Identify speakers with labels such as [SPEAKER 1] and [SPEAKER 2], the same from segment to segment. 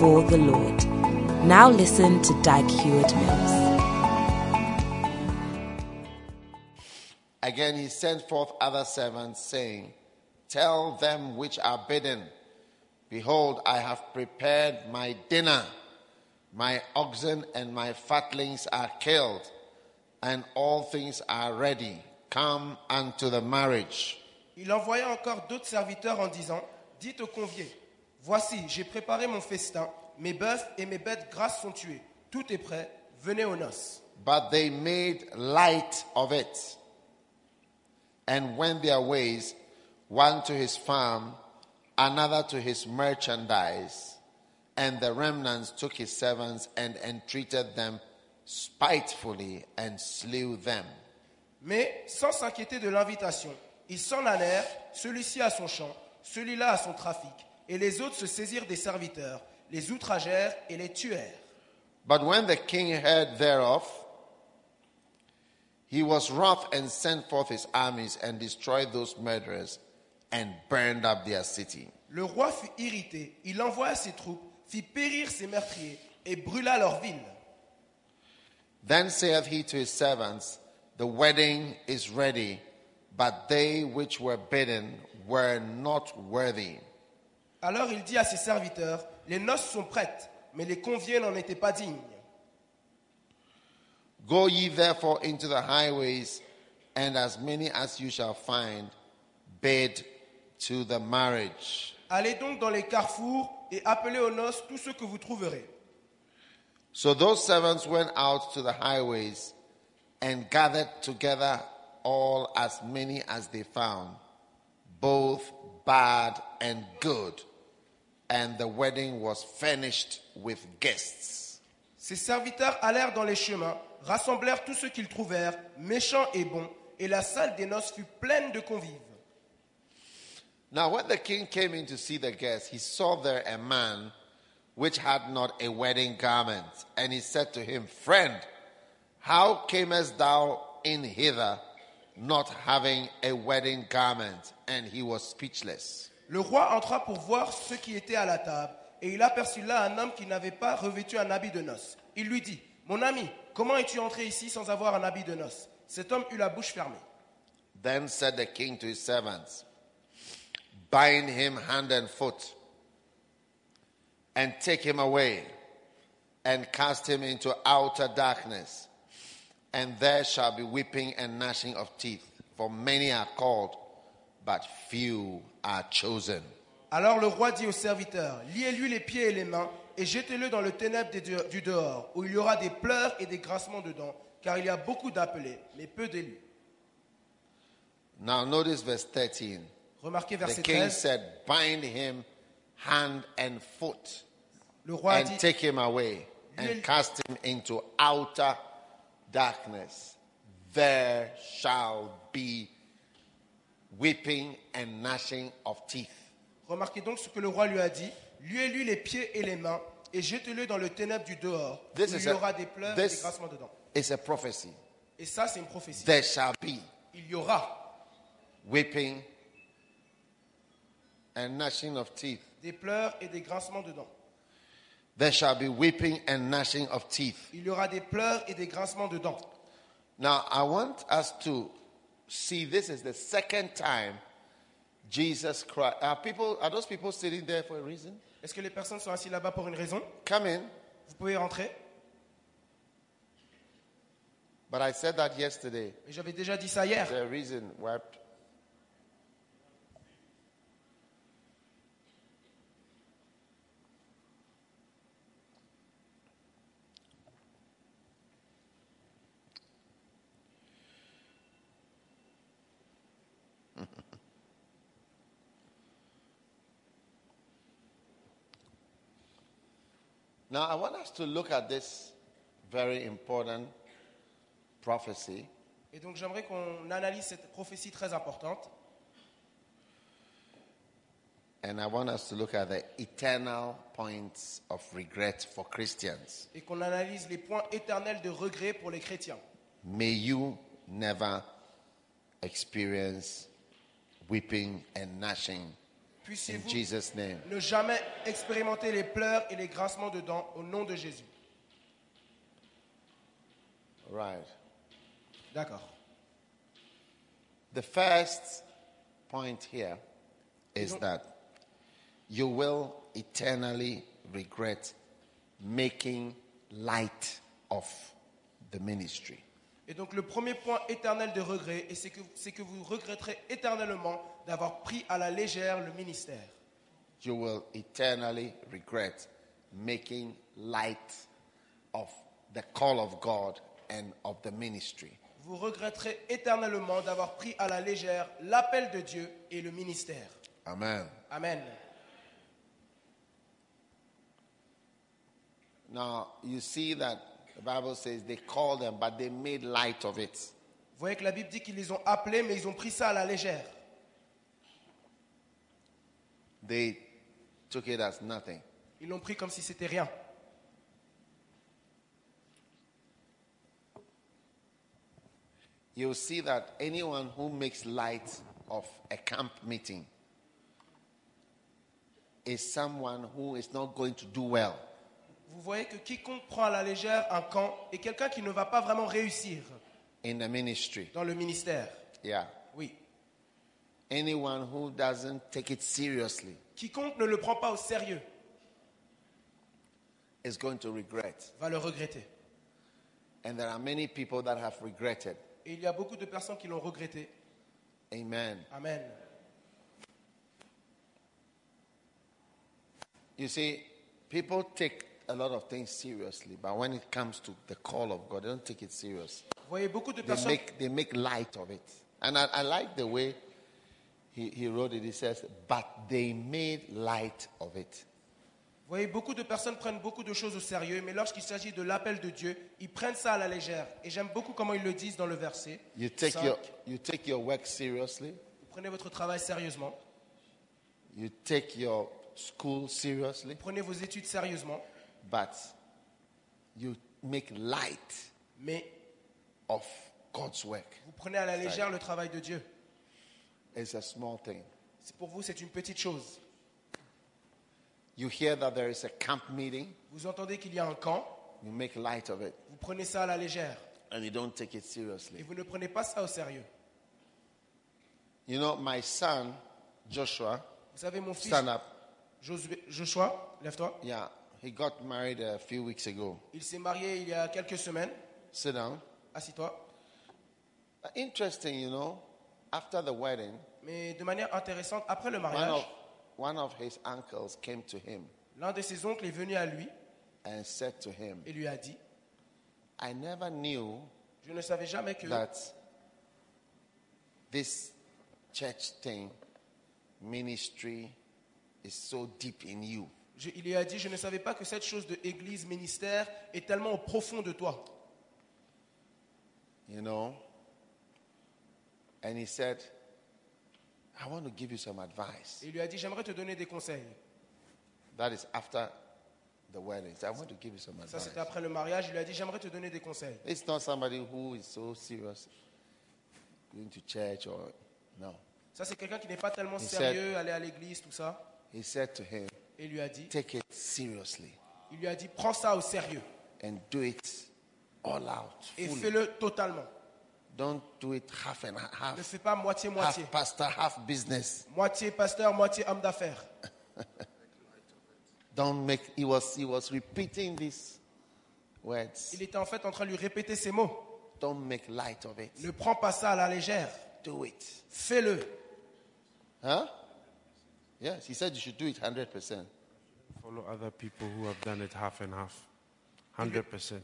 [SPEAKER 1] for the Lord. Now listen to Dag Hewitt Mills.
[SPEAKER 2] Again, he sent forth other servants, saying, Tell them which are bidden, Behold, I have prepared my dinner. My oxen and my fatlings are killed, and all things are ready. Come unto the marriage.
[SPEAKER 3] Il envoya encore d'autres serviteurs en disant Dites aux conviés, voici, j'ai préparé mon festin, mes bœufs et mes bêtes grasses sont tués, tout est prêt, venez aux noces.
[SPEAKER 2] But they made light of it and went their ways, one to his farm, another to his merchandise. And the remnants took his servants and entreated them spitefully and slew them.
[SPEAKER 3] Mais, sans s'inquiéter de l'invitation, ils s'en allèrent, celui-ci à son champ, celui-là à son trafic, et les autres se saisirent des serviteurs, les outragèrent et les tuèrent.
[SPEAKER 2] But when the king heard thereof, he was wroth and sent forth his armies and destroyed those murderers and burned up their city.
[SPEAKER 3] Le roi fut irrité, il envoya ses troupes, fit périr ses meurtriers, et brûla leur ville.
[SPEAKER 2] Then saith he to his servants, The wedding is ready, but they which were bidden were not worthy.
[SPEAKER 3] Alors il dit à ses serviteurs Les noces sont prêtes, mais les conviés n'en étaient pas dignes.
[SPEAKER 2] Go ye therefore into the highways, and as many as you shall find, bid to the marriage.
[SPEAKER 3] Allez donc dans les carrefours et appelez aux noces tous ceux que vous trouverez.
[SPEAKER 2] So those servants went out to the highways and gathered together all as many as they found, both bad and good. And the wedding was furnished with guests.
[SPEAKER 3] Ses serviteurs allèrent dans les chemins, rassemblèrent tous ceux qu'ils trouvèrent, méchants et bons, et la salle des noces fut pleine de convives.
[SPEAKER 2] Now, when the king came in to see the guests, he saw there a man which had not a wedding garment. And he said to him, Friend, how camest thou in hither not having a wedding garment? And he was speechless.
[SPEAKER 3] Le roi entra pour voir ceux qui étaient à la table, et il aperçut là un homme qui n'avait pas revêtu un habit de noces. Il lui dit, Mon ami, comment es-tu entré ici sans avoir un habit de noces Cet homme eut la bouche fermée.
[SPEAKER 2] Then said the king to his servants, Bind him hand and foot, and take him away, and cast him into outer darkness. And there shall be weeping and gnashing of teeth, for many are called, but few are chosen.
[SPEAKER 3] Alors le roi dit aux serviteurs, Liez-lui les pieds et les mains, et jetez-le dans le ténèbre des de- du dehors, où il y aura des pleurs et des grincements dedans, car il y a beaucoup d'appelés, mais peu d'élus.
[SPEAKER 2] Now notice verse 13.
[SPEAKER 3] Remarquez
[SPEAKER 2] The
[SPEAKER 3] verset
[SPEAKER 2] king
[SPEAKER 3] 13,
[SPEAKER 2] said, Bind him hand and foot,
[SPEAKER 3] le roi a
[SPEAKER 2] and
[SPEAKER 3] dit,
[SPEAKER 2] take him away, and cast him into outer darkness. There shall be weeping and gnashing of teeth.
[SPEAKER 3] Remarquez donc ce que le roi lui a dit. Liez-lui les pieds et les mains et jetez-le dans le ténèbre du dehors. Où
[SPEAKER 2] This
[SPEAKER 3] il
[SPEAKER 2] is
[SPEAKER 3] y
[SPEAKER 2] a-
[SPEAKER 3] aura des pleurs et
[SPEAKER 2] this-
[SPEAKER 3] des grassements dedans.
[SPEAKER 2] It's a prophecy.
[SPEAKER 3] Et ça, c'est une prophétie.
[SPEAKER 2] There shall be
[SPEAKER 3] Il y aura
[SPEAKER 2] weeping and gnashing of teeth.
[SPEAKER 3] des pleurs et des grincements dedans.
[SPEAKER 2] There shall be weeping and gnashing of teeth.
[SPEAKER 3] Il y aura des pleurs et des grincements dedans.
[SPEAKER 2] Now, I want us to see this is the second time Jesus Christ. Are people? Are those people sitting there for a reason?
[SPEAKER 3] Est-ce que les personnes sont assises là-bas pour une raison
[SPEAKER 2] Come in.
[SPEAKER 3] Vous pouvez rentrer.
[SPEAKER 2] But I said that yesterday.
[SPEAKER 3] Mais j'avais déjà dit ça hier.
[SPEAKER 2] The reason why. Now, I want us to look at this very important prophecy.
[SPEAKER 3] Et donc j'aimerais qu'on analyse cette prophétie très importante.
[SPEAKER 2] And I want us to look at the eternal points of regret for Christians.
[SPEAKER 3] et qu'on analyse les points éternels de regret pour les chrétiens.
[SPEAKER 2] May you never experience weeping and gnashing in
[SPEAKER 3] Puissiez-vous
[SPEAKER 2] Jesus' name.
[SPEAKER 3] ne jamais expérimenter les pleurs et les grincements de dents au nom de Jésus.
[SPEAKER 2] Right.
[SPEAKER 3] D'accord.
[SPEAKER 2] The first point here is that you will eternally regret making light of the ministry.
[SPEAKER 3] Et donc le premier point éternel de regret, et c'est que, c'est que vous regretterez éternellement d'avoir pris à la légère le ministère.
[SPEAKER 2] You will eternally regret making light of the call of God and of the ministry.
[SPEAKER 3] Vous regretterez éternellement d'avoir pris à la légère l'appel de Dieu et le ministère.
[SPEAKER 2] Amen.
[SPEAKER 3] Amen.
[SPEAKER 2] Now, you see that the Bible says they called them, but they made light of it.
[SPEAKER 3] Vous voyez que la Bible dit qu'ils les ont appelés, mais ils ont pris ça à la légère.
[SPEAKER 2] They took it as nothing.
[SPEAKER 3] Ils l'ont pris comme si c'était rien.
[SPEAKER 2] You'll see that anyone who makes light of a camp meeting is someone who is not going to do well.
[SPEAKER 3] Vous voyez que quiconque prend à la légère un camp est quelqu'un qui ne va pas vraiment réussir
[SPEAKER 2] in the ministry.
[SPEAKER 3] dans le ministère.
[SPEAKER 2] Yeah.
[SPEAKER 3] Oui.
[SPEAKER 2] Anyone who doesn't take it seriously
[SPEAKER 3] Quiconque ne le prend pas au sérieux
[SPEAKER 2] is going to regret.
[SPEAKER 3] va le regretter.
[SPEAKER 2] And there are many people that have regretted.
[SPEAKER 3] Et il y a beaucoup de personnes qui l'ont regretté.
[SPEAKER 2] Amen.
[SPEAKER 3] Amen.
[SPEAKER 2] You see, people take a lot of things seriously, but when it comes to the call of God, they don't take it serious.
[SPEAKER 3] Vous voyez beaucoup de
[SPEAKER 2] They
[SPEAKER 3] personnes.
[SPEAKER 2] make, they make light of it. And I, I like the way he, he wrote it. He says, But they made light of it.
[SPEAKER 3] Vous voyez beaucoup de personnes prennent beaucoup de choses au sérieux, mais lorsqu'il s'agit de l'appel de Dieu, ils prennent ça à la légère. Et j'aime beaucoup comment ils le disent dans le verset.
[SPEAKER 2] You take,
[SPEAKER 3] cinq.
[SPEAKER 2] your, you take your work seriously,
[SPEAKER 3] Vous prenez votre travail sérieusement.
[SPEAKER 2] you take your school seriously.
[SPEAKER 3] Prenez vos études sérieusement,
[SPEAKER 2] but you make light
[SPEAKER 3] mais
[SPEAKER 2] of God's work.
[SPEAKER 3] vous prenez à la légère le travail de Dieu.
[SPEAKER 2] It's a small thing.
[SPEAKER 3] C'est- Pour vous, c'est une petite chose.
[SPEAKER 2] You hear that there is a camp meeting,
[SPEAKER 3] Vous entendez qu'il y a un camp,
[SPEAKER 2] you make light of it,
[SPEAKER 3] vous prenez ça à la légère
[SPEAKER 2] and you don't take it
[SPEAKER 3] et
[SPEAKER 2] seriously.
[SPEAKER 3] vous ne prenez pas ça au sérieux.
[SPEAKER 2] You know, my son, Joshua,
[SPEAKER 3] Vous savez, mon fils
[SPEAKER 2] stand up.
[SPEAKER 3] Josué- Joshua, lève-toi,
[SPEAKER 2] Yeah, he got married a few weeks ago.
[SPEAKER 3] il s'est marié il y a quelques semaines.
[SPEAKER 2] Sit down.
[SPEAKER 3] Assis-toi.
[SPEAKER 2] Uh, Interesting, you know, after the wedding,
[SPEAKER 3] Mais de manière intéressante, après le
[SPEAKER 2] one
[SPEAKER 3] mariage,
[SPEAKER 2] of, one of his uncles came to him
[SPEAKER 3] l'un de ses oncles est venu à lui
[SPEAKER 2] and said to him,
[SPEAKER 3] et lui a dit
[SPEAKER 2] I never knew
[SPEAKER 3] Je ne savais jamais que
[SPEAKER 2] that this church thing, ministry, is so deep in you.
[SPEAKER 3] Je- il lui a dit Je ne savais pas que cette chose de église, ministère est tellement au profond de toi.
[SPEAKER 2] You know? And he said, I want to give you some advice.
[SPEAKER 3] Et il lui a dit J'aimerais te donner des conseils.
[SPEAKER 2] That is after the wedding. He said, I want to give you some
[SPEAKER 3] Ça,
[SPEAKER 2] advice.
[SPEAKER 3] c'était après le mariage. Il lui a dit J'aimerais te donner des conseils.
[SPEAKER 2] It's not somebody who is so serious going to church or no.
[SPEAKER 3] Ça, c'est quelqu'un qui n'est pas tellement
[SPEAKER 2] said-
[SPEAKER 3] sérieux, aller à l'église, tout ça.
[SPEAKER 2] He said to him,
[SPEAKER 3] Et il lui a dit
[SPEAKER 2] Take it seriously
[SPEAKER 3] Il lui a dit Prends ça au sérieux
[SPEAKER 2] and do it all out.
[SPEAKER 3] et
[SPEAKER 2] fully.
[SPEAKER 3] fais-le totalement.
[SPEAKER 2] Don't do it half and half.
[SPEAKER 3] Ne fais pas moitié-moitié.
[SPEAKER 2] half pastor, half business.
[SPEAKER 3] Moitié pasteur, moitié homme d'affaires.
[SPEAKER 2] Don't make. He was he was repeating these words.
[SPEAKER 3] Il était en fait en train de lui répéter ces mots.
[SPEAKER 2] Don't make light of it.
[SPEAKER 3] Ne prends pas ça à la légère.
[SPEAKER 2] Do it.
[SPEAKER 3] Fais-le.
[SPEAKER 2] Huh? Yes, he said you should do it hundred percent.
[SPEAKER 4] Follow other people who have done it half and half. 100%.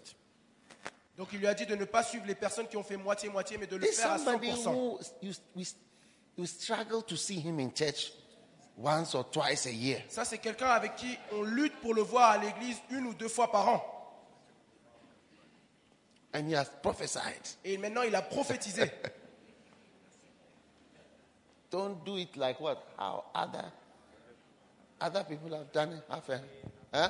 [SPEAKER 3] Donc il lui a dit de ne pas suivre les personnes qui ont fait moitié-moitié, mais de le
[SPEAKER 2] There's
[SPEAKER 3] faire à
[SPEAKER 2] somebody
[SPEAKER 3] 100%.
[SPEAKER 2] who you, we, you struggle to see him in church. once or twice a year.
[SPEAKER 3] Ça, c'est quelqu'un avec qui on lutte pour le voir à l'église une ou deux fois par an.
[SPEAKER 2] And he has prophesied.
[SPEAKER 3] Et maintenant, il a prophétisé.
[SPEAKER 2] Don't do it like what? How other other people have done it. Half and, huh?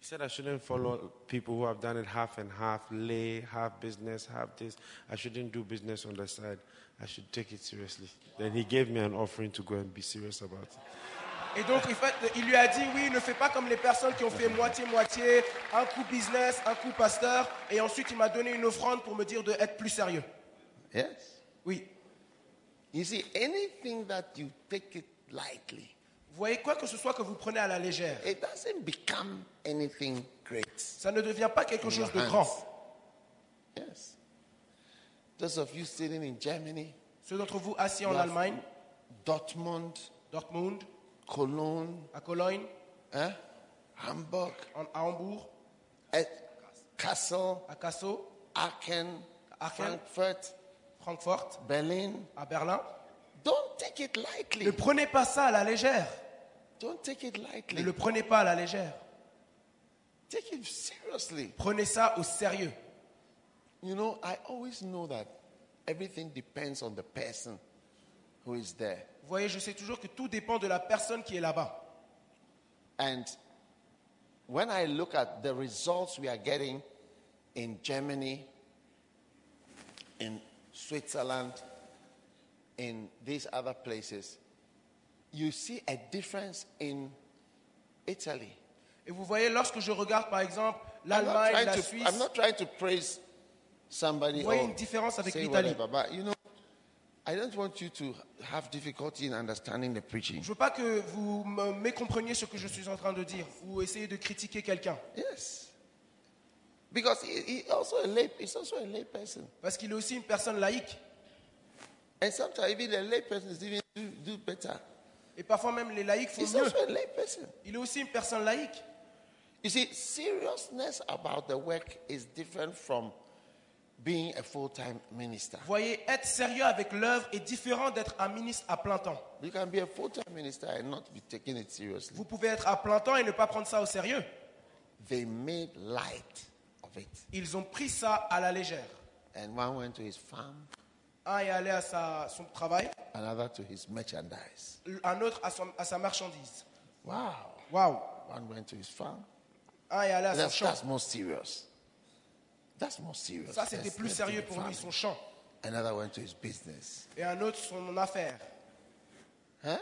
[SPEAKER 4] He said I shouldn't follow people who have done it half and half, lay, half business, half this. I shouldn't do business on the side. I should take it seriously. Then he gave me an offering to go and be serious about it.
[SPEAKER 3] Et donc, il, fait- il lui a dit Oui, ne fais pas comme les personnes qui ont fait moitié-moitié, un coup business, un coup pasteur. Et ensuite, il m'a donné une offrande pour me dire d'être plus sérieux.
[SPEAKER 2] Yes.
[SPEAKER 3] Oui.
[SPEAKER 2] You see, anything that you take it lightly,
[SPEAKER 3] Vous voyez, quoi que ce soit que vous prenez à la légère,
[SPEAKER 2] it doesn't become anything great.
[SPEAKER 3] ça ne devient pas quelque chose de
[SPEAKER 2] Hands.
[SPEAKER 3] grand.
[SPEAKER 2] Yes. Those of you sitting in Germany,
[SPEAKER 3] Ceux d'entre vous assis
[SPEAKER 2] you
[SPEAKER 3] en
[SPEAKER 2] have
[SPEAKER 3] Allemagne,
[SPEAKER 2] Dortmund,
[SPEAKER 3] Dortmund,
[SPEAKER 2] Cologne,
[SPEAKER 3] à Cologne,
[SPEAKER 2] eh? Hamburg,
[SPEAKER 3] en- à Hambourg,
[SPEAKER 2] eh, Kassel,
[SPEAKER 3] à Casso,
[SPEAKER 2] Aachen,
[SPEAKER 3] Aachen.
[SPEAKER 2] Frankfurt,
[SPEAKER 3] Francfort,
[SPEAKER 2] Berlin.
[SPEAKER 3] à Berlin.
[SPEAKER 2] Don't take it lightly.
[SPEAKER 3] Ne prenez pas ça à la légère.
[SPEAKER 2] Don't take it
[SPEAKER 3] Ne
[SPEAKER 2] lightly.
[SPEAKER 3] le prenez pas à la légère.
[SPEAKER 2] Take it seriously.
[SPEAKER 3] Prenez ça au sérieux.
[SPEAKER 2] You know, I always know that everything depends on the person who is there.
[SPEAKER 3] Vous voyez, je sais toujours que tout dépend de la personne qui est là-bas.
[SPEAKER 2] And when I look at the results we are getting in Germany, in Switzerland, in these other places, you see a difference in Italy.
[SPEAKER 3] Et vous voyez, lorsque je regarde par exemple
[SPEAKER 2] I'm not,
[SPEAKER 3] l'Allemagne,
[SPEAKER 2] trying
[SPEAKER 3] la
[SPEAKER 2] to,
[SPEAKER 3] Suisse,
[SPEAKER 2] I'm not trying to praise somebody
[SPEAKER 3] Vous voyez
[SPEAKER 2] or
[SPEAKER 3] une différence avec
[SPEAKER 2] say
[SPEAKER 3] l'Italie.
[SPEAKER 2] whatever, but you know, I don't want you to have difficulty in understanding the preaching.
[SPEAKER 3] je veux pas que vous me mécompreniez ce que je suis en train de dire ou essayez de critiquer quelqu'un.
[SPEAKER 2] Yes. Because he, he also a lay, he's also a lay person.
[SPEAKER 3] Parce qu'il est aussi une personne laïque.
[SPEAKER 2] And sometimes even the lay person is even do, do better.
[SPEAKER 3] Et parfois même les laïcs font
[SPEAKER 2] He's
[SPEAKER 3] mieux.
[SPEAKER 2] also a lay person.
[SPEAKER 3] Il est aussi une personne laïque.
[SPEAKER 2] You see, seriousness about the work is different from being a full-time minister.
[SPEAKER 3] Vous voyez, être sérieux avec l'œuvre est différent d'être un ministre à plein temps.
[SPEAKER 2] You can be a full-time minister and not be taking it seriously.
[SPEAKER 3] Vous pouvez être à plein temps et ne pas prendre ça au sérieux.
[SPEAKER 2] They made light of it.
[SPEAKER 3] Ils ont pris ça à la légère.
[SPEAKER 2] And one went to his farm,
[SPEAKER 3] Un est allé à sa- son travail,
[SPEAKER 2] another to his merchandise.
[SPEAKER 3] un autre à, son- à sa marchandise.
[SPEAKER 2] Wow.
[SPEAKER 3] Waouh
[SPEAKER 2] One went to his farm.
[SPEAKER 3] Un est allé à son
[SPEAKER 2] That's,
[SPEAKER 3] champ.
[SPEAKER 2] that's more serious. That's more serious.
[SPEAKER 3] Ça, c'était
[SPEAKER 2] That's-
[SPEAKER 3] plus
[SPEAKER 2] that's to
[SPEAKER 3] sérieux
[SPEAKER 2] the
[SPEAKER 3] pour lui,
[SPEAKER 2] farm.
[SPEAKER 3] son champ.
[SPEAKER 2] Another went to his business.
[SPEAKER 3] Et un autre, son affaire.
[SPEAKER 2] Huh?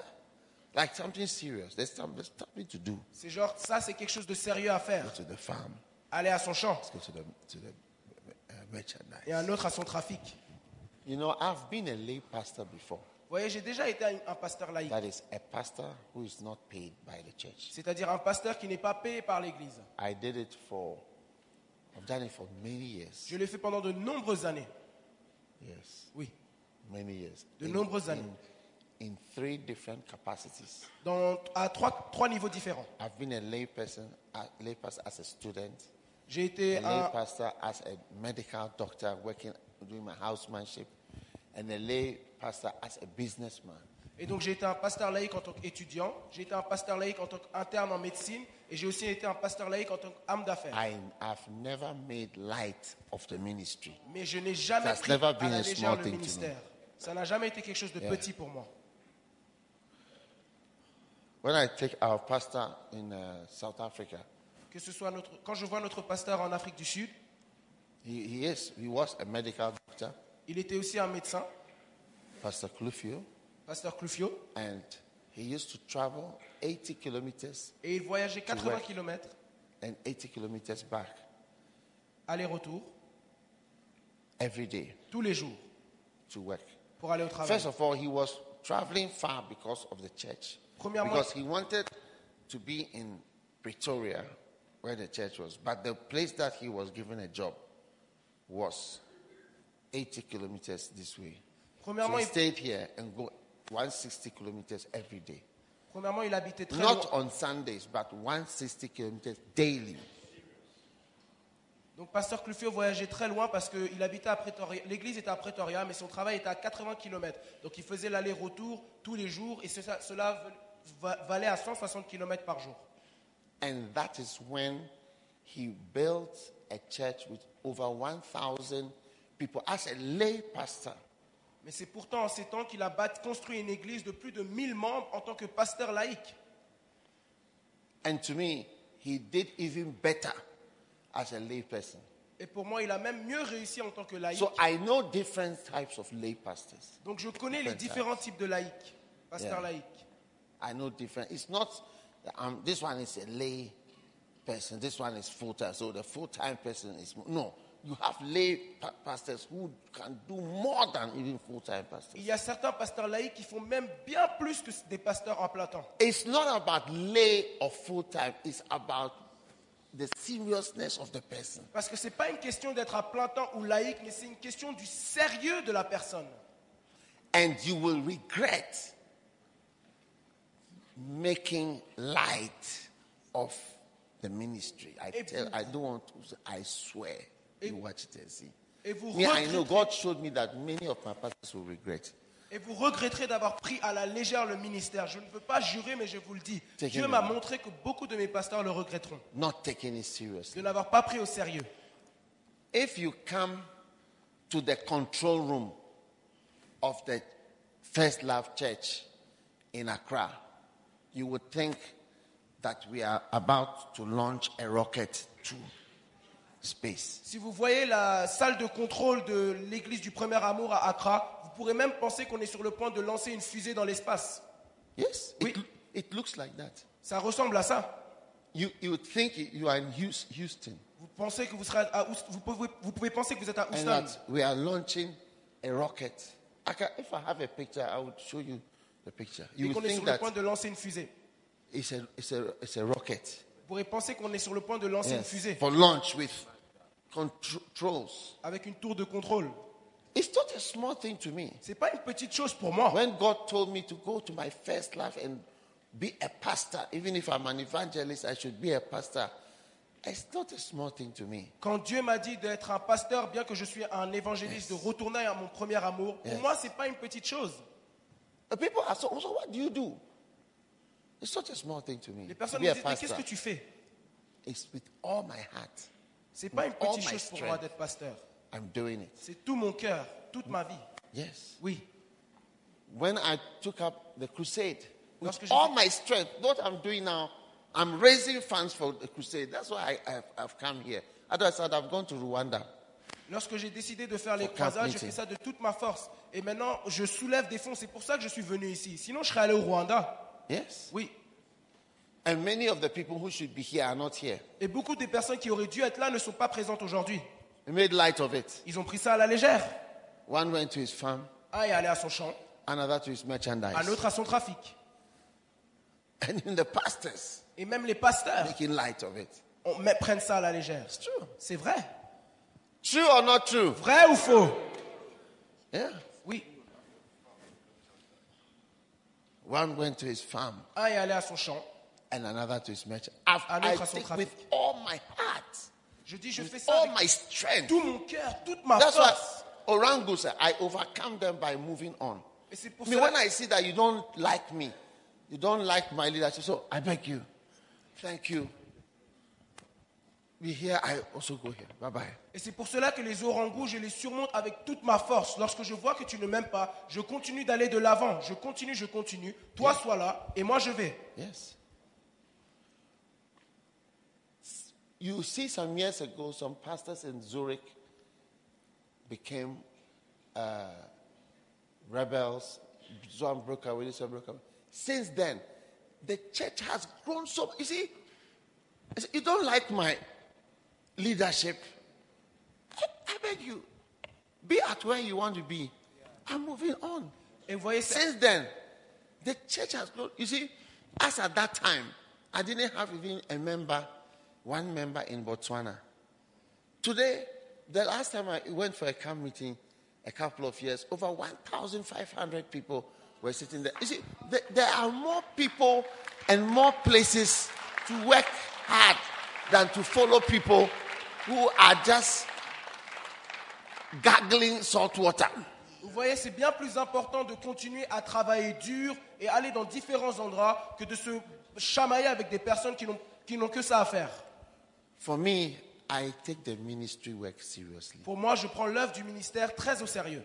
[SPEAKER 2] Like something serious. There's, some, there's something to do.
[SPEAKER 3] C'est genre, ça, c'est quelque chose de sérieux à faire.
[SPEAKER 2] Go to the farm.
[SPEAKER 3] Aller à son champ.
[SPEAKER 2] Let's go to the, to the uh, merchandise.
[SPEAKER 3] Et un autre à son trafic.
[SPEAKER 2] You know, I've been a lay pastor before.
[SPEAKER 3] Vous voyez, j'ai déjà été un, un pasteur laïque.
[SPEAKER 2] That is a pastor who is not paid by the church.
[SPEAKER 3] C'est-à-dire un pasteur qui n'est pas payé par l'Église.
[SPEAKER 2] I did it for, I've done it for many years.
[SPEAKER 3] Je l'ai fait pendant de nombreuses années.
[SPEAKER 2] Yes.
[SPEAKER 3] Oui.
[SPEAKER 2] many years.
[SPEAKER 3] De nombreuses années.
[SPEAKER 2] In, in three different capacities.
[SPEAKER 3] Dans, à trois, trois niveaux différents.
[SPEAKER 2] I've been a lay person, a lay pastor as a student,
[SPEAKER 3] J'ai
[SPEAKER 2] a
[SPEAKER 3] été
[SPEAKER 2] lay
[SPEAKER 3] un,
[SPEAKER 2] pastor as a medical doctor working, doing my housemanship, and a lay pastor as a businessman.
[SPEAKER 3] et donc j'ai été un pasteur laïque en tant qu'étudiant. J'ai été un pasteur laïque en tant qu'interne en médecine. Et j'ai aussi été un pasteur laïque en tant qu'âme d'affaires.
[SPEAKER 2] I, I've never made light of the ministry.
[SPEAKER 3] Mais je n'ai jamais
[SPEAKER 2] That's
[SPEAKER 3] pris
[SPEAKER 2] never
[SPEAKER 3] à
[SPEAKER 2] been
[SPEAKER 3] la
[SPEAKER 2] a small
[SPEAKER 3] légère le
[SPEAKER 2] thing to me.
[SPEAKER 3] ministère. Ça n'a jamais été quelque chose de
[SPEAKER 2] Yeah.
[SPEAKER 3] petit pour moi.
[SPEAKER 2] When I take our pastor in uh, South Africa,
[SPEAKER 3] Que ce soit notre, quand je vois notre pasteur en Afrique du Sud,
[SPEAKER 2] he, he is, he was a medical doctor,
[SPEAKER 3] il était aussi un médecin,
[SPEAKER 2] Pastor Clufio,
[SPEAKER 3] pasteur Clufio,
[SPEAKER 2] and he used to travel 80 kilometers
[SPEAKER 3] et il voyageait 80
[SPEAKER 2] work.
[SPEAKER 3] km
[SPEAKER 2] and 80 kilometers back
[SPEAKER 3] aller-retour
[SPEAKER 2] every day
[SPEAKER 3] tous les jours
[SPEAKER 2] to work.
[SPEAKER 3] pour aller au travail.
[SPEAKER 2] First of all, he was traveling far because of the church.
[SPEAKER 3] Premièrement-
[SPEAKER 2] Because he wanted to be in Pretoria where the church was. But the place that he was given a job was 80 kilometers this way. So
[SPEAKER 3] Premièrement,
[SPEAKER 2] he
[SPEAKER 3] il,
[SPEAKER 2] stayed here and go 160 kilometers every day.
[SPEAKER 3] premièrement, il habitait très loin.
[SPEAKER 2] Not on Sundays, but 160 kilometers daily.
[SPEAKER 3] Donc, pasteur Clufio voyageait très loin parce qu'il habitait à Pretoria. L'église était à Pretoria, mais son travail était à 80 km. Donc, il faisait l'aller-retour tous les jours et ce- cela va- valait à 160 km par jour.
[SPEAKER 2] And that is when he built a church with over 1,000 people as a lay pastor.
[SPEAKER 3] Mais c'est pourtant en ces temps qu'il a bat- construit une église de plus de 1000 membres en tant que pasteur laïque.
[SPEAKER 2] And to me, he did even better as a lay person.
[SPEAKER 3] Et pour moi, il a même mieux réussi en tant que laïque.
[SPEAKER 2] So I know different types of lay pastors.
[SPEAKER 3] Donc, je connais les
[SPEAKER 2] Different
[SPEAKER 3] différents types de laïques, pasteur
[SPEAKER 2] Yeah.
[SPEAKER 3] laïque.
[SPEAKER 2] I know different. It's not, um, this one is a lay person, this one is full time. So the full time person is, no, you have lay pa- pastors who can do more than even full time pastors.
[SPEAKER 3] Il y a certains pasteurs laïques qui font même bien plus que des pasteurs en plein temps.
[SPEAKER 2] It's not about lay or full time, it's about the seriousness of the person.
[SPEAKER 3] Parce que ce n'est pas une question d'être à plein temps ou laïque, mais c'est une question du sérieux de la personne.
[SPEAKER 2] And you will regret making light of the ministry. I
[SPEAKER 3] Et
[SPEAKER 2] tell
[SPEAKER 3] vous-
[SPEAKER 2] I don't want to say- I swear.
[SPEAKER 3] Et-
[SPEAKER 2] you watch it and see.
[SPEAKER 3] Et vous,
[SPEAKER 2] Me, I know
[SPEAKER 3] regretterez-
[SPEAKER 2] God showed me that many of my pastors will regret.
[SPEAKER 3] et vous regretterez d'avoir pris à la légère le ministère. Je ne veux pas jurer, mais je vous le dis.
[SPEAKER 2] Taking
[SPEAKER 3] Dieu
[SPEAKER 2] it.
[SPEAKER 3] m'a montré que beaucoup de mes pasteurs le regretteront,
[SPEAKER 2] Not taking it
[SPEAKER 3] de
[SPEAKER 2] seriously.
[SPEAKER 3] n'avoir pas pris au sérieux.
[SPEAKER 2] If you come to the control room of the First Love Church in Accra, you would think that we are about to launch a rocket to space.
[SPEAKER 3] Si vous voyez la salle de contrôle de l'église du premier amour à Accra, vous pourrez même penser qu'on est sur le point de lancer une fusée dans l'espace.
[SPEAKER 2] Yes,
[SPEAKER 3] Oui.
[SPEAKER 2] it, lo- it looks like that.
[SPEAKER 3] Ça ressemble à ça.
[SPEAKER 2] You, you would think you are in Hous- Houston
[SPEAKER 3] Vous, pensez que vous, serez à Houst- vous, pouvez, vous pouvez penser que vous êtes à
[SPEAKER 2] and
[SPEAKER 3] Houston.
[SPEAKER 2] that we are launching a rocket. I can, if I have a picture, I would show you the picture.
[SPEAKER 3] et
[SPEAKER 2] You
[SPEAKER 3] qu'on
[SPEAKER 2] would
[SPEAKER 3] est sur
[SPEAKER 2] think
[SPEAKER 3] le
[SPEAKER 2] that
[SPEAKER 3] point de lancer une fusée.
[SPEAKER 2] it's a, it's a, it's a rocket.
[SPEAKER 3] Vous pourrez penser qu'on est sur le point de lancer une
[SPEAKER 2] Yes,
[SPEAKER 3] fusée
[SPEAKER 2] for launch with controls.
[SPEAKER 3] avec une tour de contrôle.
[SPEAKER 2] It's not a small thing to me.
[SPEAKER 3] C'est pas une petite chose pour moi.
[SPEAKER 2] When God told me to go to my first love and be a pastor, even if I'm an evangelist, I should be a pastor. It's not a small thing to me.
[SPEAKER 3] Quand Dieu m'a dit d'être un pasteur, bien que je suis un évangéliste, de retourner à mon premier amour, pour
[SPEAKER 2] Yes.
[SPEAKER 3] moi, c'est pas une petite chose.
[SPEAKER 2] But people ask, so, so what do you do? It's not a small thing to me.
[SPEAKER 3] Les
[SPEAKER 2] to
[SPEAKER 3] personnes
[SPEAKER 2] be
[SPEAKER 3] me
[SPEAKER 2] a
[SPEAKER 3] disent, mais qu'est-ce
[SPEAKER 2] pastor.
[SPEAKER 3] que tu fais
[SPEAKER 2] It's with all my heart.
[SPEAKER 3] C'est pas une
[SPEAKER 2] All
[SPEAKER 3] petite
[SPEAKER 2] my
[SPEAKER 3] chose pour
[SPEAKER 2] strength.
[SPEAKER 3] moi d'être pasteur.
[SPEAKER 2] I'm doing it.
[SPEAKER 3] C'est tout mon cœur, toute ma vie.
[SPEAKER 2] Yes.
[SPEAKER 3] Oui.
[SPEAKER 2] When I took up the crusade, with
[SPEAKER 3] Lorsque j'ai
[SPEAKER 2] all
[SPEAKER 3] fait-
[SPEAKER 2] my strength, what I'm doing now, I'm raising funds for the crusade. That's why I, I've, I've come here. Otherwise, I'd have gone to Rwanda.
[SPEAKER 3] Lorsque j'ai décidé de faire les
[SPEAKER 2] Pour camp
[SPEAKER 3] croisades, j'ai
[SPEAKER 2] meeting.
[SPEAKER 3] fait ça de toute ma force. Et maintenant, je soulève des fonds. C'est pour ça que je suis venu ici. Sinon, je serais allé au Rwanda.
[SPEAKER 2] Yes.
[SPEAKER 3] Oui.
[SPEAKER 2] And many of the people who should be here are not here.
[SPEAKER 3] Et beaucoup des personnes qui auraient dû être là ne sont pas présentes aujourd'hui.
[SPEAKER 2] We made light of it.
[SPEAKER 3] Ils ont pris ça à la légère.
[SPEAKER 2] One went to his farm,
[SPEAKER 3] Un est allé Ah, à son champ,
[SPEAKER 2] another to his
[SPEAKER 3] un
[SPEAKER 2] merchandise.
[SPEAKER 3] autre à son trafic.
[SPEAKER 2] And even the pastors
[SPEAKER 3] Et même les pasteurs
[SPEAKER 2] making light of it.
[SPEAKER 3] on met- prennent ça à la légère.
[SPEAKER 2] It's true.
[SPEAKER 3] C'est vrai.
[SPEAKER 2] True or not true?
[SPEAKER 3] Vrai ou faux
[SPEAKER 2] Yeah.
[SPEAKER 3] Oui.
[SPEAKER 2] One went to his farm
[SPEAKER 3] Un est allé Ah, à son champ.
[SPEAKER 2] and another to his merchant. I've,
[SPEAKER 3] Another
[SPEAKER 2] I
[SPEAKER 3] to his
[SPEAKER 2] think
[SPEAKER 3] traffic.
[SPEAKER 2] with all my heart,
[SPEAKER 3] Je dis, je fais
[SPEAKER 2] with
[SPEAKER 3] ça
[SPEAKER 2] all
[SPEAKER 3] avec
[SPEAKER 2] Oh my strength.
[SPEAKER 3] tout mon cœur, toute ma
[SPEAKER 2] That's why
[SPEAKER 3] force.
[SPEAKER 2] Orangu said, I overcome them by moving on.
[SPEAKER 3] Et c'est pour
[SPEAKER 2] I mean,
[SPEAKER 3] cela-
[SPEAKER 2] when I see that you don't like me, you don't like my leadership, so I beg you, thank you. Be here, I also go here. Bye bye.
[SPEAKER 3] Et c'est pour cela que les orangous, je les surmonte avec toute ma force. Lorsque je vois que tu ne m'aimes pas, je continue d'aller de l'avant. Je continue, je continue. Toi, sois là et moi, je vais.
[SPEAKER 2] Yes. You see, some years ago, some pastors in Zurich became uh, rebels. Some broke away, some broke away. Since then, the church has grown so. You see, I said, you don't like my leadership. I, I beg you, be at where you want to be. I'm moving on.
[SPEAKER 3] Et vous voyez, c'est-
[SPEAKER 2] Since then, the church has grown. You see, as at that time, I didn't have even a member, one member in Botswana. Today, the last time I went for a camp meeting, a couple of years, over 1,500 people were sitting there. You see, th- there are more people and more places to work hard than to follow people who are just gargling salt water.
[SPEAKER 3] Vous voyez, c'est bien plus important de continuer à travailler dur et aller dans différents endroits que de se chamailler avec des personnes qui n'ont- qui n'ont que ça à faire.
[SPEAKER 2] For me, I take the ministry work seriously.
[SPEAKER 3] Pour moi, je prends l'œuvre du ministère très au sérieux.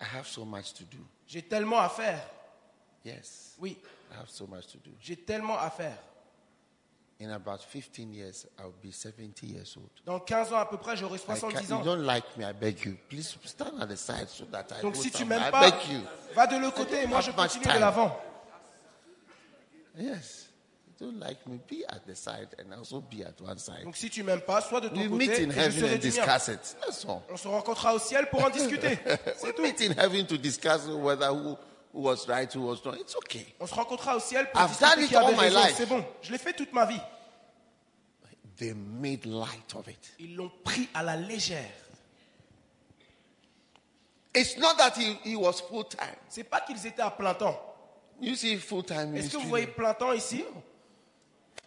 [SPEAKER 2] I have so much to do.
[SPEAKER 3] J'ai tellement à faire.
[SPEAKER 2] Yes,
[SPEAKER 3] Oui,
[SPEAKER 2] I have so much to do.
[SPEAKER 3] j'ai tellement à faire.
[SPEAKER 2] In about 15 years, I'll be 70 years old.
[SPEAKER 3] Dans 15 ans à peu près, j'aurai
[SPEAKER 2] I can't-
[SPEAKER 3] 70
[SPEAKER 2] you
[SPEAKER 3] ans.
[SPEAKER 2] don't like me, I beg you. Please stand at the side so that I
[SPEAKER 3] Donc
[SPEAKER 2] go
[SPEAKER 3] si tu
[SPEAKER 2] somewhere.
[SPEAKER 3] m'aimes
[SPEAKER 2] I
[SPEAKER 3] pas,
[SPEAKER 2] beg you.
[SPEAKER 3] va de l'autre côté et moi je
[SPEAKER 2] Not much
[SPEAKER 3] continue
[SPEAKER 2] time.
[SPEAKER 3] de l'avant.
[SPEAKER 2] Yes. You don't like me, be at the side and also be at one side.
[SPEAKER 3] Donc si tu m'aimes pas, soit de ton
[SPEAKER 2] We meet
[SPEAKER 3] côté
[SPEAKER 2] in
[SPEAKER 3] et je
[SPEAKER 2] heaven
[SPEAKER 3] serai
[SPEAKER 2] and
[SPEAKER 3] du mien.
[SPEAKER 2] discuss it. That's all.
[SPEAKER 3] On se rencontrera au ciel pour en discuter.
[SPEAKER 2] We meet in heaven to discuss whether who, who was right, who was wrong. It's okay.
[SPEAKER 3] On se rencontrera au ciel pour
[SPEAKER 2] I've done
[SPEAKER 3] discuter
[SPEAKER 2] it
[SPEAKER 3] qui avait
[SPEAKER 2] all my
[SPEAKER 3] raison.
[SPEAKER 2] life.
[SPEAKER 3] C'est bon, je l'ai fait toute ma vie.
[SPEAKER 2] They made light of it.
[SPEAKER 3] Ils l'ont pris à la légère.
[SPEAKER 2] It's not that he, he was full time.
[SPEAKER 3] C'est pas qu'ils étaient à plein temps.
[SPEAKER 2] You see, full time
[SPEAKER 3] Est-ce que
[SPEAKER 2] ministry.
[SPEAKER 3] vous voyez plein temps ici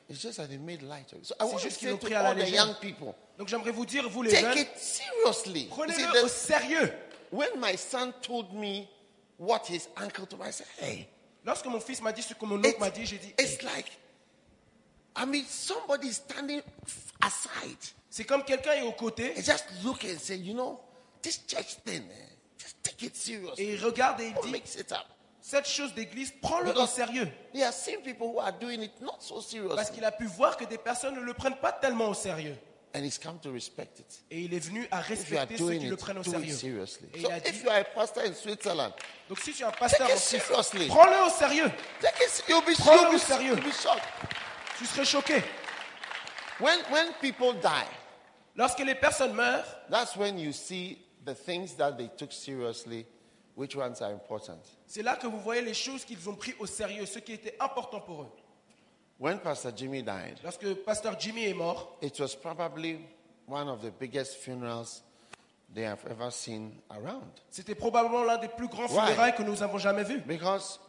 [SPEAKER 2] It's just that they made light of it. So I
[SPEAKER 3] C'est
[SPEAKER 2] want to
[SPEAKER 3] juste qu'ils
[SPEAKER 2] say
[SPEAKER 3] l'ont pris à
[SPEAKER 2] to
[SPEAKER 3] la
[SPEAKER 2] all the
[SPEAKER 3] légère.
[SPEAKER 2] young people,
[SPEAKER 3] Donc j'aimerais vous dire, vous les
[SPEAKER 2] take
[SPEAKER 3] jeunes,
[SPEAKER 2] it seriously. You see,
[SPEAKER 3] prenez-le au
[SPEAKER 2] the-
[SPEAKER 3] sérieux.
[SPEAKER 2] when my son told me what his uncle told me, I said, hey,
[SPEAKER 3] Lorsque mon fils m'a dit ce que mon oncle
[SPEAKER 2] it's,
[SPEAKER 3] m'a dit, j'ai dit,
[SPEAKER 2] it's like, I mean, somebody standing aside.
[SPEAKER 3] c'est comme quelqu'un est aux côtés
[SPEAKER 2] And just look and say, you know, this church thing, eh, just take it seriously.
[SPEAKER 3] et il regarde et il
[SPEAKER 2] Don't
[SPEAKER 3] dit,
[SPEAKER 2] mix it up.
[SPEAKER 3] cette chose d'église, prends-le au
[SPEAKER 2] Because-
[SPEAKER 3] sérieux.
[SPEAKER 2] He has seen people who are doing it not so
[SPEAKER 3] Parce
[SPEAKER 2] seriously.
[SPEAKER 3] qu'il a pu voir que des personnes ne le prennent pas tellement au sérieux.
[SPEAKER 2] And he's come to respect it.
[SPEAKER 3] Et il est venu
[SPEAKER 2] If you
[SPEAKER 3] à
[SPEAKER 2] are
[SPEAKER 3] respecter ceux
[SPEAKER 2] doing
[SPEAKER 3] qui le
[SPEAKER 2] it,
[SPEAKER 3] prennent au
[SPEAKER 2] do it
[SPEAKER 3] sérieux.
[SPEAKER 2] seriously.
[SPEAKER 3] Et
[SPEAKER 2] So
[SPEAKER 3] il a dit,
[SPEAKER 2] if you are a pastor in Switzerland,
[SPEAKER 3] donc si tu es un pasteur,
[SPEAKER 2] Take it
[SPEAKER 3] en Suisse,
[SPEAKER 2] seriously.
[SPEAKER 3] prends-le au sérieux.
[SPEAKER 2] take it, you'll be,
[SPEAKER 3] Prends-le
[SPEAKER 2] you'll
[SPEAKER 3] au
[SPEAKER 2] be,
[SPEAKER 3] sérieux.
[SPEAKER 2] you'll be shocked.
[SPEAKER 3] Tu serais choqué.
[SPEAKER 2] When, when people die,
[SPEAKER 3] Lorsque les personnes meurent,
[SPEAKER 2] that's when you see the things that they took seriously, which ones are important.
[SPEAKER 3] c'est là que vous voyez les choses qu'ils ont pris au sérieux, ce qui était important pour eux.
[SPEAKER 2] When Pastor Jimmy died,
[SPEAKER 3] Lorsque pasteur Jimmy est mort,
[SPEAKER 2] it was probably one of the biggest funerals they have ever seen around.
[SPEAKER 3] c'était probablement l'un des plus grands
[SPEAKER 2] Why?
[SPEAKER 3] funérailles que nous avons jamais vu.
[SPEAKER 2] Because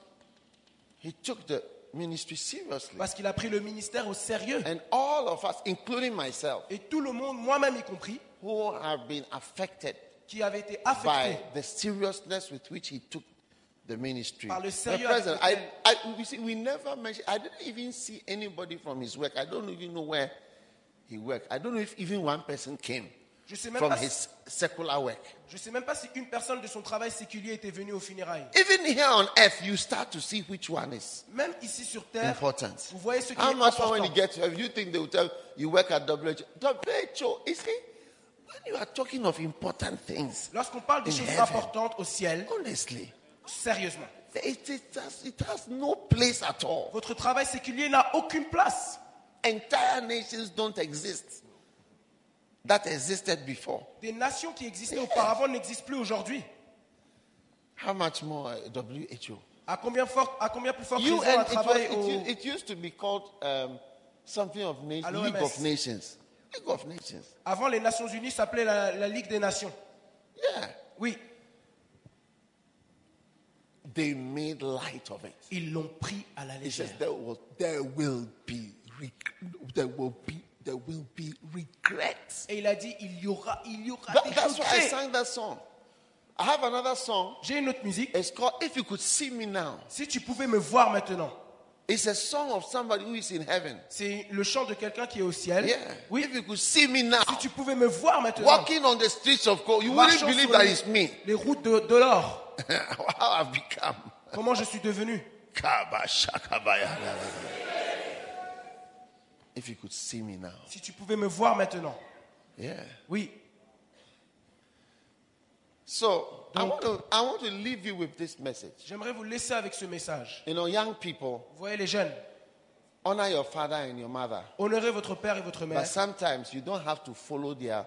[SPEAKER 2] he took the ministry seriously.
[SPEAKER 3] Parce qu'il a pris le ministère au sérieux.
[SPEAKER 2] And all of us, including myself,
[SPEAKER 3] Et tout le monde, moi-même y compris,
[SPEAKER 2] who have been affected
[SPEAKER 3] qui avait été
[SPEAKER 2] by
[SPEAKER 3] affecté.
[SPEAKER 2] the seriousness with which he took the ministry.
[SPEAKER 3] Par le
[SPEAKER 2] The
[SPEAKER 3] sérieux
[SPEAKER 2] president,
[SPEAKER 3] avec
[SPEAKER 2] I, I,
[SPEAKER 3] lequel-
[SPEAKER 2] we, see, we never mentioned, I didn't even see anybody from his work. I don't even know where he worked. I don't know if even one person came
[SPEAKER 3] Je sais même
[SPEAKER 2] from
[SPEAKER 3] pas si-
[SPEAKER 2] his secular work.
[SPEAKER 3] Je ne sais même pas si une personne de son travail séculier était venue aux funérailles.
[SPEAKER 2] Even here on earth, you start to see which one is
[SPEAKER 3] Même ici sur Terre,
[SPEAKER 2] important.
[SPEAKER 3] vous voyez ce qui
[SPEAKER 2] How
[SPEAKER 3] est
[SPEAKER 2] much more when
[SPEAKER 3] important.
[SPEAKER 2] you get to heaven? You think they will tell you work at WHO? WHO, you see, when you are talking of important things,
[SPEAKER 3] Lorsqu'on parle des
[SPEAKER 2] In
[SPEAKER 3] choses
[SPEAKER 2] heaven.
[SPEAKER 3] importantes au ciel,
[SPEAKER 2] honestly,
[SPEAKER 3] sérieusement,
[SPEAKER 2] it, it, has, it has no place at all.
[SPEAKER 3] votre travail séculier n'a aucune place.
[SPEAKER 2] Entire nations don't exist that existed before.
[SPEAKER 3] Des nations qui existaient auparavant n'existent plus aujourd'hui.
[SPEAKER 2] How much more uh, WHO?
[SPEAKER 3] À combien, fort, à combien plus fort
[SPEAKER 2] You
[SPEAKER 3] raison un
[SPEAKER 2] and it, was,
[SPEAKER 3] travail au...
[SPEAKER 2] it, u- it used to be called um, something of na-
[SPEAKER 3] À
[SPEAKER 2] League
[SPEAKER 3] l'OMS.
[SPEAKER 2] of Nations. League of Nations.
[SPEAKER 3] Avant, les Nations Unies s'appelaient la, la Ligue des Nations.
[SPEAKER 2] Yeah.
[SPEAKER 3] Oui,
[SPEAKER 2] They made light of it.
[SPEAKER 3] ils l'ont pris à la
[SPEAKER 2] He says
[SPEAKER 3] légère.
[SPEAKER 2] there will there will be reg- there will be there will be regrets.
[SPEAKER 3] Et il a dit, il y aura, il y aura
[SPEAKER 2] That-
[SPEAKER 3] des
[SPEAKER 2] that's why I
[SPEAKER 3] regrets.
[SPEAKER 2] sang that song. I have another song.
[SPEAKER 3] J'ai une autre musique.
[SPEAKER 2] It's called If You Could See Me Now.
[SPEAKER 3] Si tu pouvais me voir maintenant,
[SPEAKER 2] It's a song of somebody who is in heaven.
[SPEAKER 3] c'est le chant de quelqu'un qui est au ciel.
[SPEAKER 2] Yeah.
[SPEAKER 3] Oui.
[SPEAKER 2] If you could see me now,
[SPEAKER 3] Si tu pouvais me voir maintenant,
[SPEAKER 2] walking on the streets of God, you wouldn't
[SPEAKER 3] marchant
[SPEAKER 2] believe
[SPEAKER 3] sur
[SPEAKER 2] that
[SPEAKER 3] les,
[SPEAKER 2] it's me.
[SPEAKER 3] les routes de, de l'or,
[SPEAKER 2] How I've become.
[SPEAKER 3] comment je suis devenu.
[SPEAKER 2] Kabashakabayala. If you could see me now.
[SPEAKER 3] Si tu pouvais me voir maintenant,
[SPEAKER 2] Yeah.
[SPEAKER 3] oui.
[SPEAKER 2] So I want
[SPEAKER 3] Donc-
[SPEAKER 2] to I want to leave you with this message.
[SPEAKER 3] J'aimerais vous laisser avec ce message.
[SPEAKER 2] You know, young people,
[SPEAKER 3] Vous voyez les jeunes,
[SPEAKER 2] honor your father and your mother.
[SPEAKER 3] honorez votre père et votre mère,
[SPEAKER 2] But sometimes you don't have to follow their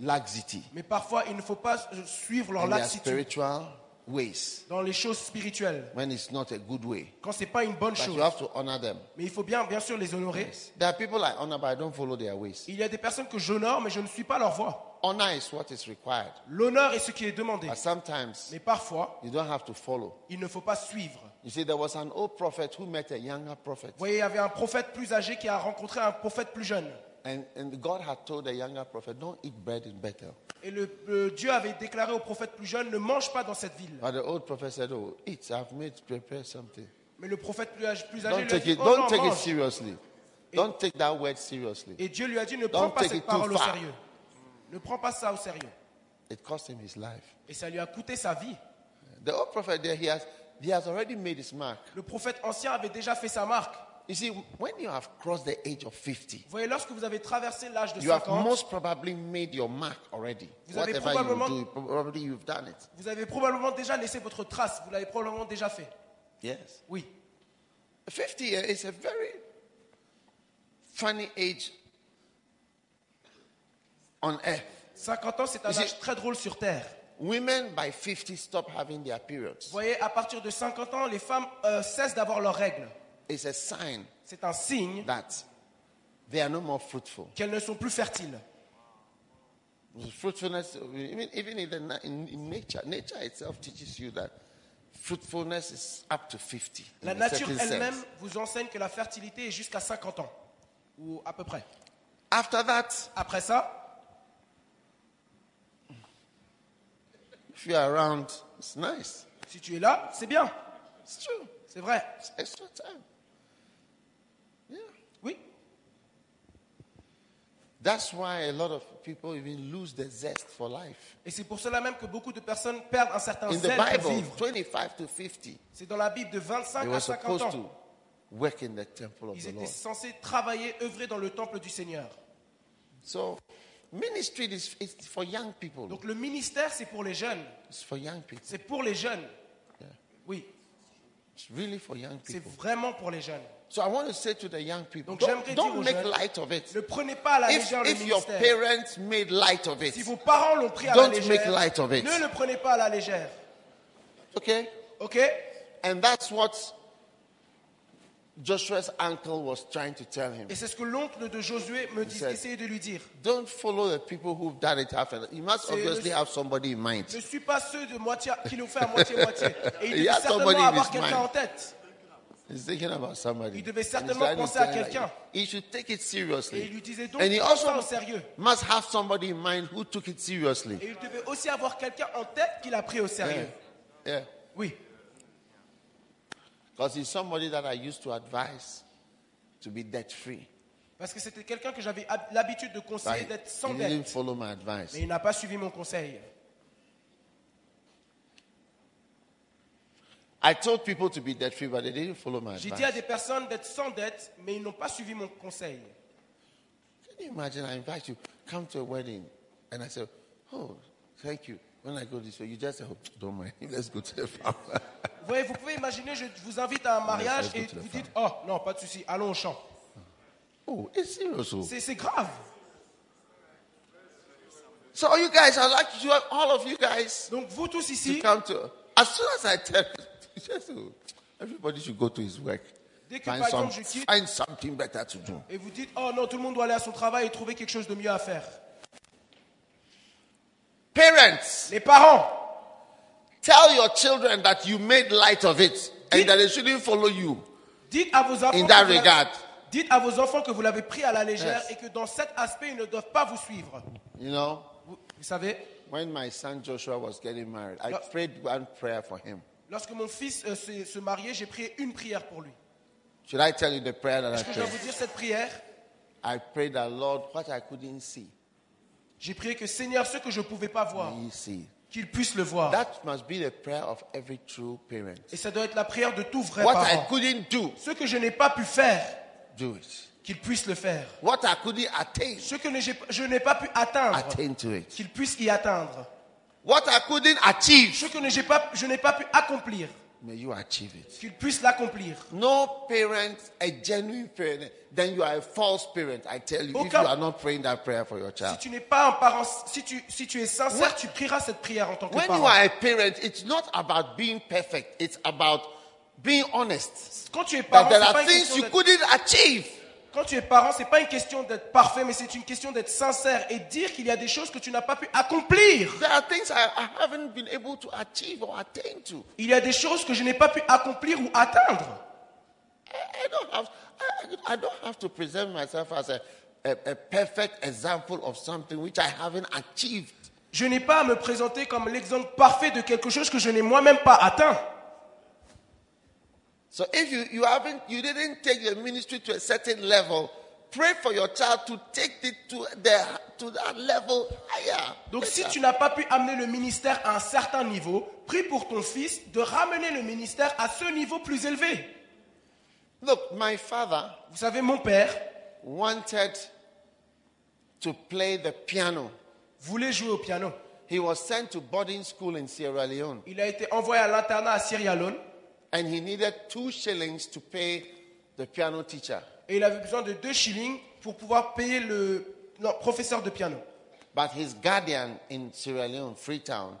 [SPEAKER 2] laxity
[SPEAKER 3] mais parfois il ne faut pas euh, suivre leur
[SPEAKER 2] and their
[SPEAKER 3] lassitude
[SPEAKER 2] spiritual ways
[SPEAKER 3] dans les choses spirituelles
[SPEAKER 2] when it's not a good way.
[SPEAKER 3] quand c'est pas une bonne
[SPEAKER 2] But
[SPEAKER 3] chose.
[SPEAKER 2] you have to honor them.
[SPEAKER 3] Mais il faut bien, bien sûr, les honorer.
[SPEAKER 2] There are people I honor, but I don't follow their ways.
[SPEAKER 3] Il y a des personnes que j'honore, mais je ne suis pas leur voix.
[SPEAKER 2] Honor is what is required.
[SPEAKER 3] L'honneur est ce qui est demandé,
[SPEAKER 2] But sometimes
[SPEAKER 3] mais parfois
[SPEAKER 2] you don't have to follow.
[SPEAKER 3] il ne faut pas suivre.
[SPEAKER 2] You see, there was an old prophet who met a younger prophet.
[SPEAKER 3] Vous voyez, il y avait un prophète plus âgé qui a rencontré un prophète plus jeune.
[SPEAKER 2] And, and God had told the younger prophet, don't eat bread in Bethel.
[SPEAKER 3] Et le, le Dieu avait déclaré au prophète plus jeune, ne mange pas dans cette ville.
[SPEAKER 2] But the old prophet said, oh, eat. I've made, prepared something.
[SPEAKER 3] Mais le prophète plus âgé, plus âgé
[SPEAKER 2] Don't
[SPEAKER 3] lui a
[SPEAKER 2] take
[SPEAKER 3] dit,
[SPEAKER 2] it,
[SPEAKER 3] oh
[SPEAKER 2] don't
[SPEAKER 3] non,
[SPEAKER 2] take it
[SPEAKER 3] mange.
[SPEAKER 2] seriously. Don't take that word seriously.
[SPEAKER 3] Et Dieu lui a dit, ne prends pas
[SPEAKER 2] take
[SPEAKER 3] cette
[SPEAKER 2] it too
[SPEAKER 3] parole au
[SPEAKER 2] far.
[SPEAKER 3] sérieux. Ne prends pas ça au sérieux.
[SPEAKER 2] It cost him his life.
[SPEAKER 3] Et ça lui a coûté sa vie.
[SPEAKER 2] The old prophet there, he has, he has already made his mark.
[SPEAKER 3] Le prophète ancien avait déjà fait sa marque.
[SPEAKER 2] You see, when you have crossed the age of 50,
[SPEAKER 3] Vous voyez, lorsque vous avez traversé l'âge de
[SPEAKER 2] you have
[SPEAKER 3] 50,
[SPEAKER 2] most probably made your mark already.
[SPEAKER 3] Vous avez
[SPEAKER 2] Whatever you
[SPEAKER 3] probablement-
[SPEAKER 2] do, probably you've done it.
[SPEAKER 3] vous avez probablement déjà laissé votre trace. Vous l'avez probablement déjà fait.
[SPEAKER 2] Yes.
[SPEAKER 3] Oui.
[SPEAKER 2] 50 is a very funny age on earth.
[SPEAKER 3] 50 ans, c'est un
[SPEAKER 2] You see-
[SPEAKER 3] âge très drôle sur Terre.
[SPEAKER 2] Women by 50 stop having their periods.
[SPEAKER 3] Vous voyez, à partir de 50 ans, les femmes euh, cessent d'avoir leurs règles.
[SPEAKER 2] It's a sign
[SPEAKER 3] C'est un signe
[SPEAKER 2] that they are no more fruitful.
[SPEAKER 3] qu'elles ne sont plus fertiles.
[SPEAKER 2] Fruitfulness, even, even in, the, na- in, in nature, nature itself teaches you that fruitfulness is up to 50. in
[SPEAKER 3] La
[SPEAKER 2] a
[SPEAKER 3] nature
[SPEAKER 2] certain
[SPEAKER 3] elle-même
[SPEAKER 2] sense.
[SPEAKER 3] vous enseigne que la fertilité est jusqu'à 50 ans, ou à peu près.
[SPEAKER 2] After that,
[SPEAKER 3] Après ça,
[SPEAKER 2] if you are around, it's nice.
[SPEAKER 3] si tu es là, c'est bien,
[SPEAKER 2] It's true.
[SPEAKER 3] c'est vrai.
[SPEAKER 2] It's extra time. Yeah.
[SPEAKER 3] Oui,
[SPEAKER 2] That's why a lot of people even lose the zest for life.
[SPEAKER 3] et c'est pour cela même que beaucoup de personnes perdent un certain
[SPEAKER 2] In the
[SPEAKER 3] zèle pour
[SPEAKER 2] Bible,
[SPEAKER 3] vivre.
[SPEAKER 2] 25 to 50,
[SPEAKER 3] C'est dans la Bible de 25
[SPEAKER 2] they
[SPEAKER 3] à
[SPEAKER 2] were
[SPEAKER 3] 50
[SPEAKER 2] supposed
[SPEAKER 3] ans.
[SPEAKER 2] to work in the temple of
[SPEAKER 3] Ils
[SPEAKER 2] the
[SPEAKER 3] étaient
[SPEAKER 2] Lord.
[SPEAKER 3] censés travailler, œuvrer dans le temple du Seigneur.
[SPEAKER 2] So, ministry is it's for young people.
[SPEAKER 3] Donc le ministère, c'est pour les jeunes.
[SPEAKER 2] It's for young people.
[SPEAKER 3] C'est pour les jeunes. Oui,
[SPEAKER 2] It's really for young
[SPEAKER 3] c'est
[SPEAKER 2] people.
[SPEAKER 3] vraiment pour les jeunes.
[SPEAKER 2] So I want to say to the young people,
[SPEAKER 3] Donc
[SPEAKER 2] don't,
[SPEAKER 3] j'aimerais dire
[SPEAKER 2] don't
[SPEAKER 3] aux
[SPEAKER 2] make
[SPEAKER 3] jeunes,
[SPEAKER 2] light of it.
[SPEAKER 3] Ne prenez pas à la
[SPEAKER 2] If,
[SPEAKER 3] légère le
[SPEAKER 2] if your
[SPEAKER 3] ministère.
[SPEAKER 2] parents made light of it,
[SPEAKER 3] Si vos parents l'ont pris à la
[SPEAKER 2] Don't
[SPEAKER 3] légère,
[SPEAKER 2] make light of it.
[SPEAKER 3] ne le prenez pas à la légère.
[SPEAKER 2] okay?
[SPEAKER 3] Ok
[SPEAKER 2] And that's what Joshua's uncle was trying to tell him.
[SPEAKER 3] Et c'est ce que l'oncle de Josué me dit,
[SPEAKER 2] said-
[SPEAKER 3] essayez de lui dire.
[SPEAKER 2] Don't follow the people who've done it after. You must
[SPEAKER 3] C'est le-
[SPEAKER 2] obviously have somebody in mind.
[SPEAKER 3] Ne suis pas ceux de moitié qui l'ont fait à moitié-moitié. Et il
[SPEAKER 2] Il y
[SPEAKER 3] devait
[SPEAKER 2] a somebody
[SPEAKER 3] certainement
[SPEAKER 2] in
[SPEAKER 3] avoir
[SPEAKER 2] his
[SPEAKER 3] quelqu'un
[SPEAKER 2] mind.
[SPEAKER 3] en tête.
[SPEAKER 2] He's thinking about somebody.
[SPEAKER 3] Il devait
[SPEAKER 2] And he's
[SPEAKER 3] certainement
[SPEAKER 2] trying to
[SPEAKER 3] penser à
[SPEAKER 2] tell, like,
[SPEAKER 3] quelqu'un.
[SPEAKER 2] He should take it
[SPEAKER 3] Et il lui
[SPEAKER 2] seriously.
[SPEAKER 3] disait donc,
[SPEAKER 2] And he
[SPEAKER 3] prends ça au
[SPEAKER 2] also
[SPEAKER 3] sérieux.
[SPEAKER 2] must have somebody in mind who took it
[SPEAKER 3] Et
[SPEAKER 2] seriously.
[SPEAKER 3] il devait aussi avoir quelqu'un en tête qui l'a pris au
[SPEAKER 2] Yeah.
[SPEAKER 3] sérieux.
[SPEAKER 2] Yeah.
[SPEAKER 3] Oui.
[SPEAKER 2] Because he's somebody that I used to advise to be debt free.
[SPEAKER 3] Parce que c'était quelqu'un que j'avais hab- l'habitude de
[SPEAKER 2] But
[SPEAKER 3] conseiller
[SPEAKER 2] he
[SPEAKER 3] d'être sans
[SPEAKER 2] he
[SPEAKER 3] dette.
[SPEAKER 2] didn't follow my advice.
[SPEAKER 3] Mais il n'a pas suivi mon conseil.
[SPEAKER 2] I told people to be debt free, but they didn't follow my
[SPEAKER 3] J'ai dit à
[SPEAKER 2] advice.
[SPEAKER 3] des personnes d'être sans dette, mais ils n'ont pas suivi mon conseil.
[SPEAKER 2] Can you imagine? I invite you, come to a wedding. And I said, Oh, thank you. When I go this way, you just say, oh, don't mind. Let's go to the farm.
[SPEAKER 3] Vous voyez, vous pouvez imaginer, je vous invite à un mariage
[SPEAKER 2] ça, je
[SPEAKER 3] et
[SPEAKER 2] doute la
[SPEAKER 3] vous
[SPEAKER 2] femme.
[SPEAKER 3] dites, oh non, pas de souci, allons au champ.
[SPEAKER 2] oh, it's serious. oh.
[SPEAKER 3] C'est c'est grave.
[SPEAKER 2] So you guys, I'd like you, all of you guys
[SPEAKER 3] Donc vous tous
[SPEAKER 2] to
[SPEAKER 3] ici,
[SPEAKER 2] come to. As soon as I tell, you just, oh, everybody should go to his work.
[SPEAKER 3] Dès que,
[SPEAKER 2] Find,
[SPEAKER 3] par
[SPEAKER 2] some,
[SPEAKER 3] exemple, je quitte-
[SPEAKER 2] find something better to do.
[SPEAKER 3] et vous dites, oh non, tout le monde doit aller à son travail et trouver quelque chose de mieux à faire.
[SPEAKER 2] Parents,
[SPEAKER 3] Les parents,
[SPEAKER 2] tell your children that you made light of it and that they shouldn't follow you.
[SPEAKER 3] dites à vos enfants,
[SPEAKER 2] In that
[SPEAKER 3] que vous l'avez-
[SPEAKER 2] regard.
[SPEAKER 3] dites à vos enfants que vous l'avez pris à la légère
[SPEAKER 2] Yes.
[SPEAKER 3] et que dans cet aspect, ils ne doivent pas vous suivre.
[SPEAKER 2] You know,
[SPEAKER 3] Vous, vous savez,
[SPEAKER 2] when my son Joshua was getting married, I
[SPEAKER 3] No.
[SPEAKER 2] prayed one prayer for him.
[SPEAKER 3] lorsque mon fils euh, s'est- se mariait, j'ai prié une prière pour lui.
[SPEAKER 2] Should I tell you the prayer that I
[SPEAKER 3] Est-ce que je dois
[SPEAKER 2] prayed?
[SPEAKER 3] vous dire cette prière
[SPEAKER 2] I prayed that Lord, what I couldn't see,
[SPEAKER 3] J'ai prié que Seigneur, ce que je ne pouvais pas voir,
[SPEAKER 2] He see.
[SPEAKER 3] qu'il puisse le voir.
[SPEAKER 2] That must be the prayer of every true parent.
[SPEAKER 3] Et ça doit être la prière de tout vrai
[SPEAKER 2] What I
[SPEAKER 3] parent.
[SPEAKER 2] couldn't do,
[SPEAKER 3] Ce que je n'ai pas pu faire,
[SPEAKER 2] do it.
[SPEAKER 3] qu'il puisse le faire.
[SPEAKER 2] What I couldn't attain,
[SPEAKER 3] Ce que ne- j'ai- je n'ai pas pu atteindre,
[SPEAKER 2] attain to it.
[SPEAKER 3] qu'il puisse y atteindre.
[SPEAKER 2] What I couldn't achieve,
[SPEAKER 3] Ce que ne- j'ai pas- je n'ai pas pu accomplir,
[SPEAKER 2] may you achieve it.
[SPEAKER 3] qu'il puisse l'accomplir.
[SPEAKER 2] No parent, a genuine parent, then you are a false parent. I tell you, if you
[SPEAKER 3] Aucun-
[SPEAKER 2] are not praying that prayer for your
[SPEAKER 3] Si
[SPEAKER 2] child.
[SPEAKER 3] tu n'es pas un parent, si tu, si tu es sincère,
[SPEAKER 2] When-
[SPEAKER 3] tu prieras cette prière en tant que
[SPEAKER 2] When
[SPEAKER 3] parent.
[SPEAKER 2] you are a parent, it's not about being perfect, it's about being honest.
[SPEAKER 3] Quand tu es
[SPEAKER 2] That
[SPEAKER 3] parent,
[SPEAKER 2] there
[SPEAKER 3] c'est pas
[SPEAKER 2] are
[SPEAKER 3] une
[SPEAKER 2] things
[SPEAKER 3] question
[SPEAKER 2] you
[SPEAKER 3] d'être-
[SPEAKER 2] couldn't achieve.
[SPEAKER 3] quand tu es parent, c'est pas une question d'être parfait, mais c'est une question d'être sincère et dire qu'il y a des choses que tu n'as pas pu accomplir.
[SPEAKER 2] There are things I, I haven't been able to achieve or attain to.
[SPEAKER 3] Il y a des choses que je n'ai pas pu accomplir ou atteindre.
[SPEAKER 2] I, I don't have I, I don't have to present myself as a a, a perfect example of something which I haven't achieved.
[SPEAKER 3] Je n'ai pas à me présenter comme l'exemple parfait de quelque chose que je n'ai moi-même pas atteint.
[SPEAKER 2] So if you, you haven't you didn't take your ministry to a certain level, pray for your child to take it to the to that level higher.
[SPEAKER 3] Donc si tu n'as pas pu amener le ministère à un certain niveau, prie pour ton fils de ramener le ministère à ce niveau plus élevé.
[SPEAKER 2] Look, my father
[SPEAKER 3] Vous savez, mon père
[SPEAKER 2] wanted to play the piano.
[SPEAKER 3] voulait jouer au piano.
[SPEAKER 2] He was sent to boarding school in Sierra Leone
[SPEAKER 3] Il a été envoyé à l'internat à Sierra Leone
[SPEAKER 2] and he needed two shillings to pay the piano teacher.
[SPEAKER 3] et il avait besoin de deux shillings pour pouvoir payer le non, professeur de piano.
[SPEAKER 2] But his guardian in Sierra Leone, Freetown,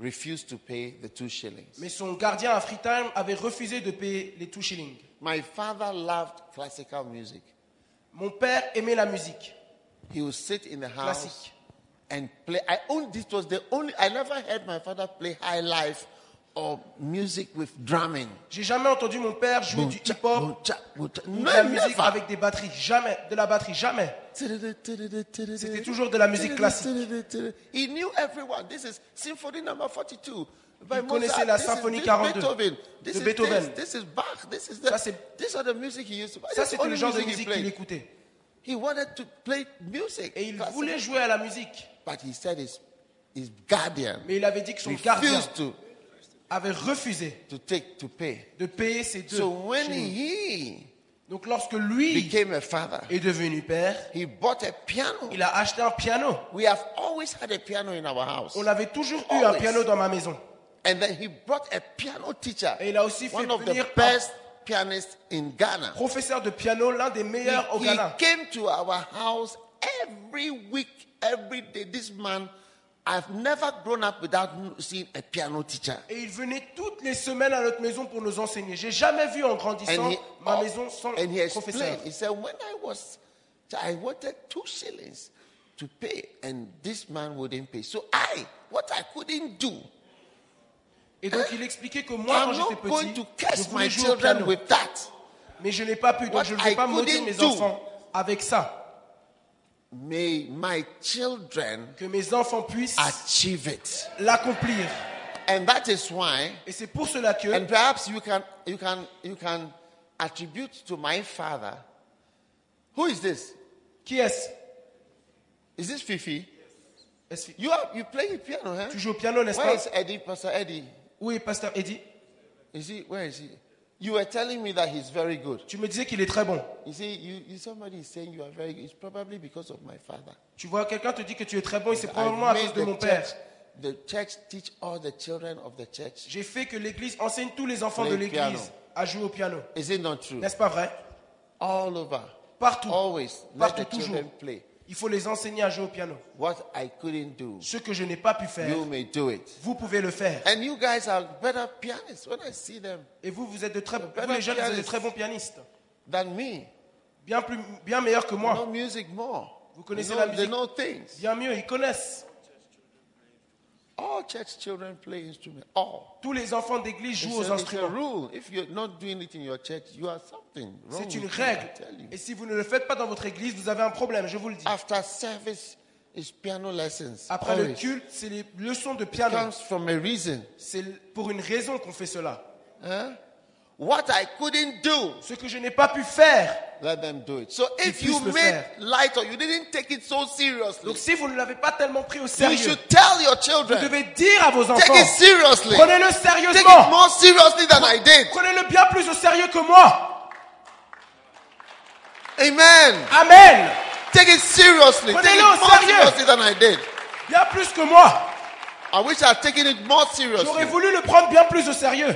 [SPEAKER 2] refused to pay the two shillings.
[SPEAKER 3] Mais son gardien à Freetown avait refusé de payer les two shillings.
[SPEAKER 2] My father loved classical music.
[SPEAKER 3] Mon père aimait la musique.
[SPEAKER 2] He would sit in the house
[SPEAKER 3] Classique.
[SPEAKER 2] and play. I own this was the only I never heard my father play high life or music with drumming.
[SPEAKER 3] J'ai jamais entendu mon père jouer du
[SPEAKER 2] Boom-cha,
[SPEAKER 3] hip-hop
[SPEAKER 2] boom-cha, boom-cha.
[SPEAKER 3] ou de la
[SPEAKER 2] No,
[SPEAKER 3] musique
[SPEAKER 2] never.
[SPEAKER 3] avec des batteries. Jamais. De la batterie. Jamais. C'était toujours de la musique classique.
[SPEAKER 2] He knew everyone. This is symphony number 42. by
[SPEAKER 3] Il connaissait
[SPEAKER 2] Mozart.
[SPEAKER 3] la
[SPEAKER 2] This is-
[SPEAKER 3] symphonie
[SPEAKER 2] this
[SPEAKER 3] 42
[SPEAKER 2] Beethoven. This
[SPEAKER 3] de
[SPEAKER 2] is
[SPEAKER 3] Beethoven.
[SPEAKER 2] This, this is Bach. This is
[SPEAKER 3] Ça,
[SPEAKER 2] the,
[SPEAKER 3] c'est-
[SPEAKER 2] these are the music he used to play.
[SPEAKER 3] Ça,
[SPEAKER 2] That's the
[SPEAKER 3] c'était le
[SPEAKER 2] only
[SPEAKER 3] genre de
[SPEAKER 2] music he
[SPEAKER 3] musique qu'il
[SPEAKER 2] played.
[SPEAKER 3] écoutait.
[SPEAKER 2] He wanted to play music.
[SPEAKER 3] Et il
[SPEAKER 2] classical.
[SPEAKER 3] voulait jouer à la musique.
[SPEAKER 2] But he said his, his guardian
[SPEAKER 3] Mais il avait dit que son gardien
[SPEAKER 2] refused to,
[SPEAKER 3] avait refusé
[SPEAKER 2] to take to pay.
[SPEAKER 3] de payer ses deux.
[SPEAKER 2] So when
[SPEAKER 3] shillings.
[SPEAKER 2] he
[SPEAKER 3] Donc lorsque lui
[SPEAKER 2] became a father,
[SPEAKER 3] est devenu père,
[SPEAKER 2] he bought a piano.
[SPEAKER 3] il a acheté un piano.
[SPEAKER 2] We have always had a piano in our house.
[SPEAKER 3] On avait toujours eu un
[SPEAKER 2] Always.
[SPEAKER 3] piano dans ma maison.
[SPEAKER 2] And then he brought a piano teacher,
[SPEAKER 3] Et il a aussi fait
[SPEAKER 2] one of the
[SPEAKER 3] venir un-
[SPEAKER 2] best pianists in Ghana.
[SPEAKER 3] Professeur de piano, l'un des
[SPEAKER 2] He,
[SPEAKER 3] meilleurs au
[SPEAKER 2] he
[SPEAKER 3] Ghana.
[SPEAKER 2] came to our house every week, every day. This man, I've never grown up without seeing a piano teacher.
[SPEAKER 3] Et il venait toutes les semaines à notre maison pour nous enseigner. J'ai jamais vu en grandissant
[SPEAKER 2] And he,
[SPEAKER 3] ma maison sans
[SPEAKER 2] and he
[SPEAKER 3] professeur.
[SPEAKER 2] explained, he said, when I was, I wanted two shillings to pay, and this man wouldn't pay. So I, what I couldn't do,
[SPEAKER 3] Et donc il expliquait que moi, quand
[SPEAKER 2] I'm
[SPEAKER 3] j'étais
[SPEAKER 2] not going
[SPEAKER 3] petit,
[SPEAKER 2] to
[SPEAKER 3] je
[SPEAKER 2] curse my
[SPEAKER 3] voulais jouer au
[SPEAKER 2] children
[SPEAKER 3] piano.
[SPEAKER 2] with that.
[SPEAKER 3] Mais je n'ai pas pu, donc
[SPEAKER 2] What
[SPEAKER 3] je ne vais
[SPEAKER 2] I
[SPEAKER 3] pas maudire
[SPEAKER 2] couldn't
[SPEAKER 3] mes
[SPEAKER 2] do.
[SPEAKER 3] enfants avec ça.
[SPEAKER 2] May my children
[SPEAKER 3] Que mes enfants puissent
[SPEAKER 2] achieve it.
[SPEAKER 3] l'accomplir.
[SPEAKER 2] And that is why,
[SPEAKER 3] Et c'est pour cela que
[SPEAKER 2] and perhaps you can, you can, you can attribute to my father. Who is this?
[SPEAKER 3] Qui est-ce
[SPEAKER 2] Is this Fifi?
[SPEAKER 3] Est-ce-
[SPEAKER 2] You are you play the piano, huh?
[SPEAKER 3] Tu joues au piano, n'est-ce
[SPEAKER 2] Where
[SPEAKER 3] pas
[SPEAKER 2] is Eddie, Pastor Eddie?
[SPEAKER 3] Oui, pasteur Eddie.
[SPEAKER 2] Is he? Where is he? You were telling me that he's very good.
[SPEAKER 3] Tu me disais qu'il est très bon.
[SPEAKER 2] You see, you, you somebody is saying you are very. It's probably because of my father.
[SPEAKER 3] Tu vois, quelqu'un te dit que tu es très bon et c'est
[SPEAKER 2] I've
[SPEAKER 3] probablement à
[SPEAKER 2] made
[SPEAKER 3] cause de
[SPEAKER 2] the
[SPEAKER 3] mon père.
[SPEAKER 2] church, The church teach all the children of the church.
[SPEAKER 3] J'ai fait que l'église enseigne tous les enfants de
[SPEAKER 2] Play piano.
[SPEAKER 3] l'église à jouer au piano.
[SPEAKER 2] Is it not true?
[SPEAKER 3] N'est-ce pas vrai
[SPEAKER 2] All over.
[SPEAKER 3] Partout.
[SPEAKER 2] Always. Let the
[SPEAKER 3] Partout,
[SPEAKER 2] children
[SPEAKER 3] toujours.
[SPEAKER 2] play.
[SPEAKER 3] Il faut les enseigner à jouer au piano.
[SPEAKER 2] What I couldn't do,
[SPEAKER 3] Ce que je n'ai pas pu faire,
[SPEAKER 2] you may do it.
[SPEAKER 3] vous pouvez le faire.
[SPEAKER 2] And you guys are better pianists when I see them
[SPEAKER 3] Et vous, vous êtes de très, vous
[SPEAKER 2] better
[SPEAKER 3] les jeunes, vous êtes de
[SPEAKER 2] pianist.
[SPEAKER 3] très bons pianistes.
[SPEAKER 2] than me.
[SPEAKER 3] Bien, plus, bien meilleurs que
[SPEAKER 2] Know
[SPEAKER 3] moi.
[SPEAKER 2] music more.
[SPEAKER 3] Vous connaissez
[SPEAKER 2] They
[SPEAKER 3] la
[SPEAKER 2] know- They
[SPEAKER 3] musique.
[SPEAKER 2] know things.
[SPEAKER 3] Bien mieux, ils connaissent.
[SPEAKER 2] All church children play instruments. All.
[SPEAKER 3] Tous les enfants d'église jouent
[SPEAKER 2] It's
[SPEAKER 3] aux
[SPEAKER 2] a, it's a
[SPEAKER 3] instruments.
[SPEAKER 2] rule. If you're not doing it in your church, you are something wrong.
[SPEAKER 3] C'est une
[SPEAKER 2] with you, I
[SPEAKER 3] règle.
[SPEAKER 2] tell you.
[SPEAKER 3] Et si vous ne le faites pas dans votre église, vous avez un problème, je vous le dis.
[SPEAKER 2] After service is piano lessons.
[SPEAKER 3] Après le
[SPEAKER 2] Always.
[SPEAKER 3] culte, c'est les leçons de
[SPEAKER 2] It
[SPEAKER 3] piano.
[SPEAKER 2] comes from a reason.
[SPEAKER 3] C'est pour une raison qu'on fait cela.
[SPEAKER 2] Huh? What I couldn't do,
[SPEAKER 3] Ce que je n'ai pas pu faire.
[SPEAKER 2] let them do it. So if
[SPEAKER 3] puissent
[SPEAKER 2] you
[SPEAKER 3] le
[SPEAKER 2] made
[SPEAKER 3] faire.
[SPEAKER 2] light or you didn't take it so seriously,
[SPEAKER 3] Donc si vous ne l'avez pas tellement pris au
[SPEAKER 2] you
[SPEAKER 3] sérieux,
[SPEAKER 2] should tell your
[SPEAKER 3] vous
[SPEAKER 2] children,
[SPEAKER 3] devez dire à vos
[SPEAKER 2] take it
[SPEAKER 3] enfants,
[SPEAKER 2] seriously.
[SPEAKER 3] prenez-le
[SPEAKER 2] Take it
[SPEAKER 3] sérieusement.
[SPEAKER 2] more seriously than I did.
[SPEAKER 3] Prenez-le bien plus au sérieux que moi.
[SPEAKER 2] Amen.
[SPEAKER 3] Amen.
[SPEAKER 2] Take it seriously. Take
[SPEAKER 3] Prenez-le au
[SPEAKER 2] it more
[SPEAKER 3] sérieux.
[SPEAKER 2] seriously than I did.
[SPEAKER 3] Bien plus que moi.
[SPEAKER 2] I wish I had taken it more
[SPEAKER 3] J'aurais
[SPEAKER 2] seriously.
[SPEAKER 3] voulu le prendre bien plus au sérieux.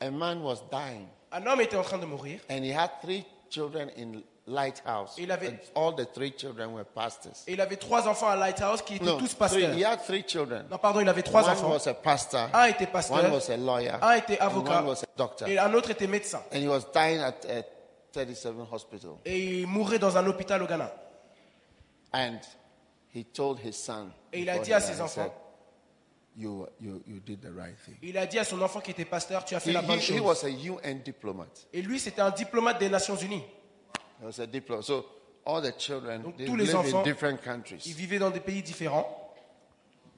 [SPEAKER 2] A man was dying
[SPEAKER 3] Un homme était en train de mourir.
[SPEAKER 2] and he had three children in Lighthouse.
[SPEAKER 3] Il avait-
[SPEAKER 2] And all the three children were pastors.
[SPEAKER 3] Et il avait trois enfants à Lighthouse qui étaient tous
[SPEAKER 2] three,
[SPEAKER 3] pasteurs.
[SPEAKER 2] he had three children.
[SPEAKER 3] Non, pardon, il avait trois
[SPEAKER 2] one
[SPEAKER 3] enfants.
[SPEAKER 2] was a pastor.
[SPEAKER 3] Un était pasteur.
[SPEAKER 2] One was a lawyer.
[SPEAKER 3] Un était
[SPEAKER 2] and
[SPEAKER 3] avocat.
[SPEAKER 2] One was a doctor.
[SPEAKER 3] Et un autre était médecin.
[SPEAKER 2] And he was dying at a 37 hospital.
[SPEAKER 3] Et il mourait dans un hôpital au Ghana.
[SPEAKER 2] And he told his son.
[SPEAKER 3] Et il a
[SPEAKER 2] before
[SPEAKER 3] dit
[SPEAKER 2] he
[SPEAKER 3] à
[SPEAKER 2] died,
[SPEAKER 3] ses
[SPEAKER 2] he
[SPEAKER 3] enfants.
[SPEAKER 2] said, You, you, you did the right thing.
[SPEAKER 3] Il a dit à son enfant qui était pasteur, tu as fait
[SPEAKER 2] He,
[SPEAKER 3] la bonne
[SPEAKER 2] he- he
[SPEAKER 3] chose.
[SPEAKER 2] was a UN diplomat.
[SPEAKER 3] Et lui, c'était un diplomate des Nations Unies.
[SPEAKER 2] It was a diploma. So all the children,
[SPEAKER 3] Donc,
[SPEAKER 2] they
[SPEAKER 3] tous les
[SPEAKER 2] live in
[SPEAKER 3] enfants-
[SPEAKER 2] different
[SPEAKER 3] Ils
[SPEAKER 2] countries.
[SPEAKER 3] vivaient dans des pays différents.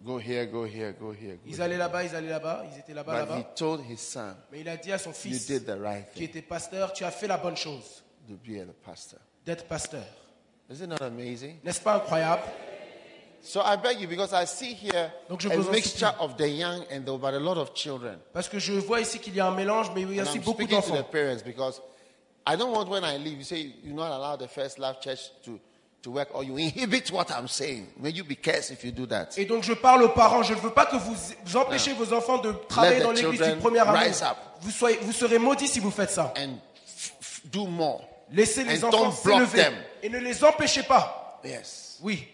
[SPEAKER 2] Go here, go here, go here. Go
[SPEAKER 3] Ils
[SPEAKER 2] here.
[SPEAKER 3] allaient là-bas, ils allaient là-bas, ils étaient là-bas,
[SPEAKER 2] But he
[SPEAKER 3] là-bas.
[SPEAKER 2] told his son,
[SPEAKER 3] Mais il a dit à son
[SPEAKER 2] you
[SPEAKER 3] fils,
[SPEAKER 2] did the right
[SPEAKER 3] qui
[SPEAKER 2] thing
[SPEAKER 3] était pasteur, tu as fait la bonne chose
[SPEAKER 2] to be a pastor.
[SPEAKER 3] d'être pasteur.
[SPEAKER 2] Is it not amazing?
[SPEAKER 3] N'est-ce pas incroyable
[SPEAKER 2] So I beg you, because I see here
[SPEAKER 3] Donc, je vous en
[SPEAKER 2] a
[SPEAKER 3] supplie.
[SPEAKER 2] mixture of the young and the old, but a lot of children.
[SPEAKER 3] Parce que je vois ici qu'il y a un mélange, mais il y a
[SPEAKER 2] And
[SPEAKER 3] aussi
[SPEAKER 2] I'm
[SPEAKER 3] beaucoup
[SPEAKER 2] speaking to the
[SPEAKER 3] d'enfants.
[SPEAKER 2] parents because I don't want when I leave, you say you're not allowed the first love church to, to work or you inhibit what I'm saying. May you be cursed if you do that.
[SPEAKER 3] Et donc je parle aux parents, je ne veux pas que vous, vous empêchiez vos enfants de travailler
[SPEAKER 2] Ah. the
[SPEAKER 3] dans l'église du
[SPEAKER 2] children
[SPEAKER 3] premier amour.
[SPEAKER 2] rise up.
[SPEAKER 3] Vous, soyez, vous serez maudits si vous faites ça.
[SPEAKER 2] And f- f- do more.
[SPEAKER 3] Laissez les
[SPEAKER 2] And
[SPEAKER 3] enfants
[SPEAKER 2] don't block
[SPEAKER 3] s'élever
[SPEAKER 2] them.
[SPEAKER 3] et ne les empêchez pas.
[SPEAKER 2] Yes.
[SPEAKER 3] Oui,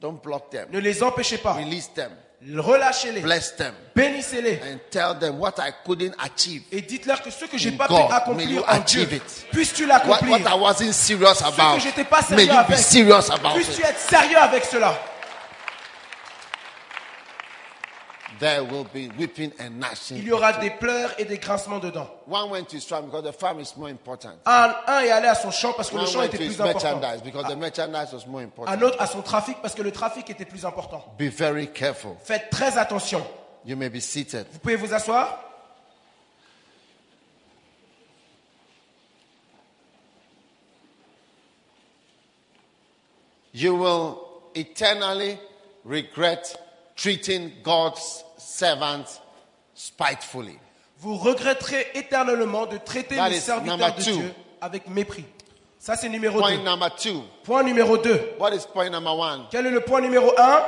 [SPEAKER 2] Don't block them.
[SPEAKER 3] ne les empêchez pas.
[SPEAKER 2] Release them.
[SPEAKER 3] Relâchez-les,
[SPEAKER 2] Bless them.
[SPEAKER 3] bénissez-les
[SPEAKER 2] And tell them what I couldn't achieve.
[SPEAKER 3] et dites-leur que ce que j'ai
[SPEAKER 2] In
[SPEAKER 3] pas
[SPEAKER 2] God,
[SPEAKER 3] pu
[SPEAKER 2] may you
[SPEAKER 3] accomplir en Dieu,
[SPEAKER 2] achieve it.
[SPEAKER 3] puisses-tu
[SPEAKER 2] What,
[SPEAKER 3] l'accomplir.
[SPEAKER 2] what I wasn't serious
[SPEAKER 3] Ce
[SPEAKER 2] about.
[SPEAKER 3] que j'étais pas
[SPEAKER 2] May
[SPEAKER 3] sérieux
[SPEAKER 2] you be
[SPEAKER 3] avec,
[SPEAKER 2] serious about
[SPEAKER 3] puisses-tu
[SPEAKER 2] it.
[SPEAKER 3] être sérieux avec cela.
[SPEAKER 2] There will be weeping and
[SPEAKER 3] Il
[SPEAKER 2] gnashing.
[SPEAKER 3] y aura des pleurs et des grincements de dents.
[SPEAKER 2] One went to his farm because the farm is more important.
[SPEAKER 3] Un, un est allé à son champ parce que le
[SPEAKER 2] One
[SPEAKER 3] champ
[SPEAKER 2] went
[SPEAKER 3] était
[SPEAKER 2] to his
[SPEAKER 3] plus important.
[SPEAKER 2] merchandise because the merchandise was more
[SPEAKER 3] Un
[SPEAKER 2] important.
[SPEAKER 3] autre à son trafic parce que le trafic était plus important.
[SPEAKER 2] Be very careful.
[SPEAKER 3] Faites très attention.
[SPEAKER 2] You may be seated.
[SPEAKER 3] Vous pouvez vous asseoir
[SPEAKER 2] You will eternally regret treating God's servants spitefully.
[SPEAKER 3] Vous regretterez éternellement de traiter
[SPEAKER 2] That
[SPEAKER 3] les
[SPEAKER 2] is
[SPEAKER 3] serviteurs
[SPEAKER 2] number
[SPEAKER 3] de
[SPEAKER 2] two.
[SPEAKER 3] Dieu avec mépris. Ça, c'est numéro 2.
[SPEAKER 2] Point number two.
[SPEAKER 3] Point numéro 2.
[SPEAKER 2] What is point number one?
[SPEAKER 3] Quel est le point numéro 1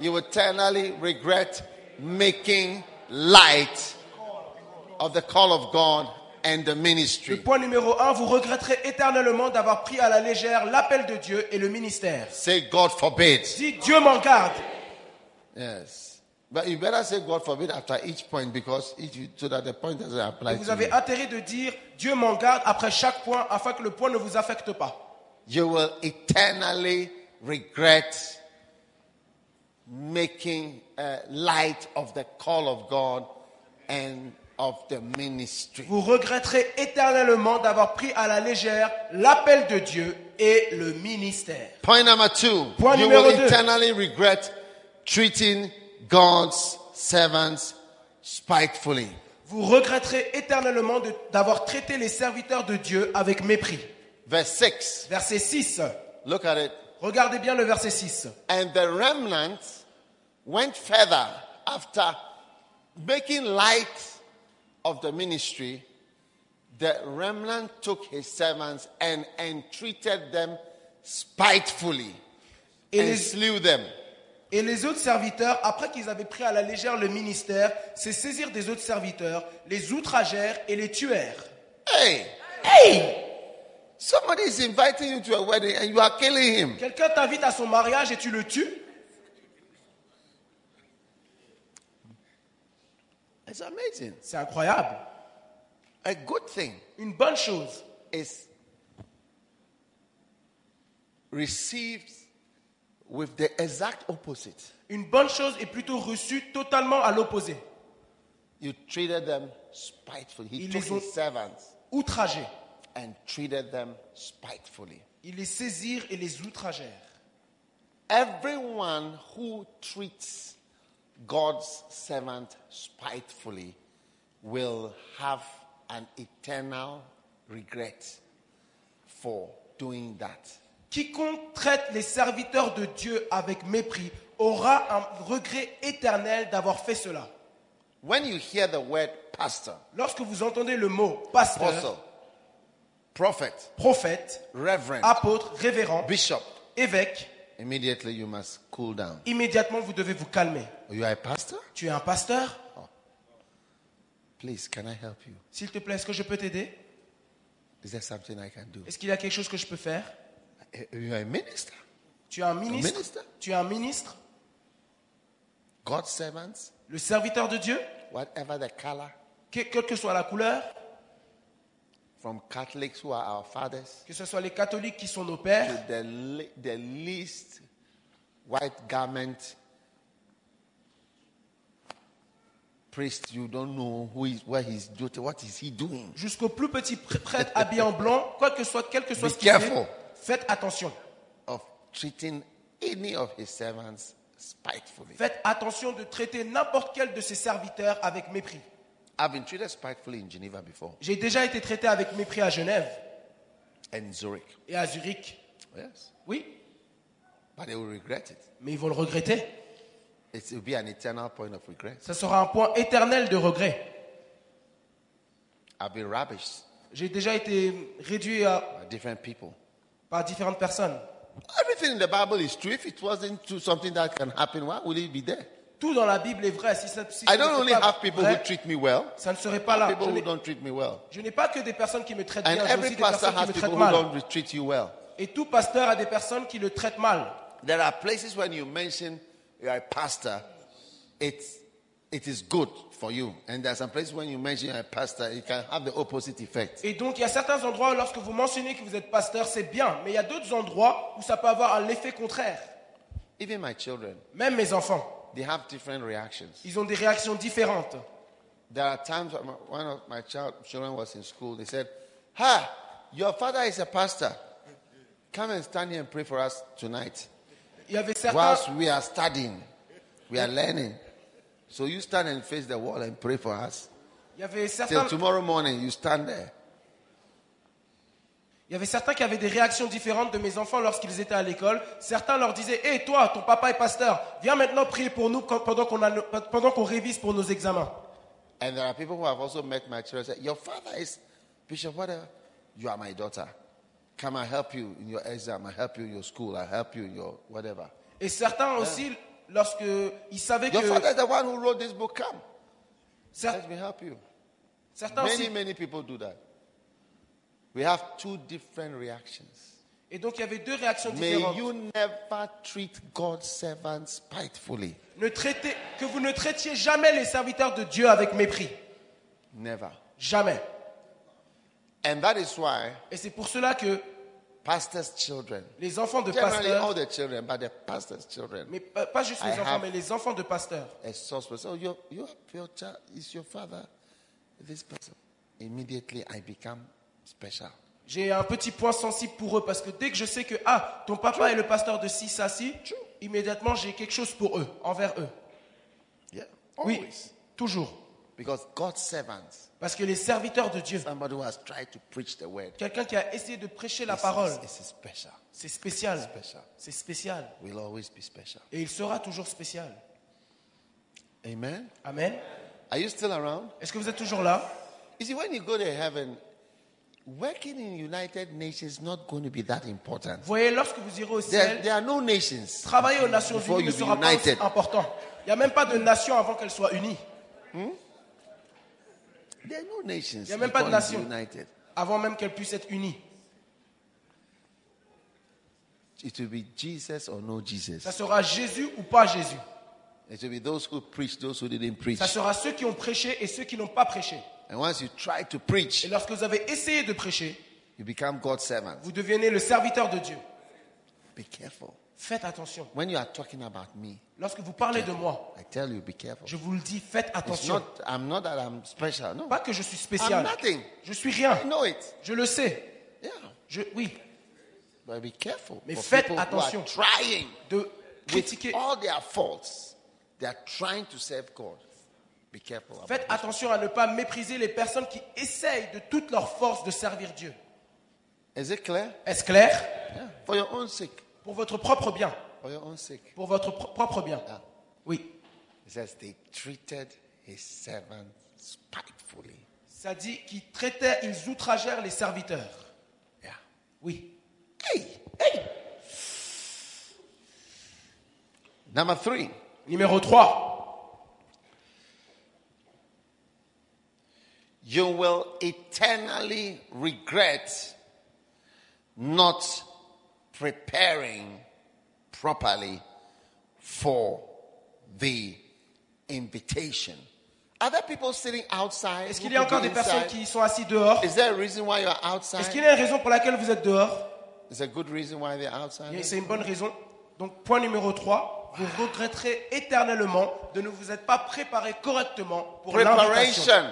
[SPEAKER 2] You will eternally regret making light of the call of God and the
[SPEAKER 3] Le
[SPEAKER 2] ministry.
[SPEAKER 3] point numéro 1, vous regretterez éternellement d'avoir pris à la légère l'appel de Dieu et le ministère.
[SPEAKER 2] Say, God forbid.
[SPEAKER 3] Si Dieu m'en garde,
[SPEAKER 2] Yes. But you better say God forbid after each point because if you, so that the point doesn't apply
[SPEAKER 3] vous
[SPEAKER 2] to
[SPEAKER 3] avez
[SPEAKER 2] you.
[SPEAKER 3] intérêt de dire Dieu m'en garde après chaque point afin que le point ne vous affecte pas.
[SPEAKER 2] You will eternally regret making uh, light of the call of God and of the ministry.
[SPEAKER 3] Vous regretterez éternellement d'avoir pris à la légère l'appel de Dieu et le ministère.
[SPEAKER 2] Point number two.
[SPEAKER 3] Point
[SPEAKER 2] you
[SPEAKER 3] numéro
[SPEAKER 2] will
[SPEAKER 3] deux.
[SPEAKER 2] eternally regret treating God's servants spitefully.
[SPEAKER 3] Vous regretterez éternellement de- d'avoir traité les serviteurs de Dieu avec mépris.
[SPEAKER 2] Verse 6.
[SPEAKER 3] Verset 6.
[SPEAKER 2] Look at it.
[SPEAKER 3] Regardez bien le verset 6.
[SPEAKER 2] And the remnant went further after making light of the ministry. The remnant took his servants and entreated them spitefully
[SPEAKER 3] Et
[SPEAKER 2] and
[SPEAKER 3] les,
[SPEAKER 2] slew them.
[SPEAKER 3] et les autres serviteurs, après qu'ils avaient pris à la légère le ministère, se saisirent des autres serviteurs, les outragèrent et les tuèrent.
[SPEAKER 2] Hey,
[SPEAKER 3] Hey
[SPEAKER 2] somebody is inviting you to a wedding and you are killing him.
[SPEAKER 3] Quelqu'un t'invite à son mariage et tu le tues
[SPEAKER 2] It's amazing.
[SPEAKER 3] C'est incroyable.
[SPEAKER 2] A good thing
[SPEAKER 3] Une bonne chose.
[SPEAKER 2] is received with the exact opposite.
[SPEAKER 3] Une bonne chose est plutôt reçue totalement à l'opposé.
[SPEAKER 2] You treated them spitefully. He
[SPEAKER 3] Ils
[SPEAKER 2] took
[SPEAKER 3] les ont-
[SPEAKER 2] his servants
[SPEAKER 3] Outragés.
[SPEAKER 2] and treated them spitefully.
[SPEAKER 3] Ils les saisirent et les outragèrent.
[SPEAKER 2] Everyone who treats God's servant spitefully will have an eternal regret for doing that.
[SPEAKER 3] Quiconque traite les serviteurs de Dieu avec mépris aura un regret éternel d'avoir fait cela.
[SPEAKER 2] When you hear the word pastor,
[SPEAKER 3] Lorsque vous entendez le mot pasteur,
[SPEAKER 2] apostle, prophet,
[SPEAKER 3] prophète,
[SPEAKER 2] reverend,
[SPEAKER 3] apôtre, révérend,
[SPEAKER 2] bishop,
[SPEAKER 3] évêque,
[SPEAKER 2] immediately you must cool down.
[SPEAKER 3] immédiatement vous devez vous calmer.
[SPEAKER 2] You are a pastor?
[SPEAKER 3] Tu es un pasteur
[SPEAKER 2] Please, can I help you?
[SPEAKER 3] S'il te plaît, est-ce que je peux t'aider
[SPEAKER 2] Is there something I can do?
[SPEAKER 3] Est-ce qu'il y a quelque chose que je peux faire
[SPEAKER 2] You're a minister.
[SPEAKER 3] Tu es un ministre
[SPEAKER 2] minister.
[SPEAKER 3] Tu es un ministre
[SPEAKER 2] God's servants,
[SPEAKER 3] Le serviteur de Dieu
[SPEAKER 2] whatever the color,
[SPEAKER 3] que- Quelle que soit la couleur,
[SPEAKER 2] from Catholics who are our fathers
[SPEAKER 3] que ce soit les catholiques qui sont nos pères,
[SPEAKER 2] to the, le- the least white garment priest, you don't know who is, where he's doing, what is he doing.
[SPEAKER 3] Jusqu'au plus petit pr- prêtre habillé en blanc, quoi que soit, quel que soit
[SPEAKER 2] Be
[SPEAKER 3] ce qu'il
[SPEAKER 2] careful.
[SPEAKER 3] fait, faites attention.
[SPEAKER 2] Of treating any of his servants spitefully.
[SPEAKER 3] Faites attention de traiter n'importe quel de ses serviteurs avec mépris.
[SPEAKER 2] I've been treated spitefully in Geneva before
[SPEAKER 3] J'ai déjà été traité avec mépris à Genève
[SPEAKER 2] and Zurich.
[SPEAKER 3] et à Zurich.
[SPEAKER 2] Yes.
[SPEAKER 3] Oui,
[SPEAKER 2] But they will regret it.
[SPEAKER 3] mais ils vont le regretter.
[SPEAKER 2] It will be an eternal point of regret.
[SPEAKER 3] Ça sera un point éternel de regret.
[SPEAKER 2] I've been ravished
[SPEAKER 3] J'ai déjà été réduit à-
[SPEAKER 2] by different people.
[SPEAKER 3] par différentes personnes.
[SPEAKER 2] Everything in the Bible is true. If it wasn't true, something that can happen, why would it be there?
[SPEAKER 3] Tout dans la Bible est vrai. Si ça, si
[SPEAKER 2] I
[SPEAKER 3] ce
[SPEAKER 2] don't
[SPEAKER 3] n'était
[SPEAKER 2] only
[SPEAKER 3] pas
[SPEAKER 2] have people
[SPEAKER 3] vrai,
[SPEAKER 2] who treat me well,
[SPEAKER 3] ça ne serait pas là. Je
[SPEAKER 2] people who
[SPEAKER 3] n'ai-
[SPEAKER 2] don't treat me well.
[SPEAKER 3] Je n'ai pas que des personnes qui me traitent
[SPEAKER 2] And
[SPEAKER 3] bien, j'ai aussi
[SPEAKER 2] every
[SPEAKER 3] des
[SPEAKER 2] pastor
[SPEAKER 3] personnes
[SPEAKER 2] has
[SPEAKER 3] qui me
[SPEAKER 2] people
[SPEAKER 3] traitent
[SPEAKER 2] who
[SPEAKER 3] mal.
[SPEAKER 2] don't treat you well.
[SPEAKER 3] Et tout pasteur a des personnes qui le traitent mal.
[SPEAKER 2] There are places when you mention you are a pastor, it's, it is good for you. And there are some places when you mention you are a pastor, it can have the opposite effect.
[SPEAKER 3] Et donc, il y a certains endroits où lorsque vous mentionnez que vous êtes pasteur, c'est bien. Mais il y a d'autres endroits où ça peut avoir un effet contraire.
[SPEAKER 2] Even my children,
[SPEAKER 3] Même mes enfants,
[SPEAKER 2] they have different reactions.
[SPEAKER 3] ils ont des réactions différentes.
[SPEAKER 2] There are times when my- one of my child, children was in school, they said, Ha, your father is a pastor. Come and stand here and pray for us tonight.
[SPEAKER 3] Il y avait certains,
[SPEAKER 2] Whilst we are studying, we are learning. So you stand and face the wall and pray for us.
[SPEAKER 3] il y avait certains,
[SPEAKER 2] Till tomorrow morning, you stand there.
[SPEAKER 3] il y avait certains qui avaient des réactions différentes de mes enfants lorsqu'ils étaient à l'école. Certains leur disaient, hé toi, ton papa est pasteur, viens maintenant prier pour nous quand- pendant qu'on a nos- pendant qu'on révise pour nos examens.
[SPEAKER 2] And there are people who have also met my children say, Your father is Bishop, whatever. You are my daughter. Come, I help you in your exam. I help you in your school. I help you in your whatever.
[SPEAKER 3] Et certains aussi, lorsque ils savaient
[SPEAKER 2] Your
[SPEAKER 3] que
[SPEAKER 2] father is the one who wrote this book. Come,
[SPEAKER 3] cer-
[SPEAKER 2] let me help you.
[SPEAKER 3] certains
[SPEAKER 2] Many,
[SPEAKER 3] aussi,
[SPEAKER 2] many people do that. We have two different reactions.
[SPEAKER 3] et donc il y avait deux réactions
[SPEAKER 2] May
[SPEAKER 3] différentes.
[SPEAKER 2] you never treat God's servants spitefully.
[SPEAKER 3] Ne traitez, que vous ne traitiez jamais les serviteurs de Dieu avec mépris,
[SPEAKER 2] Never.
[SPEAKER 3] jamais.
[SPEAKER 2] And that is why
[SPEAKER 3] Et c'est pour cela que
[SPEAKER 2] pastors' children,
[SPEAKER 3] les enfants de
[SPEAKER 2] generally all
[SPEAKER 3] pasteurs,
[SPEAKER 2] the children, but the pastors' children,
[SPEAKER 3] mais pas pas juste
[SPEAKER 2] I
[SPEAKER 3] les enfants,
[SPEAKER 2] have-
[SPEAKER 3] mais les enfants de pasteurs,
[SPEAKER 2] a suspect. Oh, your, your, your child is your father, this person. Immediately I become special.
[SPEAKER 3] j'ai un petit point sensible pour eux parce que dès que je sais que ah ton papa est le pasteur de ci ça ci, immédiatement j'ai quelque chose pour eux, envers eux.
[SPEAKER 2] Yeah.
[SPEAKER 3] Oui, toujours.
[SPEAKER 2] Because God's servants,
[SPEAKER 3] Parce que les serviteurs de Dieu,
[SPEAKER 2] somebody who has tried to preach the word,
[SPEAKER 3] quelqu'un qui a essayé de prêcher la
[SPEAKER 2] is-
[SPEAKER 3] parole,
[SPEAKER 2] is, is special.
[SPEAKER 3] c'est spécial,
[SPEAKER 2] Special.
[SPEAKER 3] c'est spécial,
[SPEAKER 2] Will always be special.
[SPEAKER 3] et il sera toujours spécial.
[SPEAKER 2] Amen.
[SPEAKER 3] Amen.
[SPEAKER 2] Are you still around?
[SPEAKER 3] Est-ce que vous êtes toujours là?
[SPEAKER 2] You see, when you go to heaven, working in United Nations is not going to be that important.
[SPEAKER 3] Vous voyez, lorsque vous irez au
[SPEAKER 2] There,
[SPEAKER 3] ciel,
[SPEAKER 2] there are no nations.
[SPEAKER 3] Travailler aux Nations
[SPEAKER 2] Before
[SPEAKER 3] Unies ne
[SPEAKER 2] you be
[SPEAKER 3] sera pas aussi
[SPEAKER 2] united.
[SPEAKER 3] important. Il n'y a même pas de nation avant qu'elle soit unie,
[SPEAKER 2] There are no nations.
[SPEAKER 3] There are même pas de
[SPEAKER 2] before you be
[SPEAKER 3] nation.
[SPEAKER 2] United.
[SPEAKER 3] avant même qu'elle puisse être unie.
[SPEAKER 2] It will be Jesus or no Jesus.
[SPEAKER 3] Ça sera Jésus ou pas Jésus.
[SPEAKER 2] It will be those who preach, those who didn't preach.
[SPEAKER 3] Ça sera ceux qui ont prêché et ceux qui n'ont pas prêché.
[SPEAKER 2] And once you try to
[SPEAKER 3] Et
[SPEAKER 2] preach,
[SPEAKER 3] lorsque vous avez essayé de prêcher,
[SPEAKER 2] you become God's servant.
[SPEAKER 3] vous devenez le serviteur de Dieu.
[SPEAKER 2] Be careful.
[SPEAKER 3] Faites attention.
[SPEAKER 2] When you are talking about me,
[SPEAKER 3] Lorsque vous parlez de moi,
[SPEAKER 2] I tell you, be careful.
[SPEAKER 3] je vous le dis, faites
[SPEAKER 2] It's
[SPEAKER 3] attention.
[SPEAKER 2] not, I'm not that I'm special. No.
[SPEAKER 3] Pas que je suis
[SPEAKER 2] I'm
[SPEAKER 3] spécial.
[SPEAKER 2] nothing.
[SPEAKER 3] Je suis rien.
[SPEAKER 2] I know it.
[SPEAKER 3] Je le sais.
[SPEAKER 2] Yeah.
[SPEAKER 3] Je, oui.
[SPEAKER 2] But be careful.
[SPEAKER 3] Mais
[SPEAKER 2] for
[SPEAKER 3] faites
[SPEAKER 2] people who
[SPEAKER 3] attention.
[SPEAKER 2] are trying
[SPEAKER 3] De
[SPEAKER 2] with
[SPEAKER 3] critiquer.
[SPEAKER 2] all their faults, they are trying to serve God. Be careful. about
[SPEAKER 3] Faites
[SPEAKER 2] it.
[SPEAKER 3] attention à ne pas mépriser les personnes qui essayent de toutes leurs forces de servir Dieu.
[SPEAKER 2] Is it clear?
[SPEAKER 3] Est-ce clair?
[SPEAKER 2] Yeah. For your own sake.
[SPEAKER 3] Pour votre propre bien.
[SPEAKER 2] For your own sake.
[SPEAKER 3] Pour votre pro- propre bien.
[SPEAKER 2] Yeah.
[SPEAKER 3] Oui.
[SPEAKER 2] It says they treated his servant spitefully.
[SPEAKER 3] Ça dit qu'ils traitaient, ils outragèrent les serviteurs.
[SPEAKER 2] Yeah.
[SPEAKER 3] Oui.
[SPEAKER 2] Hey, hey. Number three,
[SPEAKER 3] Numéro 3.
[SPEAKER 2] you will eternally regret not preparing properly for the invitation. Are there people sitting outside?
[SPEAKER 3] Est-ce
[SPEAKER 2] who
[SPEAKER 3] qu'il y a
[SPEAKER 2] could be
[SPEAKER 3] encore des personnes
[SPEAKER 2] inside?
[SPEAKER 3] qui sont assises dehors
[SPEAKER 2] Is there a reason why you're
[SPEAKER 3] Est-ce
[SPEAKER 2] outside?
[SPEAKER 3] qu'il y a une raison pour laquelle vous êtes dehors
[SPEAKER 2] Is there a good reason why they're outside?
[SPEAKER 3] Et C'est une bonne raison. Donc, point numéro 3. Vous regretterez éternellement de ne vous être pas préparé correctement pour l'invitation.
[SPEAKER 2] Preparation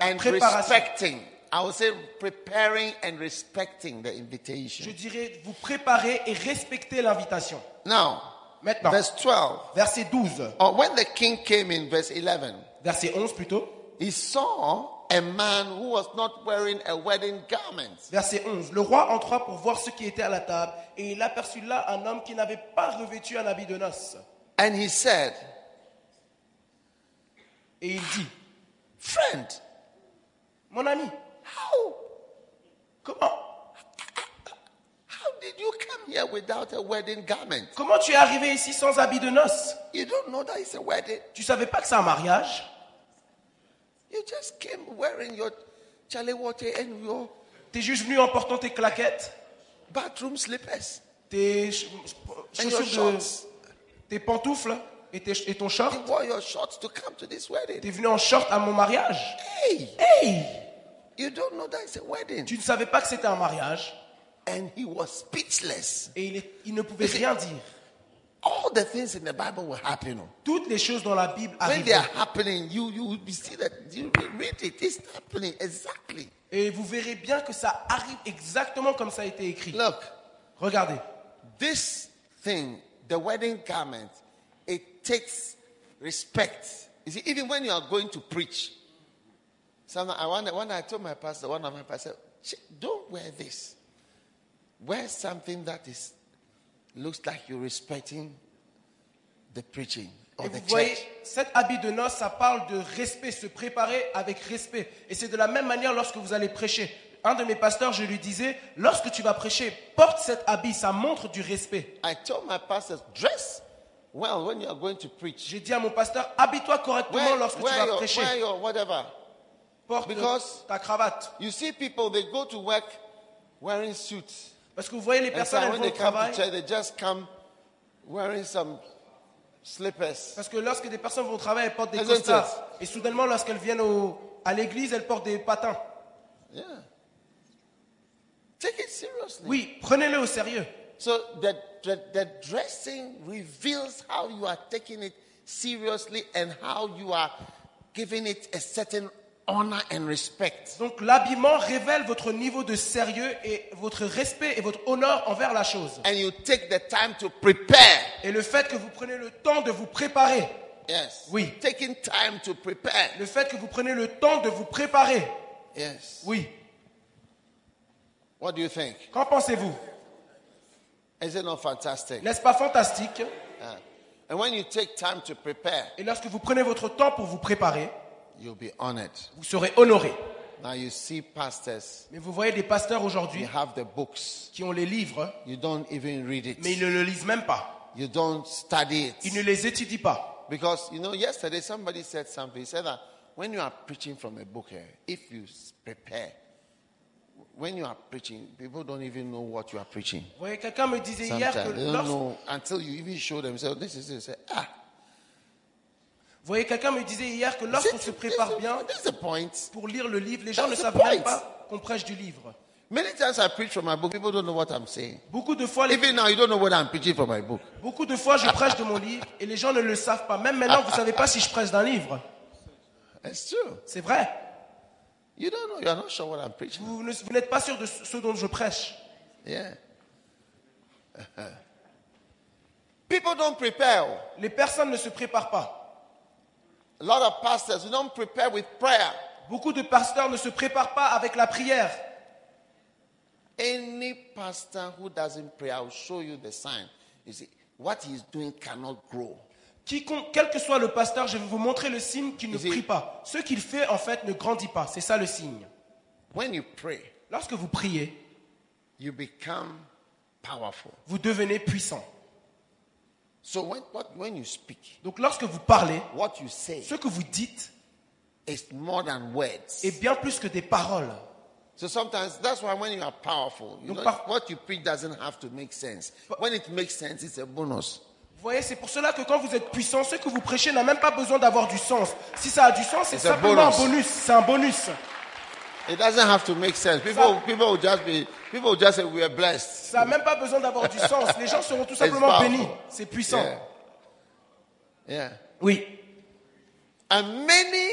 [SPEAKER 2] and
[SPEAKER 3] préparation.
[SPEAKER 2] respecting. I would say preparing and respecting the
[SPEAKER 3] Je
[SPEAKER 2] invitation.
[SPEAKER 3] dirais vous préparer et respecter l'invitation.
[SPEAKER 2] Now,
[SPEAKER 3] Maintenant,
[SPEAKER 2] verse 12.
[SPEAKER 3] verset 12,
[SPEAKER 2] Or when the king came in verse 11,
[SPEAKER 3] verset 11 plutôt.
[SPEAKER 2] he saw a man who was not wearing a wedding garment.
[SPEAKER 3] Verset 11. Le roi entra pour voir ce qui était à la table, et il aperçut là un homme qui n'avait pas revêtu un habit de noces.
[SPEAKER 2] And he said,
[SPEAKER 3] Et il dit,
[SPEAKER 2] Friend,
[SPEAKER 3] mon ami,
[SPEAKER 2] how,
[SPEAKER 3] comment,
[SPEAKER 2] how did you come here without a wedding garment?
[SPEAKER 3] comment tu es arrivé ici sans habit de noces
[SPEAKER 2] You don't know that it's a wedding.
[SPEAKER 3] Tu savais pas que c'est un mariage
[SPEAKER 2] You just came wearing your chale water and your
[SPEAKER 3] T'es juste venu en portant tes claquettes,
[SPEAKER 2] bathroom slippers
[SPEAKER 3] tes ch-
[SPEAKER 2] and your
[SPEAKER 3] chaussures de-
[SPEAKER 2] shorts.
[SPEAKER 3] tes pantoufles et, tes- et ton short.
[SPEAKER 2] You wore your shorts to come to this wedding.
[SPEAKER 3] T'es venu en short à mon mariage.
[SPEAKER 2] Hey,
[SPEAKER 3] Hey
[SPEAKER 2] you don't know that it's a wedding.
[SPEAKER 3] Tu ne savais pas que c'était un mariage,
[SPEAKER 2] And he was speechless.
[SPEAKER 3] et il, est- il ne pouvait rien dire.
[SPEAKER 2] All the things in the Bible will happen.
[SPEAKER 3] Toutes les choses dans la Bible
[SPEAKER 2] When they are
[SPEAKER 3] arrivent.
[SPEAKER 2] happening, you, you will see that you read it. It's happening exactly.
[SPEAKER 3] Et vous verrez bien que ça arrive exactement comme ça a été écrit.
[SPEAKER 2] Look,
[SPEAKER 3] Regardez,
[SPEAKER 2] this thing, the wedding garment, it takes respect. You see, even when you are going to preach, sometimes I wonder, when I told my pastor, one of my pastors, "Ch- don't wear this. Wear something that is looks like you're respecting the preaching or
[SPEAKER 3] et
[SPEAKER 2] the
[SPEAKER 3] vous voyez,
[SPEAKER 2] church.
[SPEAKER 3] cet habit de noces, ça parle de respect, se préparer avec respect. Et c'est de la même manière lorsque vous allez prêcher. Un de mes pasteurs, je lui disais, lorsque tu vas prêcher, porte cet habit, ça montre du respect.
[SPEAKER 2] I told my pastors, dress well when you are going to preach.
[SPEAKER 3] J'ai dit à mon pasteur, habille-toi correctement
[SPEAKER 2] Wear,
[SPEAKER 3] lorsque tu
[SPEAKER 2] wear
[SPEAKER 3] vas
[SPEAKER 2] your,
[SPEAKER 3] prêcher.
[SPEAKER 2] wear your whatever.
[SPEAKER 3] Porte
[SPEAKER 2] because-
[SPEAKER 3] ta cravate.
[SPEAKER 2] You see people, they go to work wearing suits.
[SPEAKER 3] Parce que vous voyez, les
[SPEAKER 2] And so
[SPEAKER 3] personnes, elles
[SPEAKER 2] when
[SPEAKER 3] vont
[SPEAKER 2] they
[SPEAKER 3] au
[SPEAKER 2] come
[SPEAKER 3] travail.
[SPEAKER 2] to church, they just come wearing some slippers.
[SPEAKER 3] Parce que lorsque des personnes vont au travail, elles portent des
[SPEAKER 2] Elles ont
[SPEAKER 3] costards.
[SPEAKER 2] tête.
[SPEAKER 3] Et soudainement, lorsqu'elles viennent au- à l'église, elles portent des patins.
[SPEAKER 2] Yeah. Take it seriously.
[SPEAKER 3] Oui, prenez-le au sérieux.
[SPEAKER 2] so the, the, the dressing reveals how you are taking it seriously and how you are giving it a certain honor and respect.
[SPEAKER 3] Donc l'habillement révèle votre niveau de sérieux et votre respect et votre honneur envers la chose.
[SPEAKER 2] And you take the time to prepare.
[SPEAKER 3] Et le fait que vous prenez le temps de vous préparer,
[SPEAKER 2] Yes.
[SPEAKER 3] Oui.
[SPEAKER 2] Taking time to prepare.
[SPEAKER 3] le fait que vous prenez le temps de vous préparer,
[SPEAKER 2] Yes.
[SPEAKER 3] oui.
[SPEAKER 2] What do you think?
[SPEAKER 3] Qu'en pensez-vous
[SPEAKER 2] Is it not fantastic?
[SPEAKER 3] N'est-ce pas fantastique
[SPEAKER 2] Yeah. And when you take time to prepare,
[SPEAKER 3] Et lorsque vous prenez votre temps pour vous préparer,
[SPEAKER 2] you'll be honored.
[SPEAKER 3] vous serez honoré.
[SPEAKER 2] Now you see pastors,
[SPEAKER 3] Mais vous voyez des pasteurs aujourd'hui
[SPEAKER 2] you have the books.
[SPEAKER 3] qui ont les livres,
[SPEAKER 2] You don't even read
[SPEAKER 3] mais ils
[SPEAKER 2] it.
[SPEAKER 3] ne le lisent même pas.
[SPEAKER 2] You don't study
[SPEAKER 3] Ils ne
[SPEAKER 2] it.
[SPEAKER 3] les étudient pas.
[SPEAKER 2] Because, you know, yesterday somebody said something. He said that when you are preaching from a book, eh, if you s- prepare, when you are preaching, people don't even know what you are preaching.
[SPEAKER 3] Vous voyez, quelqu'un me disait hier que
[SPEAKER 2] Sometimes they don't
[SPEAKER 3] lorsque...
[SPEAKER 2] know until you even show them. So this is this. Say, ah,
[SPEAKER 3] Vous voyez, quelqu'un me disait hier que
[SPEAKER 2] this,
[SPEAKER 3] lorsqu'on se prépare bien
[SPEAKER 2] this is the point.
[SPEAKER 3] pour lire le livre, les gens ne
[SPEAKER 2] That's the
[SPEAKER 3] savent
[SPEAKER 2] point.
[SPEAKER 3] même pas qu'on prêche du livre.
[SPEAKER 2] Many times I preach from my book, people don't know what I'm saying.
[SPEAKER 3] Beaucoup de fois, les-
[SPEAKER 2] Even now, you don't know what I'm preaching from my book.
[SPEAKER 3] beaucoup de fois, je prêche de mon livre et les gens ne le savent pas. Même maintenant, vous savez pas si je prêche d'un livre.
[SPEAKER 2] It's true.
[SPEAKER 3] C'est vrai.
[SPEAKER 2] You don't know. You're not sure what I'm preaching.
[SPEAKER 3] Vous, ne- vous n'êtes pas sûr de ce ce dont je prêche.
[SPEAKER 2] Yeah. People don't prepare.
[SPEAKER 3] Les personnes ne se préparent pas.
[SPEAKER 2] A lot of pastors who don't prepare with prayer.
[SPEAKER 3] Beaucoup de pasteurs ne se préparent pas avec la prière.
[SPEAKER 2] Any pastor who doesn't pray, I'll show you the sign. You see, what he's doing cannot grow.
[SPEAKER 3] Quiconque, quel que soit le pasteur, je vais vous montrer le signe qu'il ne
[SPEAKER 2] Is it-
[SPEAKER 3] prie pas. Ce qu'il fait, en fait, ne grandit pas. C'est ça le signe.
[SPEAKER 2] When you pray,
[SPEAKER 3] Lorsque vous priez,
[SPEAKER 2] you become powerful.
[SPEAKER 3] vous devenez puissant.
[SPEAKER 2] So when, what, when you speak,
[SPEAKER 3] Donc lorsque vous parlez,
[SPEAKER 2] what you say
[SPEAKER 3] ce que vous dites
[SPEAKER 2] is more than words.
[SPEAKER 3] est bien plus que des paroles.
[SPEAKER 2] So sometimes that's why when you are powerful, you
[SPEAKER 3] Donc,
[SPEAKER 2] know,
[SPEAKER 3] par-
[SPEAKER 2] what you preach doesn't have to make sense. When it makes sense, it's a bonus.
[SPEAKER 3] Vous voyez, c'est pour cela que quand vous êtes puissant, ce que vous prêchez n'a même pas besoin d'avoir du sens. Si ça a du sens, c'est
[SPEAKER 2] C'est un
[SPEAKER 3] simplement un
[SPEAKER 2] bonus.
[SPEAKER 3] bonus. C'est un bonus.
[SPEAKER 2] It doesn't have to make sense. People, people will just be, people will just say we are blessed.
[SPEAKER 3] Ça n'a même pas besoin d'avoir du sens. Les gens seront tout simplement
[SPEAKER 2] powerful.
[SPEAKER 3] bénis. C'est puissant.
[SPEAKER 2] Yeah. Yeah.
[SPEAKER 3] Oui.
[SPEAKER 2] And many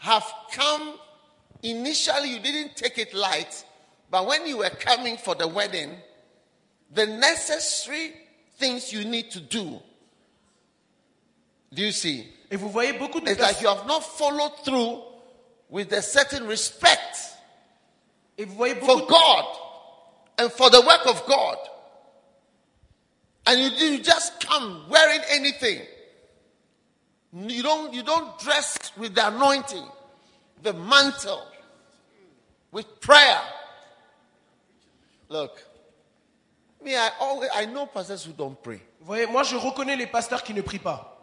[SPEAKER 2] have come. Initially, you didn't take it light, but when you were coming for the wedding, the necessary things you need to do. Do you see?
[SPEAKER 3] Et vous voyez beaucoup de
[SPEAKER 2] It's like
[SPEAKER 3] personnes.
[SPEAKER 2] you have not followed through with a certain respect
[SPEAKER 3] Et vous voyez beaucoup.
[SPEAKER 2] for God and for the work of God. And you, do- you just come wearing anything. You don't, you don't dress with the anointing, the mantle, with prayer. Look, me, I always I know pastors who don't pray.
[SPEAKER 3] Vous voyez, moi je reconnais les pasteurs qui ne prient pas.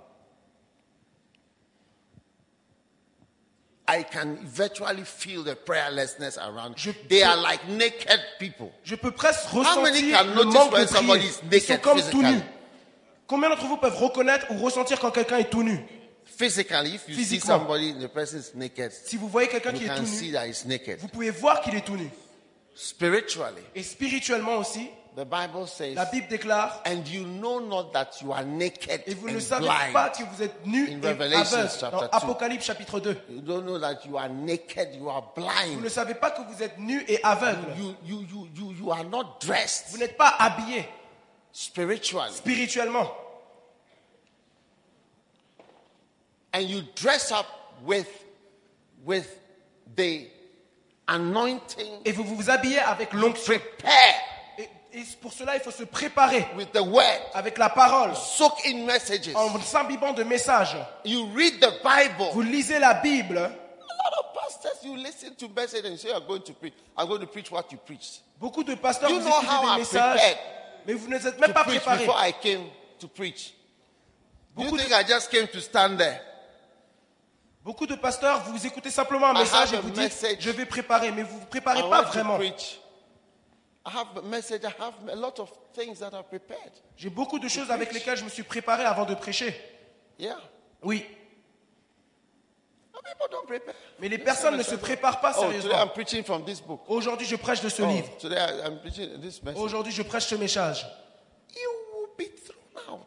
[SPEAKER 2] I can virtually feel the prayerlessness around.
[SPEAKER 3] Je-
[SPEAKER 2] They are like naked people.
[SPEAKER 3] Je peux presque
[SPEAKER 2] How many
[SPEAKER 3] ressentir
[SPEAKER 2] can
[SPEAKER 3] le
[SPEAKER 2] notice
[SPEAKER 3] manque
[SPEAKER 2] when
[SPEAKER 3] de
[SPEAKER 2] somebody
[SPEAKER 3] prière.
[SPEAKER 2] is
[SPEAKER 3] Ils sont
[SPEAKER 2] naked
[SPEAKER 3] comme tout nus.
[SPEAKER 2] physically?
[SPEAKER 3] Combien d'entre vous peuvent reconnaître ou ressentir quand quelqu'un est tout nu
[SPEAKER 2] Physically, if you see
[SPEAKER 3] Physiquement.
[SPEAKER 2] somebody, the person is naked.
[SPEAKER 3] Si vous voyez quelqu'un qui
[SPEAKER 2] You
[SPEAKER 3] est tout
[SPEAKER 2] can see
[SPEAKER 3] nu,
[SPEAKER 2] that it's naked.
[SPEAKER 3] vous pouvez voir qu'il est tout nu.
[SPEAKER 2] Spiritually,
[SPEAKER 3] Et spirituellement aussi,
[SPEAKER 2] the Bible says,
[SPEAKER 3] la Bible déclare
[SPEAKER 2] and you know not that you are naked
[SPEAKER 3] Et vous ne
[SPEAKER 2] and
[SPEAKER 3] savez pas
[SPEAKER 2] blind.
[SPEAKER 3] que vous êtes nus
[SPEAKER 2] In
[SPEAKER 3] et
[SPEAKER 2] Revelation
[SPEAKER 3] aveugles
[SPEAKER 2] chapter
[SPEAKER 3] dans
[SPEAKER 2] two.
[SPEAKER 3] Apocalypse chapitre 2.
[SPEAKER 2] You don't know that you are naked, you are
[SPEAKER 3] Vous ne
[SPEAKER 2] blind.
[SPEAKER 3] savez pas que vous êtes nus et aveugles.
[SPEAKER 2] You, you, you, you, you are not
[SPEAKER 3] Vous
[SPEAKER 2] dressed
[SPEAKER 3] n'êtes pas habillés
[SPEAKER 2] spiritually.
[SPEAKER 3] spirituellement.
[SPEAKER 2] And you dress up with, with the anointing
[SPEAKER 3] Et vous vous habillez avec l'onction.
[SPEAKER 2] prepared
[SPEAKER 3] Et, et pour cela, il faut se préparer
[SPEAKER 2] with the word.
[SPEAKER 3] avec la parole,
[SPEAKER 2] Soak in messages.
[SPEAKER 3] en s'imbibant de messages.
[SPEAKER 2] You read the Bible.
[SPEAKER 3] Vous lisez la Bible.
[SPEAKER 2] A lot of pastors, you listen to message and say, I'm going to preach. I'm going to preach what you preached.
[SPEAKER 3] Beaucoup de pasteurs
[SPEAKER 2] You
[SPEAKER 3] vous
[SPEAKER 2] know
[SPEAKER 3] écoutez
[SPEAKER 2] how
[SPEAKER 3] des
[SPEAKER 2] I'm
[SPEAKER 3] messages,
[SPEAKER 2] prepared
[SPEAKER 3] mais vous ne vous êtes
[SPEAKER 2] to
[SPEAKER 3] même pas
[SPEAKER 2] preach
[SPEAKER 3] préparé.
[SPEAKER 2] before I came to preach. Do you
[SPEAKER 3] Beaucoup de-
[SPEAKER 2] think I just came to stand there?
[SPEAKER 3] Beaucoup de pasteurs, vous écoutez simplement un
[SPEAKER 2] I
[SPEAKER 3] message
[SPEAKER 2] have
[SPEAKER 3] et
[SPEAKER 2] a
[SPEAKER 3] vous
[SPEAKER 2] message.
[SPEAKER 3] dites, je vais préparer, mais vous ne vous
[SPEAKER 2] I
[SPEAKER 3] préparez pas
[SPEAKER 2] want to
[SPEAKER 3] vraiment.
[SPEAKER 2] preach. I have a message. I have a lot of things that are prepared.
[SPEAKER 3] J'ai beaucoup de choses avec lesquelles je me suis préparé avant de prêcher.
[SPEAKER 2] Yeah.
[SPEAKER 3] Oui,
[SPEAKER 2] But people don't prepare.
[SPEAKER 3] Mais les
[SPEAKER 2] Listen,
[SPEAKER 3] personnes ne se
[SPEAKER 2] listen.
[SPEAKER 3] préparent pas
[SPEAKER 2] Oh, today I'm
[SPEAKER 3] sérieusement.
[SPEAKER 2] preaching from this book.
[SPEAKER 3] Aujourd'hui, je prêche de ce
[SPEAKER 2] Oh,
[SPEAKER 3] livre.
[SPEAKER 2] today I- I'm preaching this message.
[SPEAKER 3] Aujourd'hui, je prêche ce message.
[SPEAKER 2] You will be thrown out.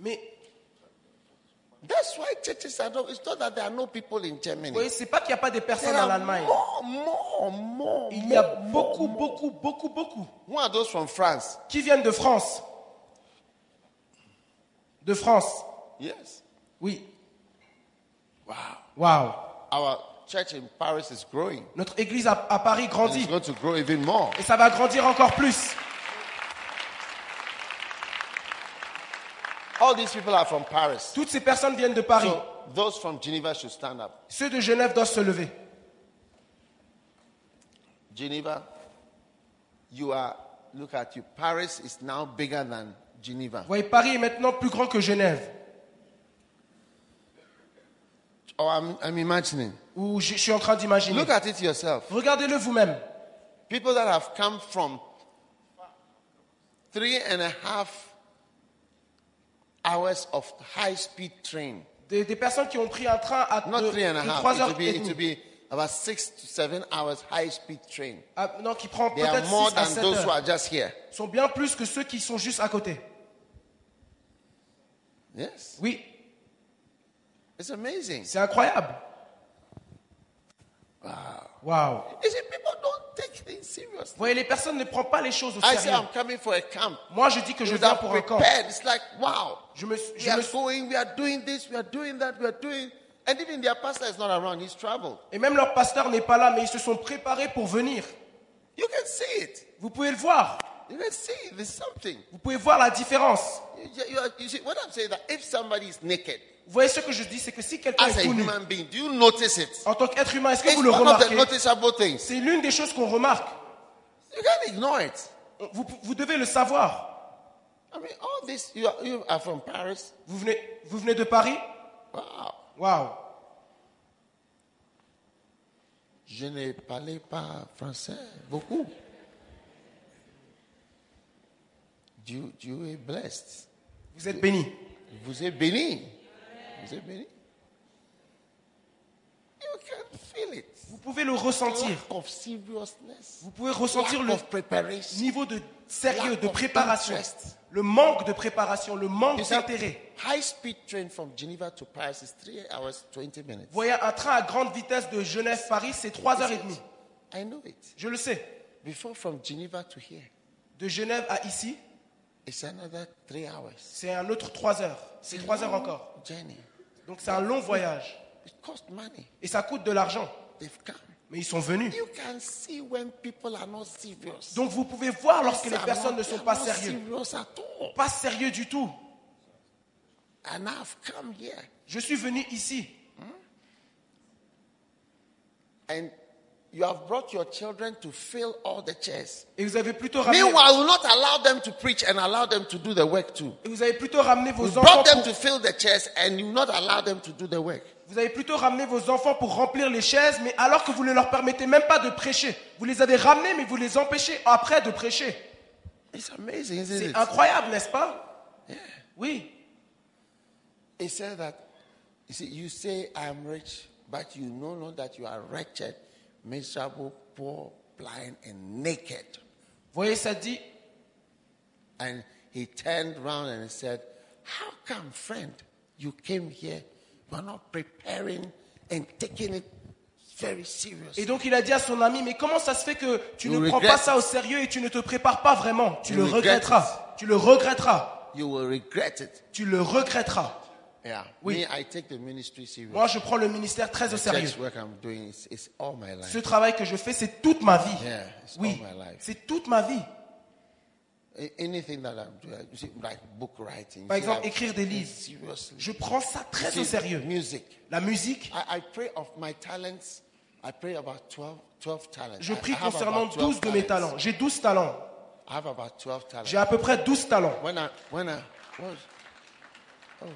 [SPEAKER 3] Mais
[SPEAKER 2] That's why churches are not. It's not that there are no people in Germany.
[SPEAKER 3] vous voyez, c'est pas qu'il n'y a pas des personnes
[SPEAKER 2] There
[SPEAKER 3] en
[SPEAKER 2] are
[SPEAKER 3] Allemagne.
[SPEAKER 2] more, more, more,
[SPEAKER 3] Il y a
[SPEAKER 2] more,
[SPEAKER 3] beaucoup,
[SPEAKER 2] more.
[SPEAKER 3] beaucoup, beaucoup, beaucoup
[SPEAKER 2] Who are those from France?
[SPEAKER 3] qui viennent de France. De France.
[SPEAKER 2] Yes.
[SPEAKER 3] Oui.
[SPEAKER 2] Wow.
[SPEAKER 3] Waouh.
[SPEAKER 2] Our church in Paris is growing.
[SPEAKER 3] Notre église à, à Paris
[SPEAKER 2] And
[SPEAKER 3] grandit.
[SPEAKER 2] it's going to grow even more.
[SPEAKER 3] Et ça va grandir encore plus.
[SPEAKER 2] All these people are from Paris.
[SPEAKER 3] Toutes ces personnes viennent de Paris.
[SPEAKER 2] So those from Geneva should stand up.
[SPEAKER 3] Ceux de Genève doivent se lever.
[SPEAKER 2] Geneva, you are, look at you. Paris is now bigger than Geneva.
[SPEAKER 3] Vous voyez, Paris est maintenant plus grand que Genève.
[SPEAKER 2] Oh, I'm, I'm imagining.
[SPEAKER 3] Ou je, je suis en train d'imaginer.
[SPEAKER 2] Look at it yourself.
[SPEAKER 3] Regardez-le vous-même.
[SPEAKER 2] People that have come from three and a half hours of high speed train.
[SPEAKER 3] Des, des personnes qui ont pris un train à
[SPEAKER 2] Not
[SPEAKER 3] de,
[SPEAKER 2] three and a
[SPEAKER 3] de
[SPEAKER 2] half.
[SPEAKER 3] Uh, trois
[SPEAKER 2] It
[SPEAKER 3] heures
[SPEAKER 2] will be,
[SPEAKER 3] et
[SPEAKER 2] it will
[SPEAKER 3] demie.
[SPEAKER 2] be about six to seven hours high speed train.
[SPEAKER 3] Ah, non, qui prend
[SPEAKER 2] They are
[SPEAKER 3] peut-être
[SPEAKER 2] more
[SPEAKER 3] 6 à
[SPEAKER 2] than
[SPEAKER 3] 7
[SPEAKER 2] those who
[SPEAKER 3] heures.
[SPEAKER 2] are just here.
[SPEAKER 3] Sont bien plus que ceux qui sont juste à côté.
[SPEAKER 2] Yes.
[SPEAKER 3] Oui,
[SPEAKER 2] It's amazing.
[SPEAKER 3] c'est incroyable. Waouh.
[SPEAKER 2] You see, people don't take things
[SPEAKER 3] Vous
[SPEAKER 2] seriously.
[SPEAKER 3] voyez, les personnes ne prennent pas les choses au
[SPEAKER 2] I say
[SPEAKER 3] sérieux.
[SPEAKER 2] I'm coming for a camp.
[SPEAKER 3] Moi, je dis que je
[SPEAKER 2] You
[SPEAKER 3] viens
[SPEAKER 2] are
[SPEAKER 3] pour un camp.
[SPEAKER 2] prepared. It's like, wow.
[SPEAKER 3] Je me, suis-
[SPEAKER 2] We
[SPEAKER 3] je
[SPEAKER 2] are
[SPEAKER 3] me suis-
[SPEAKER 2] going, we are doing this, we are doing that, we are doing. And even their pastor is not around, he's traveled.
[SPEAKER 3] Et même leur pasteur n'est pas là, mais ils se sont préparés pour venir.
[SPEAKER 2] You can see it.
[SPEAKER 3] Vous pouvez le voir.
[SPEAKER 2] You can see it. There's something.
[SPEAKER 3] Vous pouvez voir la différence.
[SPEAKER 2] You, you are- you see, what I'm saying that if somebody is naked,
[SPEAKER 3] Vous voyez ce que je dis, c'est que si quelqu'un
[SPEAKER 2] as a
[SPEAKER 3] est tout Ah, nu,
[SPEAKER 2] human being, do you notice it?
[SPEAKER 3] en tant qu'être humain, est-ce que
[SPEAKER 2] It's
[SPEAKER 3] vous le
[SPEAKER 2] one of the
[SPEAKER 3] remarquez
[SPEAKER 2] noticeable things.
[SPEAKER 3] C'est l'une des choses qu'on remarque.
[SPEAKER 2] You can't ignore it.
[SPEAKER 3] On- Vous, vous devez le savoir.
[SPEAKER 2] I mean, all this, you are, you are from Paris.
[SPEAKER 3] Vous venez, vous venez de Paris
[SPEAKER 2] Wow.
[SPEAKER 3] Waouh
[SPEAKER 2] Je ne parlais pas français beaucoup. Dieu, Dieu est blessé.
[SPEAKER 3] Vous êtes béni.
[SPEAKER 2] Vous êtes béni. Vous êtes béni. You can feel it. seriousness,
[SPEAKER 3] Vous pouvez le ressentir.
[SPEAKER 2] lack of seriousness,
[SPEAKER 3] Vous pouvez ressentir
[SPEAKER 2] lack
[SPEAKER 3] le
[SPEAKER 2] of preparation.
[SPEAKER 3] niveau de sérieux,
[SPEAKER 2] Lack
[SPEAKER 3] de
[SPEAKER 2] of
[SPEAKER 3] préparation,
[SPEAKER 2] interest.
[SPEAKER 3] le manque de préparation, le
[SPEAKER 2] You
[SPEAKER 3] manque
[SPEAKER 2] see,
[SPEAKER 3] d'intérêt.
[SPEAKER 2] high-speed train from Geneva to Paris is three hours twenty minutes.
[SPEAKER 3] Vous voyez, un train à grande vitesse de Genève-Paris, c'est 3h30.
[SPEAKER 2] I know it.
[SPEAKER 3] Je le sais.
[SPEAKER 2] Before from Geneva to here,
[SPEAKER 3] De Genève à ici,
[SPEAKER 2] it's another three hours.
[SPEAKER 3] c'est un autre 3h. C'est 3h encore.
[SPEAKER 2] Journey.
[SPEAKER 3] Donc c'est un long voyage.
[SPEAKER 2] It costs money.
[SPEAKER 3] Et ça coûte de l'argent.
[SPEAKER 2] They've come.
[SPEAKER 3] Mais ils sont venus.
[SPEAKER 2] You can see when people are not serious.
[SPEAKER 3] Donc vous pouvez voir lorsque
[SPEAKER 2] They
[SPEAKER 3] les
[SPEAKER 2] are
[SPEAKER 3] personnes
[SPEAKER 2] not-
[SPEAKER 3] ne
[SPEAKER 2] they
[SPEAKER 3] sont
[SPEAKER 2] are
[SPEAKER 3] pas
[SPEAKER 2] not
[SPEAKER 3] sérieuses.
[SPEAKER 2] serious at all.
[SPEAKER 3] Pas sérieux du tout.
[SPEAKER 2] And I've come here.
[SPEAKER 3] Je suis venu ici.
[SPEAKER 2] And you have brought your children to fill all the chairs.
[SPEAKER 3] Et vous avez plutôt ramené,
[SPEAKER 2] Meanwhile, will not allow them to preach and allow them to do the work too.
[SPEAKER 3] et vous avez plutôt ramené
[SPEAKER 2] You
[SPEAKER 3] vos enfants
[SPEAKER 2] brought them
[SPEAKER 3] pour-
[SPEAKER 2] to fill the chairs and you not allow them to do the work.
[SPEAKER 3] Vous avez plutôt ramené vos enfants pour remplir les chaises, mais alors que vous ne leur permettez même pas de prêcher. Vous les avez ramenés, mais vous les empêchez après de prêcher.
[SPEAKER 2] It's amazing, isn't
[SPEAKER 3] C'est
[SPEAKER 2] it?
[SPEAKER 3] incroyable, n'est-ce pas Oui.
[SPEAKER 2] It says that you see, you say I'm rich, but you know not that you are wretched, miserable, poor, blind, and naked.
[SPEAKER 3] Vous voyez, ça dit,
[SPEAKER 2] And he turned round and he said, How come, friend, you came here? You are not preparing and taking it very seriously.
[SPEAKER 3] et donc il a dit à son ami, mais comment ça se fait que tu
[SPEAKER 2] You
[SPEAKER 3] ne prends
[SPEAKER 2] regret.
[SPEAKER 3] pas ça au sérieux et tu ne te prépares pas vraiment Tu
[SPEAKER 2] You
[SPEAKER 3] le
[SPEAKER 2] regret.
[SPEAKER 3] regretteras. Tu le regretteras.
[SPEAKER 2] You will regret it.
[SPEAKER 3] Tu le regretteras.
[SPEAKER 2] Yeah.
[SPEAKER 3] Oui.
[SPEAKER 2] Me, I take the ministry serious.
[SPEAKER 3] Moi, je prends le ministère très au
[SPEAKER 2] the
[SPEAKER 3] sérieux.
[SPEAKER 2] church work I'm doing is, is all my life.
[SPEAKER 3] Ce travail que je fais, c'est toute ma vie.
[SPEAKER 2] Yeah, it's
[SPEAKER 3] Oui,
[SPEAKER 2] all my life.
[SPEAKER 3] c'est toute ma vie.
[SPEAKER 2] A- Anything that I'm doing, you see, like book writing. you
[SPEAKER 3] Par
[SPEAKER 2] see,
[SPEAKER 3] exemple,
[SPEAKER 2] I'm
[SPEAKER 3] écrire des
[SPEAKER 2] taking
[SPEAKER 3] livres.
[SPEAKER 2] Seriously.
[SPEAKER 3] Je prends ça très
[SPEAKER 2] You
[SPEAKER 3] au
[SPEAKER 2] see,
[SPEAKER 3] sérieux.
[SPEAKER 2] Music.
[SPEAKER 3] La musique,
[SPEAKER 2] I, I pray of my talents. I pray about 12, 12 talents.
[SPEAKER 3] Je
[SPEAKER 2] I- I
[SPEAKER 3] prie
[SPEAKER 2] have
[SPEAKER 3] concernant
[SPEAKER 2] about 12
[SPEAKER 3] 12 de mes
[SPEAKER 2] talents.
[SPEAKER 3] talents. J'ai 12 talents.
[SPEAKER 2] I have about 12 talents.
[SPEAKER 3] J'ai à peu près 12 talents.
[SPEAKER 2] When I when I when, oh,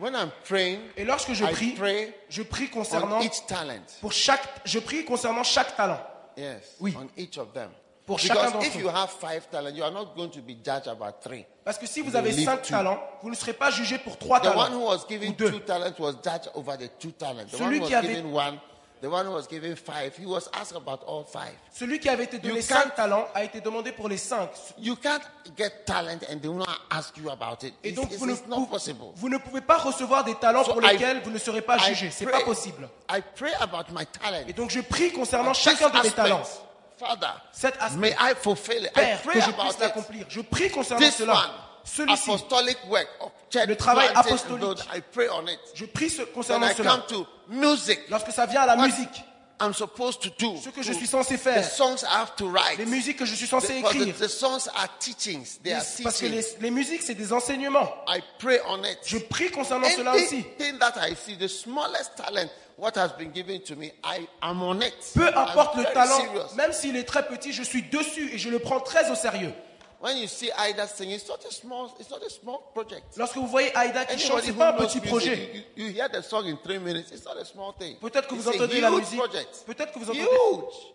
[SPEAKER 2] when I'm praying,
[SPEAKER 3] Et lorsque je
[SPEAKER 2] I
[SPEAKER 3] prie,
[SPEAKER 2] pray
[SPEAKER 3] je prie concernant
[SPEAKER 2] on each talent.
[SPEAKER 3] pour chaque je prie concernant chaque talent.
[SPEAKER 2] Yes,
[SPEAKER 3] Oui.
[SPEAKER 2] on each of them.
[SPEAKER 3] Pour chacun
[SPEAKER 2] because
[SPEAKER 3] d'entre
[SPEAKER 2] if
[SPEAKER 3] eux.
[SPEAKER 2] you have five talents, you are not going to be judged about three.
[SPEAKER 3] Parce que si vous
[SPEAKER 2] You
[SPEAKER 3] avez
[SPEAKER 2] leave
[SPEAKER 3] 5
[SPEAKER 2] two.
[SPEAKER 3] talents, vous ne serez pas jugé pour 3
[SPEAKER 2] The one who
[SPEAKER 3] talents.
[SPEAKER 2] was given
[SPEAKER 3] Ou deux.
[SPEAKER 2] two talents was judged over the two talents. The one
[SPEAKER 3] Celui
[SPEAKER 2] who was
[SPEAKER 3] qui avait-
[SPEAKER 2] given one, the one who was given five, he was asked about all five.
[SPEAKER 3] Celui qui avait été donné
[SPEAKER 2] You
[SPEAKER 3] 5
[SPEAKER 2] can't-
[SPEAKER 3] talents a été demandé pour les 5.
[SPEAKER 2] You can't get talent and they will not ask you about it.
[SPEAKER 3] Et
[SPEAKER 2] It's-
[SPEAKER 3] donc
[SPEAKER 2] it's,
[SPEAKER 3] vous ne,
[SPEAKER 2] it's not
[SPEAKER 3] pou-
[SPEAKER 2] possible.
[SPEAKER 3] vous ne pouvez pas recevoir des talents
[SPEAKER 2] So
[SPEAKER 3] pour
[SPEAKER 2] I-
[SPEAKER 3] lesquels vous ne serez pas
[SPEAKER 2] I
[SPEAKER 3] jugé. C'est
[SPEAKER 2] pray-
[SPEAKER 3] pas possible.
[SPEAKER 2] I pray about my talent.
[SPEAKER 3] Et donc je prie concernant
[SPEAKER 2] This
[SPEAKER 3] chacun de mes
[SPEAKER 2] aspect,
[SPEAKER 3] talents.
[SPEAKER 2] Father,
[SPEAKER 3] Cet aspect.
[SPEAKER 2] may I fulfill it. I
[SPEAKER 3] Père,
[SPEAKER 2] pray
[SPEAKER 3] que je
[SPEAKER 2] about
[SPEAKER 3] puisse
[SPEAKER 2] it.
[SPEAKER 3] l'accomplir. Je prie concernant
[SPEAKER 2] This one,
[SPEAKER 3] cela. Celui-ci.
[SPEAKER 2] apostolic work of church
[SPEAKER 3] Le travail
[SPEAKER 2] planting,
[SPEAKER 3] apostolique.
[SPEAKER 2] Lord, I pray on it.
[SPEAKER 3] Je prie ce-
[SPEAKER 2] When
[SPEAKER 3] concernant
[SPEAKER 2] I
[SPEAKER 3] cela.
[SPEAKER 2] come to music,
[SPEAKER 3] Lorsque ça vient à la
[SPEAKER 2] what
[SPEAKER 3] musique.
[SPEAKER 2] I'm supposed to do.
[SPEAKER 3] Ce que je
[SPEAKER 2] to-
[SPEAKER 3] suis censé faire.
[SPEAKER 2] The songs I have to write.
[SPEAKER 3] Les musiques que je suis censé
[SPEAKER 2] The- for the,
[SPEAKER 3] écrire.
[SPEAKER 2] the songs are teachings. They are
[SPEAKER 3] Parce que les,
[SPEAKER 2] teachings.
[SPEAKER 3] les musiques, c'est des enseignements.
[SPEAKER 2] I pray on it.
[SPEAKER 3] Je prie concernant cela aussi.
[SPEAKER 2] Anything that I see, the smallest talent, what has been given to me, I am on it.
[SPEAKER 3] Peu
[SPEAKER 2] I'm
[SPEAKER 3] importe le
[SPEAKER 2] very
[SPEAKER 3] talent,
[SPEAKER 2] serious.
[SPEAKER 3] même s'il est très petit, je suis dessus et je le prends très au sérieux.
[SPEAKER 2] When you see Ida singing, it's not a small, it's not a small project.
[SPEAKER 3] Lorsque vous voyez Aïda qui chante,
[SPEAKER 2] Anybody
[SPEAKER 3] c'est
[SPEAKER 2] who
[SPEAKER 3] pas un
[SPEAKER 2] knows
[SPEAKER 3] petit
[SPEAKER 2] music,
[SPEAKER 3] projet.
[SPEAKER 2] You, you- you hear the song in three minutes. It's not a small thing.
[SPEAKER 3] Peut-être que vous
[SPEAKER 2] It's a
[SPEAKER 3] entendez la
[SPEAKER 2] huge
[SPEAKER 3] musique.
[SPEAKER 2] project.
[SPEAKER 3] Peut-être que vous entendez-
[SPEAKER 2] Huge. It's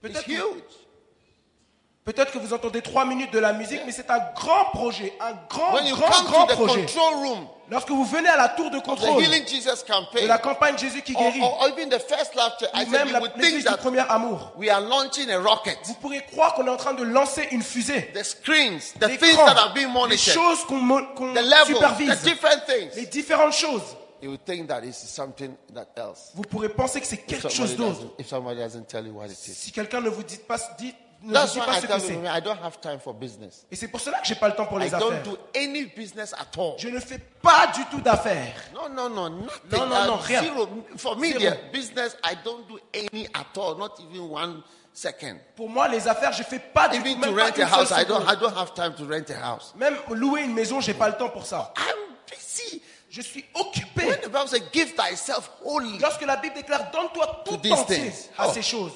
[SPEAKER 3] Peut-être que,
[SPEAKER 2] huge.
[SPEAKER 3] peut-être que vous entendez trois minutes de la musique, mais c'est un grand projet, un grand,
[SPEAKER 2] When you
[SPEAKER 3] Oh, grand,
[SPEAKER 2] come
[SPEAKER 3] grand
[SPEAKER 2] to the
[SPEAKER 3] projet.
[SPEAKER 2] control room,
[SPEAKER 3] Lorsque vous venez à la tour de
[SPEAKER 2] of
[SPEAKER 3] contrôle
[SPEAKER 2] the Healing Jesus
[SPEAKER 3] de
[SPEAKER 2] campaign,
[SPEAKER 3] la campagne Jésus qui
[SPEAKER 2] or,
[SPEAKER 3] guérit,
[SPEAKER 2] or- or even the first laughter, I said
[SPEAKER 3] ou même
[SPEAKER 2] you
[SPEAKER 3] la-
[SPEAKER 2] would think
[SPEAKER 3] l'église du
[SPEAKER 2] that
[SPEAKER 3] premier amour,
[SPEAKER 2] we are launching a rocket.
[SPEAKER 3] vous pourrez croire qu'on est en train de lancer une fusée.
[SPEAKER 2] The screens, the things
[SPEAKER 3] l'écran,
[SPEAKER 2] that are being
[SPEAKER 3] les
[SPEAKER 2] monitored,
[SPEAKER 3] choses qu'on mo- qu'on
[SPEAKER 2] the level, the
[SPEAKER 3] supervise,
[SPEAKER 2] different things.
[SPEAKER 3] les différentes choses,
[SPEAKER 2] You would think that it's something that else.
[SPEAKER 3] vous pourrez penser que c'est
[SPEAKER 2] If
[SPEAKER 3] quelque chose
[SPEAKER 2] somebody,
[SPEAKER 3] d'autre.
[SPEAKER 2] doesn't, if somebody doesn't tell you what it is.
[SPEAKER 3] Si quelqu'un ne vous dit pas, dit- ne vous
[SPEAKER 2] That's
[SPEAKER 3] dit
[SPEAKER 2] why
[SPEAKER 3] pas
[SPEAKER 2] I
[SPEAKER 3] ce que
[SPEAKER 2] tell
[SPEAKER 3] c'est.
[SPEAKER 2] you, I don't have time for business.
[SPEAKER 3] Et c'est pour cela que j'ai pas le temps pour
[SPEAKER 2] I
[SPEAKER 3] les
[SPEAKER 2] don't
[SPEAKER 3] affaires.
[SPEAKER 2] do any business at all.
[SPEAKER 3] Je ne fais pas du tout d'affaires.
[SPEAKER 2] No, no, no, nothing.
[SPEAKER 3] No, no, no,
[SPEAKER 2] Uh,
[SPEAKER 3] rien.
[SPEAKER 2] Zero. For me,
[SPEAKER 3] Zero.
[SPEAKER 2] dear, business, I don't do any at all, not even one second.
[SPEAKER 3] Pour moi, les affaires, je fais pas du tout.
[SPEAKER 2] Even to
[SPEAKER 3] Même, pas
[SPEAKER 2] rent a
[SPEAKER 3] une seule
[SPEAKER 2] house, I don't, I
[SPEAKER 3] seconde.
[SPEAKER 2] don't have time to rent a house.
[SPEAKER 3] Même louer une maison, j'ai pas le temps pour ça.
[SPEAKER 2] I'm busy.
[SPEAKER 3] Je suis occupé.
[SPEAKER 2] When the Bible says, give thyself wholly,
[SPEAKER 3] Lorsque la Bible déclare donne-toi
[SPEAKER 2] To
[SPEAKER 3] tout
[SPEAKER 2] these
[SPEAKER 3] entier
[SPEAKER 2] things.
[SPEAKER 3] à
[SPEAKER 2] Oh.
[SPEAKER 3] ces choses.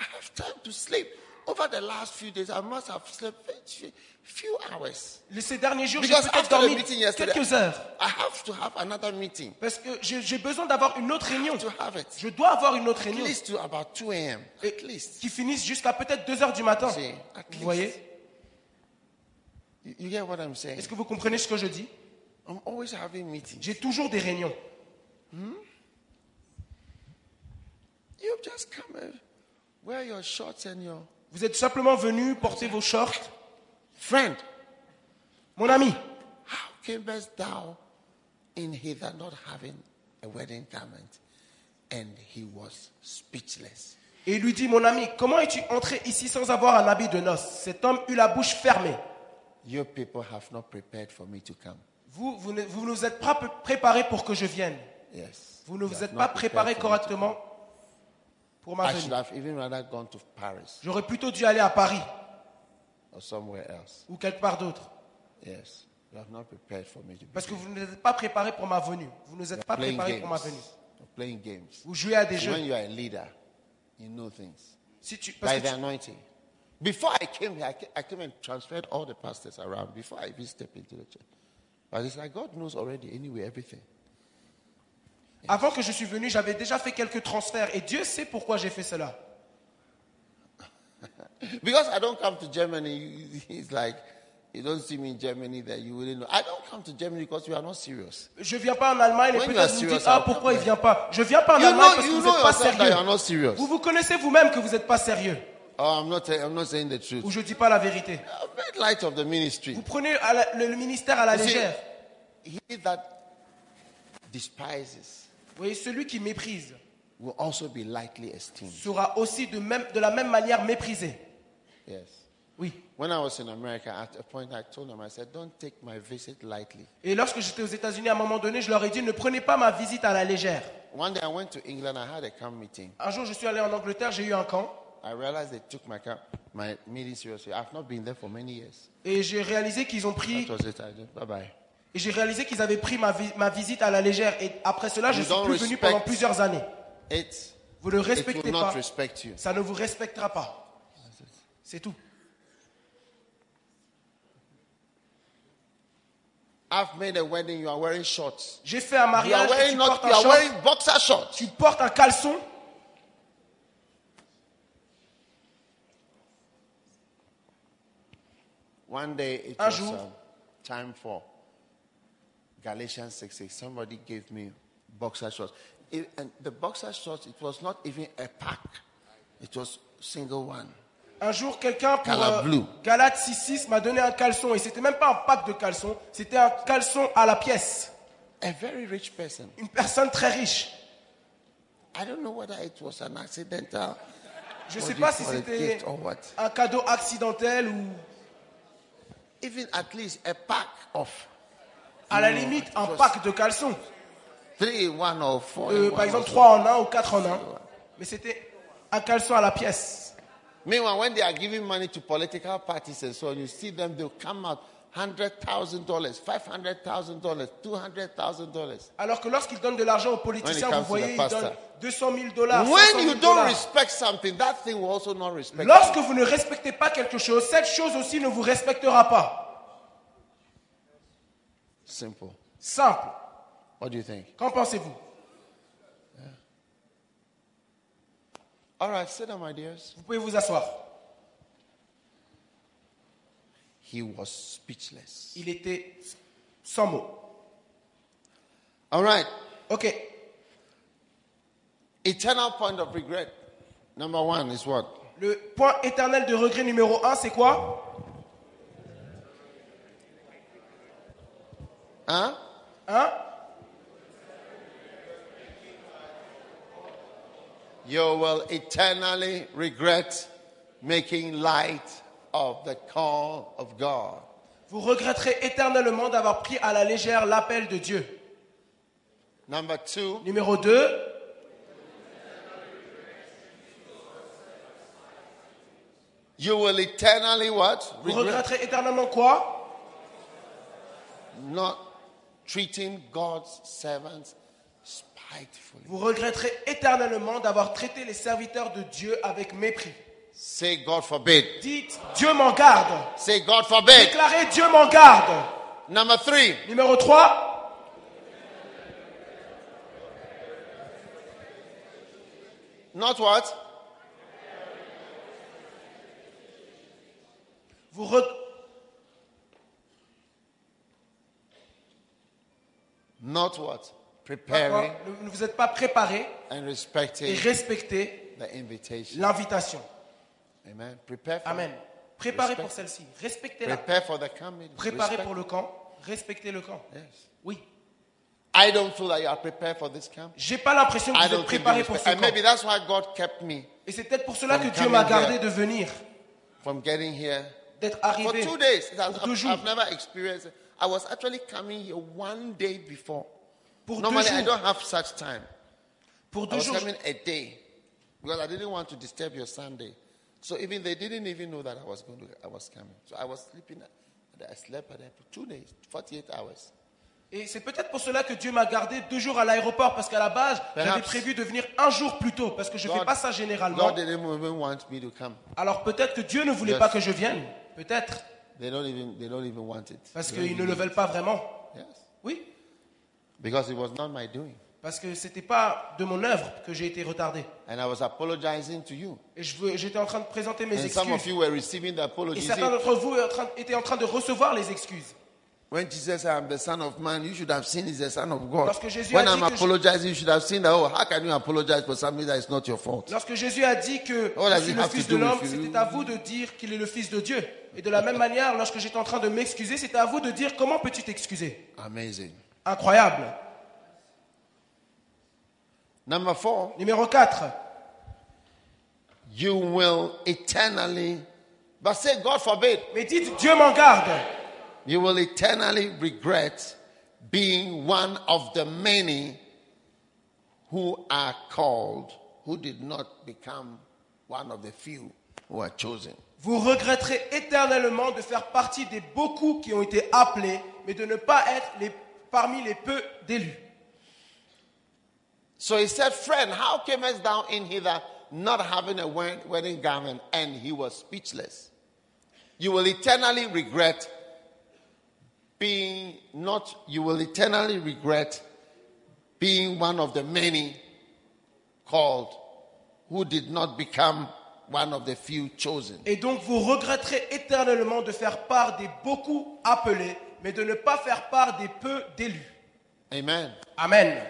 [SPEAKER 2] I have time to sleep. Over the last few days, I must have slept a few- few hours.
[SPEAKER 3] Ces derniers jours, j'ai
[SPEAKER 2] Because
[SPEAKER 3] peut-être
[SPEAKER 2] after the
[SPEAKER 3] dormi
[SPEAKER 2] meeting yesterday,
[SPEAKER 3] quelques heures.
[SPEAKER 2] I have to have another meeting.
[SPEAKER 3] Parce que j'ai j'ai besoin d'avoir une autre réunion.
[SPEAKER 2] To have it.
[SPEAKER 3] Je dois avoir une autre
[SPEAKER 2] At
[SPEAKER 3] réunion
[SPEAKER 2] least to about 2 a.m. At least.
[SPEAKER 3] qui finisse jusqu'à peut-être 2 heures du matin.
[SPEAKER 2] See, at
[SPEAKER 3] Vous
[SPEAKER 2] least.
[SPEAKER 3] voyez
[SPEAKER 2] You, you get what I'm saying?
[SPEAKER 3] Est-ce que vous comprenez ce que je dis
[SPEAKER 2] I'm always having meetings.
[SPEAKER 3] J'ai toujours des réunions.
[SPEAKER 2] You've just come and wear your shorts and your
[SPEAKER 3] Vous êtes simplement venu porter vos shorts.
[SPEAKER 2] friend.
[SPEAKER 3] Mon ami,
[SPEAKER 2] How camest thou in hither not having a wedding garment? And he was speechless.
[SPEAKER 3] et il lui dit, mon ami, comment es-tu entré ici sans avoir un habit de noces Cet homme eut la bouche fermée.
[SPEAKER 2] You people have not prepared for me to come.
[SPEAKER 3] Vous, vous ne vous ne vous êtes pas préparé pour que je vienne.
[SPEAKER 2] Yes.
[SPEAKER 3] Vous ne
[SPEAKER 2] You
[SPEAKER 3] vous
[SPEAKER 2] have
[SPEAKER 3] êtes pas
[SPEAKER 2] not prepared
[SPEAKER 3] préparé
[SPEAKER 2] for me to
[SPEAKER 3] correctement pour
[SPEAKER 2] come.
[SPEAKER 3] ma
[SPEAKER 2] I should
[SPEAKER 3] venue.
[SPEAKER 2] have even rather gone to Paris
[SPEAKER 3] J'aurais plutôt dû aller à Paris
[SPEAKER 2] or somewhere else.
[SPEAKER 3] ou quelque part d'autre.
[SPEAKER 2] Yes. You have not prepared for me to be.
[SPEAKER 3] Parce que
[SPEAKER 2] here.
[SPEAKER 3] vous ne vous êtes pas préparé pour ma venue. Vous ne vous êtes
[SPEAKER 2] You're
[SPEAKER 3] pas
[SPEAKER 2] playing
[SPEAKER 3] préparé pour ma
[SPEAKER 2] games.
[SPEAKER 3] venue.
[SPEAKER 2] You're playing games.
[SPEAKER 3] Vous jouez à des
[SPEAKER 2] When
[SPEAKER 3] jeux.
[SPEAKER 2] you are a leader, you know things.
[SPEAKER 3] Si tu, parce
[SPEAKER 2] By
[SPEAKER 3] que tu-
[SPEAKER 2] the anointing. Before I came here, I came, I came and transferred all the pastors around before I even stepped into the church. But it's like God knows already anyway everything.
[SPEAKER 3] avant que je suis venu, j'avais déjà fait quelques transferts et Dieu sait pourquoi j'ai fait cela.
[SPEAKER 2] Because I don't come to Germany, you- it's like you don't see me in Germany that you wouldn't know. I don't come to Germany because you are not serious.
[SPEAKER 3] Je viens pas en Allemagne et
[SPEAKER 2] When you
[SPEAKER 3] peut-être
[SPEAKER 2] are
[SPEAKER 3] vous me dites
[SPEAKER 2] serious,
[SPEAKER 3] ah
[SPEAKER 2] I'll
[SPEAKER 3] pourquoi
[SPEAKER 2] come
[SPEAKER 3] il vient pas. Je viens pas en
[SPEAKER 2] You
[SPEAKER 3] Allemagne
[SPEAKER 2] know,
[SPEAKER 3] parce que
[SPEAKER 2] you
[SPEAKER 3] vous
[SPEAKER 2] know
[SPEAKER 3] n'êtes pas
[SPEAKER 2] yourself that you are
[SPEAKER 3] sérieux.
[SPEAKER 2] not serious.
[SPEAKER 3] Vous vous connaissez vous-même que vous n'êtes pas sérieux.
[SPEAKER 2] Oh, I'm not, I'm not saying the
[SPEAKER 3] Ou
[SPEAKER 2] truth.
[SPEAKER 3] je dis pas la vérité.
[SPEAKER 2] I've made light of the ministry.
[SPEAKER 3] Vous prenez à la- le, le ministère à la
[SPEAKER 2] You see,
[SPEAKER 3] légère.
[SPEAKER 2] He that despises
[SPEAKER 3] Vous voyez, celui qui méprise
[SPEAKER 2] will also be lightly esteemed.
[SPEAKER 3] sera aussi de, même, de la même manière méprisé.
[SPEAKER 2] Yes.
[SPEAKER 3] Oui.
[SPEAKER 2] When I was in America, at a point I told them, I said, don't take my visit lightly.
[SPEAKER 3] Et lorsque j'étais aux États-Unis, à un moment donné, je leur ai dit ne prenez pas ma visite à la légère.
[SPEAKER 2] One day I went to England, I had a camp meeting.
[SPEAKER 3] Un jour, je suis allé en Angleterre, j'ai eu un camp
[SPEAKER 2] I realized they took my camp, my meeting seriously. I've not been there for many years.
[SPEAKER 3] et j'ai réalisé qu'ils ont pris
[SPEAKER 2] That was it. I did. Bye bye.
[SPEAKER 3] et j'ai réalisé qu'ils avaient pris ma, vi- ma visite à la légère et après cela, je
[SPEAKER 2] You
[SPEAKER 3] suis
[SPEAKER 2] don't
[SPEAKER 3] plus venu
[SPEAKER 2] respect-
[SPEAKER 3] pendant plusieurs années.
[SPEAKER 2] It,
[SPEAKER 3] Vous ne
[SPEAKER 2] it
[SPEAKER 3] respectez
[SPEAKER 2] will not
[SPEAKER 3] pas.
[SPEAKER 2] respect you.
[SPEAKER 3] Ça ne vous respectera pas. C'est tout.
[SPEAKER 2] I've made a wedding, you are wearing shorts.
[SPEAKER 3] J'ai fait un
[SPEAKER 2] You are
[SPEAKER 3] mariage, et tu
[SPEAKER 2] wearing, not,
[SPEAKER 3] portes
[SPEAKER 2] you
[SPEAKER 3] un
[SPEAKER 2] are
[SPEAKER 3] short,
[SPEAKER 2] wearing boxer shorts.
[SPEAKER 3] tu portes un caleçon.
[SPEAKER 2] One day it
[SPEAKER 3] Un
[SPEAKER 2] was
[SPEAKER 3] jour.
[SPEAKER 2] um, time for Galatians 6 6. Somebody gave me boxer shorts. It- and the boxer shorts, it was not even a pack, it was single one.
[SPEAKER 3] Un jour, quelqu'un pour
[SPEAKER 2] Cala
[SPEAKER 3] euh,
[SPEAKER 2] blue.
[SPEAKER 3] Galate 6-6 m'a donné un caleçon et c'était même pas un pack de caleçons, c'était un caleçon à la pièce.
[SPEAKER 2] A very rich person.
[SPEAKER 3] Une personne très riche.
[SPEAKER 2] I don't know whether it was an accidental.
[SPEAKER 3] Je
[SPEAKER 2] what
[SPEAKER 3] sais
[SPEAKER 2] do
[SPEAKER 3] pas
[SPEAKER 2] you
[SPEAKER 3] si
[SPEAKER 2] call it,
[SPEAKER 3] c'était
[SPEAKER 2] gift or what.
[SPEAKER 3] un cadeau accidentel ou
[SPEAKER 2] Even at least a pack of
[SPEAKER 3] à la limite un pack de caleçons.
[SPEAKER 2] three in one or four. in
[SPEAKER 3] Euh,
[SPEAKER 2] one
[SPEAKER 3] par exemple
[SPEAKER 2] or so.
[SPEAKER 3] 3 en 1 ou 4 en 1. Mais c'était un caleçon à la pièce.
[SPEAKER 2] Meanwhile, when they are giving money to political parties and so on, you see them, they'll come out $100,000, $500,000, $200,000.
[SPEAKER 3] Alors que lorsqu'ils donnent de l'argent aux politiciens,
[SPEAKER 2] comes
[SPEAKER 3] vous
[SPEAKER 2] to
[SPEAKER 3] voyez,
[SPEAKER 2] the
[SPEAKER 3] ils
[SPEAKER 2] pastor.
[SPEAKER 3] donnent 200 000 Ah, dollars.
[SPEAKER 2] When you don't respect something, that thing will also not respect you.
[SPEAKER 3] Lorsque vous ne respectez pas quelque chose, cette chose aussi ne vous respectera pas.
[SPEAKER 2] Simple.
[SPEAKER 3] Simple.
[SPEAKER 2] What do you think?
[SPEAKER 3] Qu'en pensez-vous
[SPEAKER 2] All right, sit down, my dears.
[SPEAKER 3] Vous pouvez vous asseoir.
[SPEAKER 2] He was speechless.
[SPEAKER 3] Il était sans mots.
[SPEAKER 2] All right,
[SPEAKER 3] Ok.
[SPEAKER 2] eternal point of regret. Number one is what?
[SPEAKER 3] Le point éternel de regret numéro 1, c'est quoi
[SPEAKER 2] Huh?
[SPEAKER 3] Hein
[SPEAKER 2] You will eternally regret making light of the call of God.
[SPEAKER 3] Vous regretterez éternellement d'avoir pris à la légère l'appel de Dieu.
[SPEAKER 2] Number two,
[SPEAKER 3] Numéro 2,
[SPEAKER 2] you will eternally what?
[SPEAKER 3] vous regretterez éternellement quoi
[SPEAKER 2] not treating God's servants spitefully.
[SPEAKER 3] Vous regretterez éternellement d'avoir traité les serviteurs de Dieu avec mépris.
[SPEAKER 2] Say, God forbid.
[SPEAKER 3] Dites Dieu m'en garde.
[SPEAKER 2] Say, God forbid.
[SPEAKER 3] Déclarez Dieu m'en garde.
[SPEAKER 2] Number three,
[SPEAKER 3] Numéro 3,
[SPEAKER 2] not what?
[SPEAKER 3] vous re-
[SPEAKER 2] Not what? preparing
[SPEAKER 3] D'accord Ne ne vous êtes pas préparé
[SPEAKER 2] and
[SPEAKER 3] et
[SPEAKER 2] respecting
[SPEAKER 3] respecté
[SPEAKER 2] the invitation.
[SPEAKER 3] l'invitation.
[SPEAKER 2] Amen. Prepare for,
[SPEAKER 3] Amen. Préparez pour celle-ci. Respectez-la.
[SPEAKER 2] prepare for the coming.
[SPEAKER 3] Préparez pour le camp. Respectez le camp.
[SPEAKER 2] Yes.
[SPEAKER 3] Oui.
[SPEAKER 2] I don't feel that you are prepared for this camp.
[SPEAKER 3] J'ai pas l'impression que
[SPEAKER 2] I
[SPEAKER 3] vous êtes
[SPEAKER 2] don't think you
[SPEAKER 3] préparé pour
[SPEAKER 2] respect. Eh,
[SPEAKER 3] ce
[SPEAKER 2] And maybe
[SPEAKER 3] camp.
[SPEAKER 2] that's why God kept me
[SPEAKER 3] Et c'est peut-être pour cela
[SPEAKER 2] I'm
[SPEAKER 3] que Dieu m'a
[SPEAKER 2] coming
[SPEAKER 3] gardé
[SPEAKER 2] here.
[SPEAKER 3] de venir,
[SPEAKER 2] from getting here
[SPEAKER 3] d'être
[SPEAKER 2] for
[SPEAKER 3] arrivé
[SPEAKER 2] two days. It has-
[SPEAKER 3] pour deux
[SPEAKER 2] I've,
[SPEAKER 3] jours.
[SPEAKER 2] I've never experienced it. I was actually coming here one day before.
[SPEAKER 3] Pour deux
[SPEAKER 2] Normally, I
[SPEAKER 3] jours.
[SPEAKER 2] don't have such time.
[SPEAKER 3] Pour
[SPEAKER 2] I
[SPEAKER 3] deux
[SPEAKER 2] was
[SPEAKER 3] jours.
[SPEAKER 2] coming a day because I didn't want to disturb your Sunday. So even they didn't even know that I was going to. I was coming. So I was sleeping. at- I slept at there for two days, 48 hours.
[SPEAKER 3] Et c'est peut-être pour cela que Dieu m'a gardé deux jours à l'aéroport, parce qu'à la base, j'avais
[SPEAKER 2] Perhaps.
[SPEAKER 3] prévu de venir un jour plus tôt, parce que je ne fais pas ça généralement.
[SPEAKER 2] God didn't even want me to come.
[SPEAKER 3] Alors peut-être que Dieu ne voulait
[SPEAKER 2] Yes.
[SPEAKER 3] pas que je vienne. Peut-être.
[SPEAKER 2] They don't even. They don't even want it.
[SPEAKER 3] Parce
[SPEAKER 2] They don't
[SPEAKER 3] qu'ils ne
[SPEAKER 2] even-
[SPEAKER 3] le veulent pas vraiment.
[SPEAKER 2] Yes.
[SPEAKER 3] Oui.
[SPEAKER 2] Because it was not my doing,
[SPEAKER 3] Parce que c'était pas de mon œuvre que j'ai été retardé.
[SPEAKER 2] and I was apologizing to you.
[SPEAKER 3] Et je veux- j'étais en train de présenter mes
[SPEAKER 2] And some of
[SPEAKER 3] excuses.
[SPEAKER 2] you were receiving the
[SPEAKER 3] Et
[SPEAKER 2] apology. You
[SPEAKER 3] certains
[SPEAKER 2] see,
[SPEAKER 3] d'entre vous étaient en train- étaient en train de recevoir les excuses.
[SPEAKER 2] When Jesus said, I'm the Son of Man, you should have seen he's the Son of God.
[SPEAKER 3] Lorsque Jésus
[SPEAKER 2] when
[SPEAKER 3] a
[SPEAKER 2] I'm
[SPEAKER 3] dit que je-
[SPEAKER 2] apologizing, you should have seen that, oh, how can you apologize for something that is not your fault?
[SPEAKER 3] Lorsque Jésus a dit que
[SPEAKER 2] Oh, là,
[SPEAKER 3] je suis
[SPEAKER 2] you
[SPEAKER 3] le
[SPEAKER 2] have to
[SPEAKER 3] fils de
[SPEAKER 2] do with
[SPEAKER 3] l'homme,
[SPEAKER 2] you.
[SPEAKER 3] c'était à vous de dire qu'il est le fils de Dieu. Et de la même manière, lorsque j'étais en train de m'excuser, c'était à vous de dire comment peux-tu t'excuser
[SPEAKER 2] Amazing.
[SPEAKER 3] Incroyable.
[SPEAKER 2] Number four,
[SPEAKER 3] Numéro 4.
[SPEAKER 2] you will eternally, but say, God forbid,
[SPEAKER 3] Mais dites Dieu m'en garde.
[SPEAKER 2] you will eternally regret being one of the many who are called, who did not become one of the few who are chosen.
[SPEAKER 3] Vous regretterez éternellement de faire partie des beaucoup qui ont été appelés, mais de ne pas être les, parmi les peu d'élus.
[SPEAKER 2] So he said, Friend, how camest thou in hither not having a wed- wedding garment? And he was speechless. You will eternally regret being not, you will eternally regret being one of the many called who did not become one of the few chosen.
[SPEAKER 3] Et donc vous regretterez éternellement de faire part des beaucoup appelés, mais de ne pas faire part des peu d'élus.
[SPEAKER 2] Amen.
[SPEAKER 3] Amen.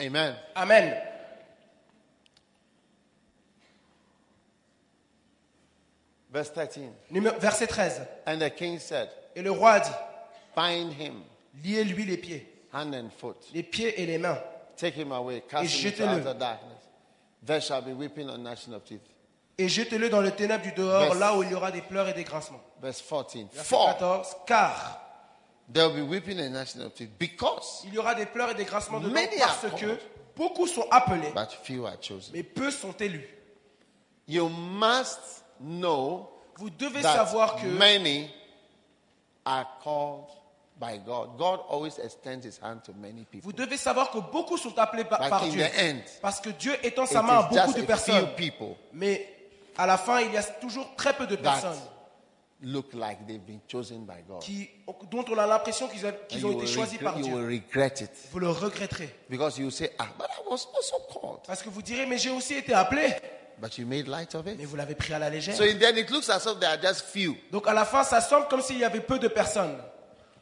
[SPEAKER 2] Amen.
[SPEAKER 3] Amen.
[SPEAKER 2] Verse 13.
[SPEAKER 3] Numé- verset 13.
[SPEAKER 2] And the king said,
[SPEAKER 3] Et le roi a dit,
[SPEAKER 2] Bind him
[SPEAKER 3] liez-lui les pieds,
[SPEAKER 2] hand and foot.
[SPEAKER 3] les pieds et les mains.
[SPEAKER 2] Take him away, cast him into
[SPEAKER 3] jetez-le.
[SPEAKER 2] outer darkness. There shall be weeping and gnashing of teeth.
[SPEAKER 3] Et jetez-le dans le ténèbre du dehors,
[SPEAKER 2] Verse-
[SPEAKER 3] là où il y aura des pleurs et des grincements.
[SPEAKER 2] Verse 14.
[SPEAKER 3] Verset
[SPEAKER 2] Four.
[SPEAKER 3] 14. Car
[SPEAKER 2] There will be weeping and gnashing of teeth because,
[SPEAKER 3] il y aura des pleurs et des grincements de
[SPEAKER 2] Many
[SPEAKER 3] parce
[SPEAKER 2] are Bah.
[SPEAKER 3] que
[SPEAKER 2] called.
[SPEAKER 3] beaucoup sont appelés,
[SPEAKER 2] but few are chosen.
[SPEAKER 3] mais peu sont élus.
[SPEAKER 2] You must know
[SPEAKER 3] Vous devez savoir
[SPEAKER 2] that
[SPEAKER 3] que
[SPEAKER 2] many are called by God. God always extends his hand to many people.
[SPEAKER 3] vous devez savoir que beaucoup sont appelés par,
[SPEAKER 2] But
[SPEAKER 3] par
[SPEAKER 2] in
[SPEAKER 3] Dieu.
[SPEAKER 2] the end,
[SPEAKER 3] Parce que Dieu étend
[SPEAKER 2] It
[SPEAKER 3] sa main à
[SPEAKER 2] is
[SPEAKER 3] beaucoup
[SPEAKER 2] just
[SPEAKER 3] de
[SPEAKER 2] a few
[SPEAKER 3] personnes.
[SPEAKER 2] people
[SPEAKER 3] Mais à la fin, il y a toujours très peu de
[SPEAKER 2] that
[SPEAKER 3] personnes
[SPEAKER 2] look like they've been chosen by God.
[SPEAKER 3] qui, dont on a l'impression qu'ils a-
[SPEAKER 2] And
[SPEAKER 3] qu'ils
[SPEAKER 2] you
[SPEAKER 3] ont
[SPEAKER 2] will,
[SPEAKER 3] été choisis par
[SPEAKER 2] regret, you will
[SPEAKER 3] Dieu.
[SPEAKER 2] regret it
[SPEAKER 3] Vous le regretterez.
[SPEAKER 2] because you will say, ah, but I was also called.
[SPEAKER 3] Parce que vous direz, mais j'ai aussi été appelé.
[SPEAKER 2] But you made light of it.
[SPEAKER 3] Mais vous l'avez pris à la légère.
[SPEAKER 2] So then it looks as if there are just few.
[SPEAKER 3] Donc à la fin, ça semble comme s'il y avait peu de personnes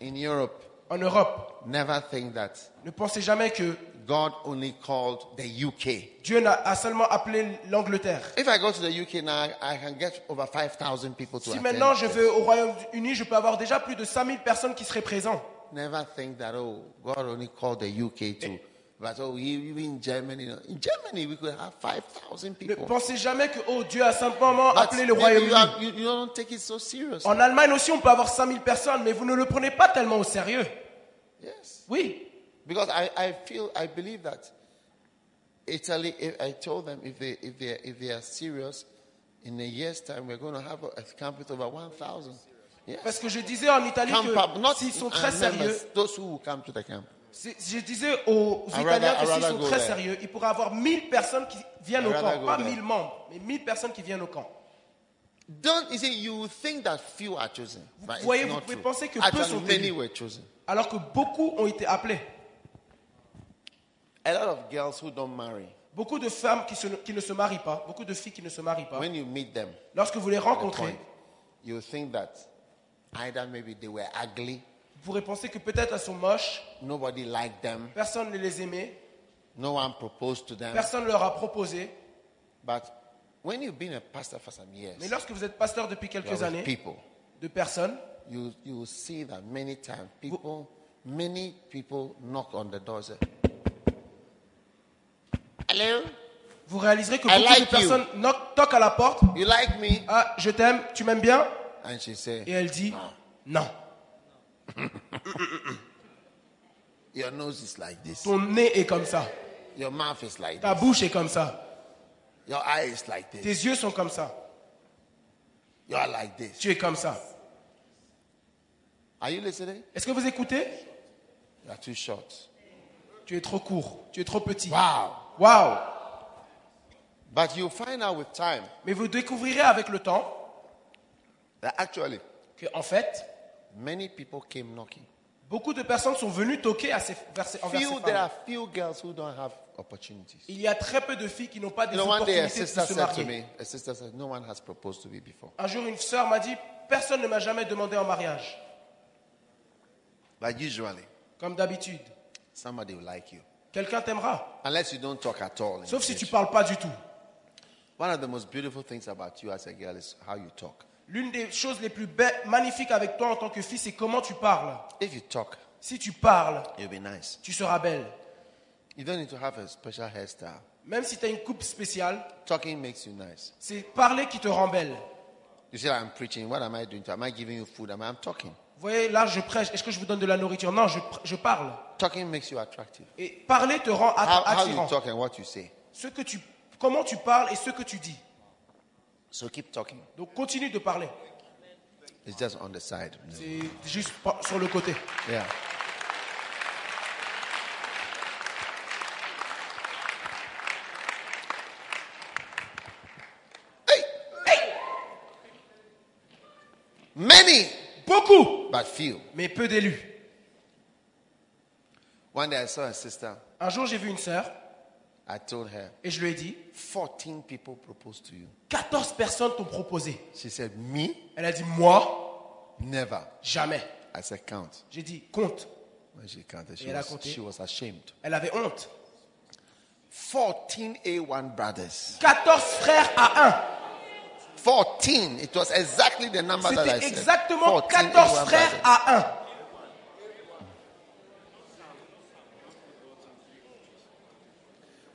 [SPEAKER 2] In Europe,
[SPEAKER 3] en Europe.
[SPEAKER 2] never think that
[SPEAKER 3] Ne pensez jamais que
[SPEAKER 2] God only called the UK.
[SPEAKER 3] Dieu n'a- a seulement appelé l'Angleterre.
[SPEAKER 2] If I go to the UK now, I can get over 5,000 people to
[SPEAKER 3] Si
[SPEAKER 2] attend.
[SPEAKER 3] maintenant je
[SPEAKER 2] church.
[SPEAKER 3] vais au Royaume-Uni, je peux avoir déjà plus de 5000 personnes qui seraient présentes.
[SPEAKER 2] Never think that, oh, God only called the UK to. But oh, even in Germany, you know, in Germany we could have 5,000
[SPEAKER 3] Ne
[SPEAKER 2] people.
[SPEAKER 3] pensez jamais que, oh, Dieu a simplement
[SPEAKER 2] But
[SPEAKER 3] appelé le
[SPEAKER 2] maybe you,
[SPEAKER 3] Royaume-Uni.
[SPEAKER 2] have- you- you don't take it so seriously.
[SPEAKER 3] En Allemagne aussi, on peut avoir 5000 personnes, mais vous ne le prenez pas tellement au sérieux.
[SPEAKER 2] Yes.
[SPEAKER 3] Oui.
[SPEAKER 2] Because I, I feel, I believe that Italy, if I told them if they, if they, if they are serious, in a year's time we're going to have a, a camp with over 1,000. Yes.
[SPEAKER 3] Parce que je disais en Italie
[SPEAKER 2] camp up,
[SPEAKER 3] que
[SPEAKER 2] not
[SPEAKER 3] s'ils sont
[SPEAKER 2] uh,
[SPEAKER 3] très sérieux,
[SPEAKER 2] members, those who will come to the camp.
[SPEAKER 3] c'est- je disais aux
[SPEAKER 2] rather-
[SPEAKER 3] Italiens que
[SPEAKER 2] I'd
[SPEAKER 3] s'ils
[SPEAKER 2] rather
[SPEAKER 3] sont
[SPEAKER 2] go
[SPEAKER 3] très
[SPEAKER 2] there.
[SPEAKER 3] sérieux, ils pourraient avoir 1000 personnes qui viennent
[SPEAKER 2] I'd
[SPEAKER 3] au
[SPEAKER 2] rather
[SPEAKER 3] camp.
[SPEAKER 2] go
[SPEAKER 3] Pas
[SPEAKER 2] there.
[SPEAKER 3] 1000 membres, mais 1000 personnes qui viennent au camp.
[SPEAKER 2] Don't you see? You think that few are chosen, but
[SPEAKER 3] voyez,
[SPEAKER 2] it's
[SPEAKER 3] vous
[SPEAKER 2] not
[SPEAKER 3] pouvez
[SPEAKER 2] true.
[SPEAKER 3] penser que peu
[SPEAKER 2] Actually,
[SPEAKER 3] sont
[SPEAKER 2] many
[SPEAKER 3] élus.
[SPEAKER 2] were chosen.
[SPEAKER 3] Alors que beaucoup ont été appelés.
[SPEAKER 2] A lot of girls who don't marry,
[SPEAKER 3] Beaucoup de femmes qui, se- qui ne se marient pas, beaucoup de filles qui ne se marient pas,
[SPEAKER 2] when you meet them,
[SPEAKER 3] lorsque vous les
[SPEAKER 2] at a
[SPEAKER 3] rencontrez,
[SPEAKER 2] point, you think that Either maybe they were ugly,
[SPEAKER 3] Vous pourrez penser que peut-être elles sont moches,
[SPEAKER 2] nobody liked them,
[SPEAKER 3] personne ne les aimait,
[SPEAKER 2] no one proposed to them.
[SPEAKER 3] personne ne leur a proposé.
[SPEAKER 2] But when you've been a pastor for some years,
[SPEAKER 3] Mais lorsque vous êtes pasteur depuis
[SPEAKER 2] you are
[SPEAKER 3] quelques
[SPEAKER 2] with
[SPEAKER 3] années,
[SPEAKER 2] people,
[SPEAKER 3] de personnes,
[SPEAKER 2] you, you will see that many times people, many people knock on the door. Say, Hello,
[SPEAKER 3] vous réaliserez que
[SPEAKER 2] I
[SPEAKER 3] beaucoup
[SPEAKER 2] like
[SPEAKER 3] de personnes knock- toquent à la porte.
[SPEAKER 2] you like me?
[SPEAKER 3] Ah, je t'aime, tu m'aimes bien
[SPEAKER 2] And she say,
[SPEAKER 3] Et elle dit,
[SPEAKER 2] Ah.
[SPEAKER 3] non.
[SPEAKER 2] Your nose is like this.
[SPEAKER 3] Ton nez est comme ça,
[SPEAKER 2] Your mouth is like
[SPEAKER 3] ta
[SPEAKER 2] this.
[SPEAKER 3] bouche est comme ça,
[SPEAKER 2] Your eye is like
[SPEAKER 3] tes
[SPEAKER 2] this.
[SPEAKER 3] yeux sont comme ça,
[SPEAKER 2] You are like this.
[SPEAKER 3] tu es comme ça.
[SPEAKER 2] Are you listening?
[SPEAKER 3] Est-ce que vous écoutez
[SPEAKER 2] You are too short.
[SPEAKER 3] Tu es trop court, tu es trop petit.
[SPEAKER 2] Wow.
[SPEAKER 3] Waouh
[SPEAKER 2] But you find out with time
[SPEAKER 3] Mais vous découvrirez avec le temps
[SPEAKER 2] that actually
[SPEAKER 3] que, en fait,
[SPEAKER 2] many people came knocking.
[SPEAKER 3] beaucoup de personnes sont venues toquer à ces, vers ces- envers ces
[SPEAKER 2] Few,
[SPEAKER 3] femmes.
[SPEAKER 2] there are few girls who don't have opportunities.
[SPEAKER 3] Il y a très peu de filles qui n'ont pas
[SPEAKER 2] You
[SPEAKER 3] des
[SPEAKER 2] know, one day
[SPEAKER 3] opportunités
[SPEAKER 2] a
[SPEAKER 3] de
[SPEAKER 2] sister
[SPEAKER 3] se
[SPEAKER 2] said to
[SPEAKER 3] marier.
[SPEAKER 2] me, a sister said, no one has proposed to me before.
[SPEAKER 3] Un jour, une sœur m'a dit, personne ne m'a jamais demandé en mariage,
[SPEAKER 2] But usually,
[SPEAKER 3] comme d'habitude.
[SPEAKER 2] somebody will like you.
[SPEAKER 3] Quelqu'un t'aimera,
[SPEAKER 2] Unless you don't talk at all. in
[SPEAKER 3] sauf si
[SPEAKER 2] church.
[SPEAKER 3] tu parles pas du tout.
[SPEAKER 2] One of the most beautiful things about you as a girl is how you talk.
[SPEAKER 3] L'une des choses les plus belles, magnifiques avec toi en tant que fille, c'est comment tu parles.
[SPEAKER 2] If you talk,
[SPEAKER 3] Si tu parles,
[SPEAKER 2] you'll be nice.
[SPEAKER 3] tu seras belle.
[SPEAKER 2] You don't need to have a special hairstyle.
[SPEAKER 3] Même si tu as une coupe spéciale,
[SPEAKER 2] Talking makes you nice.
[SPEAKER 3] c'est parler qui te rend belle.
[SPEAKER 2] You say, I'm preaching. What am I doing? Am I giving you food? Am I? I'm talking.
[SPEAKER 3] Vous voyez, là, je prêche. Est-ce que je vous donne de la nourriture Non, je, pr- je parle.
[SPEAKER 2] Talking makes you attractive.
[SPEAKER 3] Et parler te rend
[SPEAKER 2] How,
[SPEAKER 3] att-
[SPEAKER 2] how you
[SPEAKER 3] attirant.
[SPEAKER 2] talk and what you say.
[SPEAKER 3] Ce que tu, comment tu parles et ce que tu dis.
[SPEAKER 2] So keep talking.
[SPEAKER 3] Donc continue de parler.
[SPEAKER 2] It's just on the side.
[SPEAKER 3] C'est juste pa- sur le côté.
[SPEAKER 2] Yeah. Hey! Many,
[SPEAKER 3] Beaucoup,
[SPEAKER 2] but few.
[SPEAKER 3] mais peu d'élus.
[SPEAKER 2] One day I saw a sister.
[SPEAKER 3] Un jour, j'ai vu une sœur
[SPEAKER 2] I told her,
[SPEAKER 3] et je lui ai dit
[SPEAKER 2] 14 people proposed to you.
[SPEAKER 3] 14 personnes t'ont proposé.
[SPEAKER 2] She said, Me?
[SPEAKER 3] Elle a dit Moi,
[SPEAKER 2] Never.
[SPEAKER 3] jamais.
[SPEAKER 2] I said, Count.
[SPEAKER 3] J'ai dit Compte.
[SPEAKER 2] When she counted, she
[SPEAKER 3] Et elle a
[SPEAKER 2] was,
[SPEAKER 3] compté.
[SPEAKER 2] she was ashamed.
[SPEAKER 3] Elle avait honte.
[SPEAKER 2] 14 A1 brothers.
[SPEAKER 3] 14 frères à un.
[SPEAKER 2] 14. It was exactly the number that I
[SPEAKER 3] C'était
[SPEAKER 2] said.
[SPEAKER 3] exactement
[SPEAKER 2] 14 A1
[SPEAKER 3] 14 frères
[SPEAKER 2] brothers.
[SPEAKER 3] à un.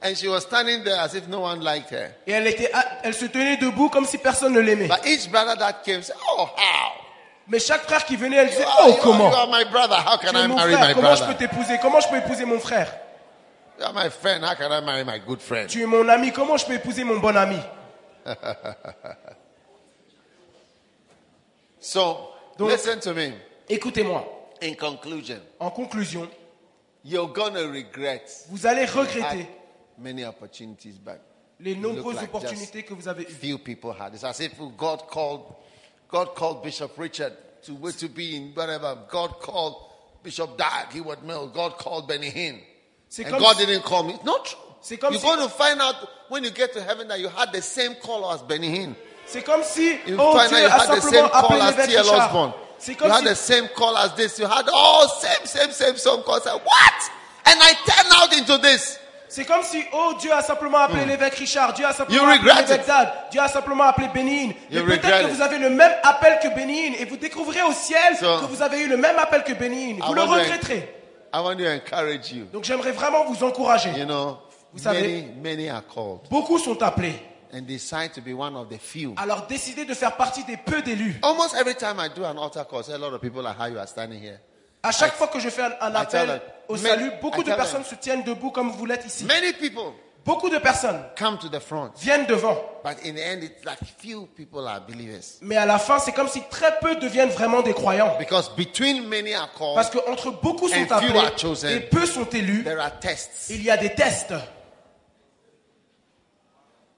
[SPEAKER 2] And she was standing there as if no one liked her.
[SPEAKER 3] Et elle, était, à- elle se tenait debout comme si personne ne l'aimait.
[SPEAKER 2] But each brother that came said, Oh, how?
[SPEAKER 3] Mais chaque frère qui venait, elle
[SPEAKER 2] You
[SPEAKER 3] disait
[SPEAKER 2] are,
[SPEAKER 3] Oh,
[SPEAKER 2] you are-
[SPEAKER 3] comment
[SPEAKER 2] you are my brother. How can
[SPEAKER 3] Tu es
[SPEAKER 2] I
[SPEAKER 3] mon
[SPEAKER 2] marry
[SPEAKER 3] frère,
[SPEAKER 2] my
[SPEAKER 3] comment je peux
[SPEAKER 2] brother?
[SPEAKER 3] t'épouser Comment je peux épouser mon frère
[SPEAKER 2] You are my friend. How can I marry my good friend?
[SPEAKER 3] Tu es mon ami, comment je peux épouser mon bon ami
[SPEAKER 2] So,
[SPEAKER 3] Donc-
[SPEAKER 2] listen to me.
[SPEAKER 3] Écoutez-moi,
[SPEAKER 2] In conclusion,
[SPEAKER 3] en conclusion,
[SPEAKER 2] you're going to regret
[SPEAKER 3] vous allez
[SPEAKER 2] you
[SPEAKER 3] regretter
[SPEAKER 2] had many opportunities back.
[SPEAKER 3] les
[SPEAKER 2] Ah, look
[SPEAKER 3] nombreuses
[SPEAKER 2] like
[SPEAKER 3] opportunités que vous avez eues.
[SPEAKER 2] Few people had. It's as if God called, God called Bishop Richard to where to be in whatever. God called Bishop Dag, Heward Mill. God called Benny Hinn.
[SPEAKER 3] C'est
[SPEAKER 2] And
[SPEAKER 3] comme
[SPEAKER 2] God
[SPEAKER 3] si-
[SPEAKER 2] didn't call me. It's not true.
[SPEAKER 3] C'est comme
[SPEAKER 2] You're
[SPEAKER 3] si-
[SPEAKER 2] going to find out when you get to heaven that you had the same call as Benny Hinn.
[SPEAKER 3] C'est comme si,
[SPEAKER 2] You
[SPEAKER 3] oh
[SPEAKER 2] find
[SPEAKER 3] Dieu,
[SPEAKER 2] out you
[SPEAKER 3] a
[SPEAKER 2] had the same
[SPEAKER 3] simplement
[SPEAKER 2] call
[SPEAKER 3] appelé
[SPEAKER 2] as
[SPEAKER 3] l'évêque
[SPEAKER 2] T.L. Osborne.
[SPEAKER 3] Richard. C'est
[SPEAKER 2] You
[SPEAKER 3] comme
[SPEAKER 2] had the
[SPEAKER 3] si,
[SPEAKER 2] same call as this. You had all same, same, same, same call. Say, what? And I turned out into this.
[SPEAKER 3] c'est comme si, oh Dieu a simplement appelé l'évêque Richard, Dieu a simplement
[SPEAKER 2] Mm. You
[SPEAKER 3] appelé
[SPEAKER 2] regret
[SPEAKER 3] l'évêque
[SPEAKER 2] it.
[SPEAKER 3] Dad, Dieu a simplement appelé Bénin. Mais
[SPEAKER 2] You
[SPEAKER 3] peut-être
[SPEAKER 2] regret
[SPEAKER 3] que
[SPEAKER 2] it.
[SPEAKER 3] vous avez le même appel que Bénin et vous découvrirez au ciel
[SPEAKER 2] So-
[SPEAKER 3] que vous avez eu le même appel que Bénin. Vous le
[SPEAKER 2] wonder-
[SPEAKER 3] regretterez.
[SPEAKER 2] I want to encourage you.
[SPEAKER 3] Donc j'aimerais vraiment vous encourager.
[SPEAKER 2] You know,
[SPEAKER 3] Vous savez-
[SPEAKER 2] many, many are called
[SPEAKER 3] Beaucoup sont appelés.
[SPEAKER 2] and decide to be one of the few.
[SPEAKER 3] Alors décidez de faire partie des peu d'élus.
[SPEAKER 2] Almost every time I do an altar call, say, a lot of people like how you are standing here.
[SPEAKER 3] À chaque fois que je fais un, un
[SPEAKER 2] I tell
[SPEAKER 3] appel
[SPEAKER 2] them,
[SPEAKER 3] au
[SPEAKER 2] many-
[SPEAKER 3] salut,
[SPEAKER 2] I
[SPEAKER 3] beaucoup de
[SPEAKER 2] tell
[SPEAKER 3] personnes
[SPEAKER 2] them.
[SPEAKER 3] se tiennent debout comme vous l'êtes ici.
[SPEAKER 2] Many people
[SPEAKER 3] Beaucoup de personnes
[SPEAKER 2] come to the front,
[SPEAKER 3] viennent devant.
[SPEAKER 2] but in the end, it's like few people are believers.
[SPEAKER 3] Mais à la fin, c'est comme si très peu deviennent vraiment des croyants.
[SPEAKER 2] Because between many are called,
[SPEAKER 3] Parce que entre beaucoup
[SPEAKER 2] And
[SPEAKER 3] sont
[SPEAKER 2] few are chosen.
[SPEAKER 3] appelés et peu sont élus,
[SPEAKER 2] there are tests
[SPEAKER 3] il y a des tests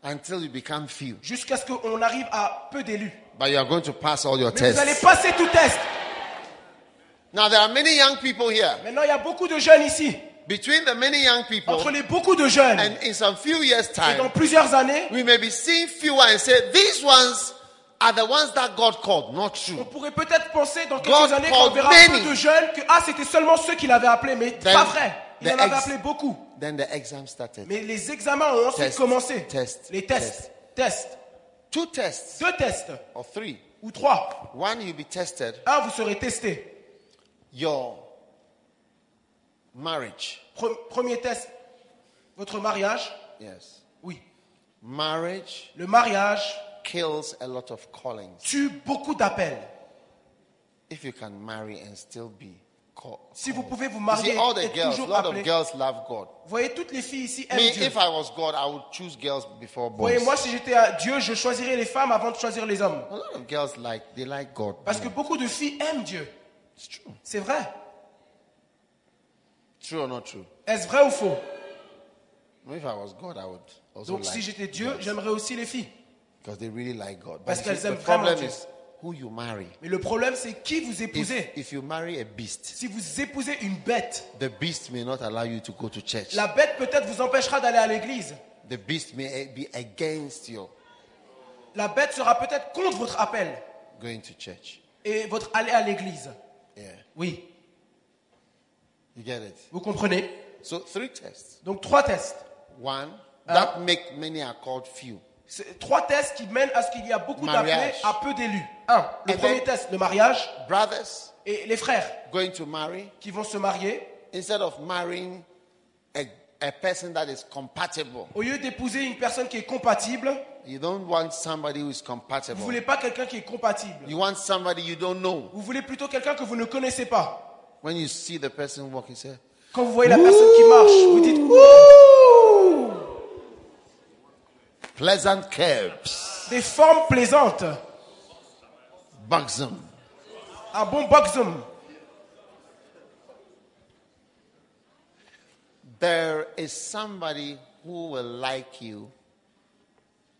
[SPEAKER 2] until you become few.
[SPEAKER 3] jusqu'à ce qu'on arrive à peu d'élus.
[SPEAKER 2] But you are going to pass all your
[SPEAKER 3] Mais vous allez
[SPEAKER 2] tests.
[SPEAKER 3] passer tout test.
[SPEAKER 2] Now, there are many young people here.
[SPEAKER 3] Maintenant, il y a beaucoup de jeunes ici.
[SPEAKER 2] Between the many young people
[SPEAKER 3] Entre les beaucoup de jeunes,
[SPEAKER 2] and in some few years'
[SPEAKER 3] et dans
[SPEAKER 2] time,
[SPEAKER 3] plusieurs années,
[SPEAKER 2] we may be seeing fewer and say, these ones are the ones that God called, not you.
[SPEAKER 3] On pourrait peut-être penser dans quelques
[SPEAKER 2] God
[SPEAKER 3] années qu'on
[SPEAKER 2] called
[SPEAKER 3] verra
[SPEAKER 2] many.
[SPEAKER 3] peu de jeunes que ah c'était seulement ceux qui l'avaient appelé, mais
[SPEAKER 2] Then
[SPEAKER 3] pas vrai. Il
[SPEAKER 2] the
[SPEAKER 3] en avait
[SPEAKER 2] ex-
[SPEAKER 3] appelé beaucoup.
[SPEAKER 2] Then the exam started.
[SPEAKER 3] Mais les examens ont ensuite
[SPEAKER 2] Test,
[SPEAKER 3] commencé.
[SPEAKER 2] test,
[SPEAKER 3] les tests, tests,
[SPEAKER 2] Two tests
[SPEAKER 3] deux tests
[SPEAKER 2] or three.
[SPEAKER 3] ou trois.
[SPEAKER 2] One, you'll be tested
[SPEAKER 3] Un, vous serez testé.
[SPEAKER 2] your marriage.
[SPEAKER 3] Pre- premier test, votre mariage.
[SPEAKER 2] Yes.
[SPEAKER 3] Oui,
[SPEAKER 2] Marriage
[SPEAKER 3] le mariage
[SPEAKER 2] kills a lot of callings.
[SPEAKER 3] tue beaucoup d'appels.
[SPEAKER 2] If you can marry and still be called.
[SPEAKER 3] Si vous pouvez vous
[SPEAKER 2] You see,
[SPEAKER 3] marier,
[SPEAKER 2] all the
[SPEAKER 3] et
[SPEAKER 2] girls, a
[SPEAKER 3] toujours
[SPEAKER 2] lot of
[SPEAKER 3] appelé.
[SPEAKER 2] girls love God.
[SPEAKER 3] Vous voyez toutes les filles ici aiment
[SPEAKER 2] Me,
[SPEAKER 3] Dieu.
[SPEAKER 2] if I was God, I would choose girls before
[SPEAKER 3] Vous voyez,
[SPEAKER 2] boys.
[SPEAKER 3] moi, si j'étais à Dieu, je choisirais les femmes avant de choisir les hommes.
[SPEAKER 2] A lot of girls like they like God.
[SPEAKER 3] Parce que beaucoup de filles aiment Dieu.
[SPEAKER 2] It's true.
[SPEAKER 3] C'est vrai.
[SPEAKER 2] True or not true?
[SPEAKER 3] Est-ce vrai ou faux
[SPEAKER 2] If I was God, I would also
[SPEAKER 3] Donc,
[SPEAKER 2] like
[SPEAKER 3] si j'étais Dieu,
[SPEAKER 2] girls,
[SPEAKER 3] j'aimerais aussi les filles.
[SPEAKER 2] because they really like God. But
[SPEAKER 3] Parce
[SPEAKER 2] you see,
[SPEAKER 3] qu'elles
[SPEAKER 2] the
[SPEAKER 3] aiment vraiment
[SPEAKER 2] problem
[SPEAKER 3] Dieu.
[SPEAKER 2] is who you marry.
[SPEAKER 3] Mais le problème, c'est qui vous
[SPEAKER 2] If,
[SPEAKER 3] épousez.
[SPEAKER 2] if you marry a beast,
[SPEAKER 3] Si vous épousez une bête,
[SPEAKER 2] the beast may not allow you to go to church.
[SPEAKER 3] la bête peut-être vous empêchera d'aller à l'église.
[SPEAKER 2] The beast may be against you
[SPEAKER 3] La bête sera peut-être contre votre appel
[SPEAKER 2] going to church.
[SPEAKER 3] et votre aller à l'église.
[SPEAKER 2] Yeah,
[SPEAKER 3] Oui,
[SPEAKER 2] you get it.
[SPEAKER 3] vous comprenez
[SPEAKER 2] So three tests.
[SPEAKER 3] Donc trois tests.
[SPEAKER 2] One that make many are called few.
[SPEAKER 3] C'est Trois tests qui mènent à ce qu'il y a beaucoup d'appelés
[SPEAKER 2] Mariage.
[SPEAKER 3] à peu d'élus. Un, le
[SPEAKER 2] Et
[SPEAKER 3] premier
[SPEAKER 2] ben-
[SPEAKER 3] test, le mariage.
[SPEAKER 2] Brothers
[SPEAKER 3] Et les frères
[SPEAKER 2] going to marry
[SPEAKER 3] qui vont se marier,
[SPEAKER 2] instead of marrying a, a person that is compatible.
[SPEAKER 3] au lieu d'épouser une personne qui est compatible,
[SPEAKER 2] You don't want somebody who is
[SPEAKER 3] vous
[SPEAKER 2] compatible.
[SPEAKER 3] voulez pas quelqu'un qui est compatible.
[SPEAKER 2] You want somebody you don't know.
[SPEAKER 3] Vous voulez plutôt quelqu'un que vous ne connaissez pas.
[SPEAKER 2] When you see the person walking, you say,
[SPEAKER 3] Quand vous voyez la personne qui marche, vous dites Ouh
[SPEAKER 2] pleasant curves,
[SPEAKER 3] Des formes plaisantes.
[SPEAKER 2] buxom.
[SPEAKER 3] Un bon boxum.
[SPEAKER 2] There is somebody who will like you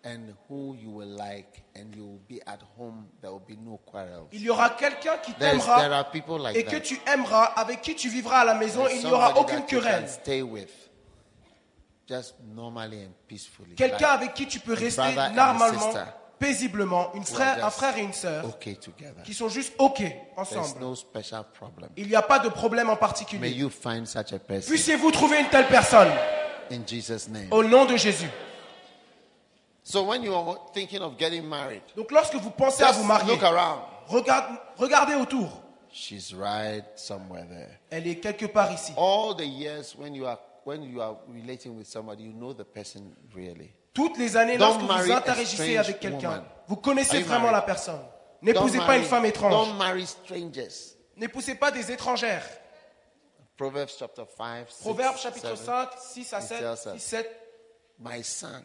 [SPEAKER 2] and who you will like, and you will be at home. There will be no quarrel.
[SPEAKER 3] Il y aura quelqu'un qui
[SPEAKER 2] There's, there are
[SPEAKER 3] t'aimera
[SPEAKER 2] people like
[SPEAKER 3] et que
[SPEAKER 2] that.
[SPEAKER 3] tu aimeras, avec qui tu vivras à la maison,
[SPEAKER 2] There's
[SPEAKER 3] il n'y aura
[SPEAKER 2] somebody
[SPEAKER 3] aucune
[SPEAKER 2] that you
[SPEAKER 3] querelle.
[SPEAKER 2] can stay with, just normally and peacefully.
[SPEAKER 3] Quelqu'un
[SPEAKER 2] like
[SPEAKER 3] avec qui tu peux rester
[SPEAKER 2] brother and a
[SPEAKER 3] normalement,
[SPEAKER 2] sister.
[SPEAKER 3] paisiblement, une frère, un
[SPEAKER 2] just
[SPEAKER 3] frère et une sœur,
[SPEAKER 2] okay together.
[SPEAKER 3] qui sont juste OK
[SPEAKER 2] There's
[SPEAKER 3] ensemble.
[SPEAKER 2] no special problem.
[SPEAKER 3] Il n'y a pas de problème en
[SPEAKER 2] May
[SPEAKER 3] particulier.
[SPEAKER 2] you find such a person
[SPEAKER 3] Puissiez-vous trouver une telle personne
[SPEAKER 2] in Jesus' name.
[SPEAKER 3] au nom de Jésus.
[SPEAKER 2] So when you are thinking of getting married,
[SPEAKER 3] Donc lorsque vous pensez à
[SPEAKER 2] just
[SPEAKER 3] vous marier,
[SPEAKER 2] look around.
[SPEAKER 3] regarde- regardez autour.
[SPEAKER 2] She's right somewhere there.
[SPEAKER 3] Elle est quelque part ici.
[SPEAKER 2] All the years when you are when you are relating with somebody, you know the person really.
[SPEAKER 3] Toutes les années,
[SPEAKER 2] Don't
[SPEAKER 3] lorsque vous
[SPEAKER 2] marry a
[SPEAKER 3] interagissez
[SPEAKER 2] strange
[SPEAKER 3] avec quelqu'un,
[SPEAKER 2] woman.
[SPEAKER 3] vous
[SPEAKER 2] Are
[SPEAKER 3] connaissez
[SPEAKER 2] you
[SPEAKER 3] vraiment
[SPEAKER 2] married?
[SPEAKER 3] la personne. N'épousez
[SPEAKER 2] Don't
[SPEAKER 3] pas une
[SPEAKER 2] marry-
[SPEAKER 3] femme étrange.
[SPEAKER 2] Don't marry strangers.
[SPEAKER 3] N'épousez pas des étrangères.
[SPEAKER 2] Proverbs chapter 5. six,
[SPEAKER 3] Proverbe chapitre
[SPEAKER 2] seven.
[SPEAKER 3] 5, 6 à
[SPEAKER 2] It
[SPEAKER 3] 7,
[SPEAKER 2] tells us.
[SPEAKER 3] 17,
[SPEAKER 2] My son,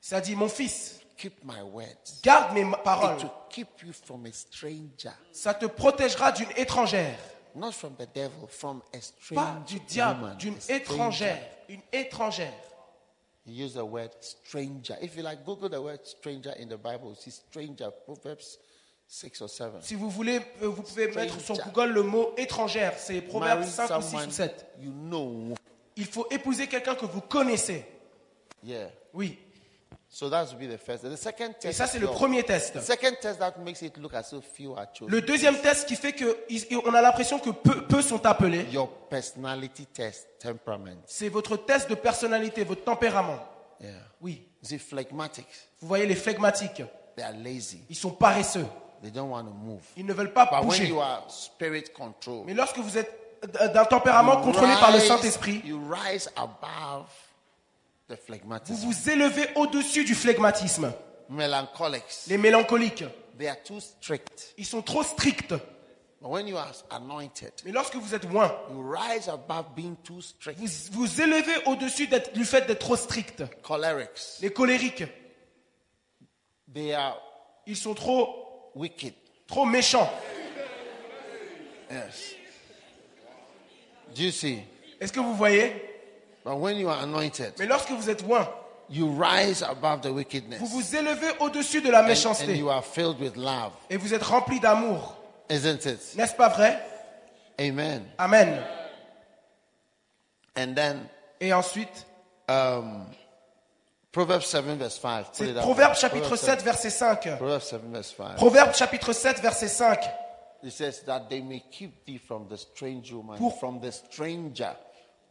[SPEAKER 3] ça dit, mon fils,
[SPEAKER 2] keep my words.
[SPEAKER 3] garde mes
[SPEAKER 2] It
[SPEAKER 3] paroles.
[SPEAKER 2] will keep you from a stranger.
[SPEAKER 3] Ça te protégera d'une étrangère.
[SPEAKER 2] Not from the devil, from a
[SPEAKER 3] Pas
[SPEAKER 2] strange
[SPEAKER 3] du diable,
[SPEAKER 2] woman,
[SPEAKER 3] d'une
[SPEAKER 2] a stranger.
[SPEAKER 3] étrangère. Une étrangère.
[SPEAKER 2] He used the word stranger. If you like Google the word stranger in the Bible, you see stranger, Proverbs 6 or 7.
[SPEAKER 3] Si vous voulez, euh, vous pouvez mettre sur
[SPEAKER 2] Stranger.
[SPEAKER 3] Google le mot étrangère. C'est Proverbe
[SPEAKER 2] Marry
[SPEAKER 3] 5 ou 6
[SPEAKER 2] someone
[SPEAKER 3] ou 7.
[SPEAKER 2] You know.
[SPEAKER 3] Il faut épouser quelqu'un que vous connaissez.
[SPEAKER 2] Yeah.
[SPEAKER 3] Oui.
[SPEAKER 2] So that would be the first. The second test.
[SPEAKER 3] Et ça, c'est
[SPEAKER 2] is
[SPEAKER 3] le
[SPEAKER 2] your-
[SPEAKER 3] premier test.
[SPEAKER 2] The second test that makes it look as if few are chosen.
[SPEAKER 3] Le deuxième test qui fait que is- on a l'impression que peu, peu sont appelés,
[SPEAKER 2] Your personality test, temperament.
[SPEAKER 3] c'est votre test de personnalité, votre tempérament.
[SPEAKER 2] Yeah.
[SPEAKER 3] Oui.
[SPEAKER 2] You see, phlegmatics,
[SPEAKER 3] Vous voyez les flegmatiques,
[SPEAKER 2] they are lazy.
[SPEAKER 3] ils sont paresseux,
[SPEAKER 2] They don't want to move.
[SPEAKER 3] ils ne veulent pas
[SPEAKER 2] But Bah, when
[SPEAKER 3] bouger.
[SPEAKER 2] you are spirit controlled,
[SPEAKER 3] Mais lorsque vous êtes d- d'un tempérament contrôlé par le
[SPEAKER 2] rise-
[SPEAKER 3] Saint-Esprit,
[SPEAKER 2] You rise above the
[SPEAKER 3] vous
[SPEAKER 2] phlegmatics.
[SPEAKER 3] vous élevez au-dessus du flegmatisme.
[SPEAKER 2] Melancholics,
[SPEAKER 3] Les mélancoliques,
[SPEAKER 2] they are too strict.
[SPEAKER 3] ils sont trop stricts.
[SPEAKER 2] But when you are anointed,
[SPEAKER 3] Mais lorsque vous êtes loin,
[SPEAKER 2] you rise above being too strict.
[SPEAKER 3] vous vous élevez au-dessus d'être- du fait d'être trop strict.
[SPEAKER 2] Cholerics,
[SPEAKER 3] Les colériques,
[SPEAKER 2] they are
[SPEAKER 3] ils sont trop,
[SPEAKER 2] wicked.
[SPEAKER 3] trop méchants.
[SPEAKER 2] Yes. Do you see?
[SPEAKER 3] Est-ce que vous voyez
[SPEAKER 2] But when you are anointed,
[SPEAKER 3] Mais lorsque vous êtes loin,
[SPEAKER 2] you rise above the wickedness.
[SPEAKER 3] Vous vous élevez au-dessus de la
[SPEAKER 2] And- and,
[SPEAKER 3] méchanceté
[SPEAKER 2] you are filled with love,
[SPEAKER 3] et vous êtes rempli d'amour.
[SPEAKER 2] isn't it?
[SPEAKER 3] N'est-ce pas vrai
[SPEAKER 2] Amen.
[SPEAKER 3] Amen.
[SPEAKER 2] And then
[SPEAKER 3] Et ensuite,
[SPEAKER 2] um, Proverbs 7, verse 5. Put
[SPEAKER 3] C'est
[SPEAKER 2] it up.
[SPEAKER 3] Proverbe chapitre
[SPEAKER 2] Proverbs
[SPEAKER 3] 7, verset 5.
[SPEAKER 2] Proverbs 7, verse 5.
[SPEAKER 3] Proverbe chapitre 7, verset 5.
[SPEAKER 2] It says that they may keep thee from the strange woman,
[SPEAKER 3] Pour-
[SPEAKER 2] from the stranger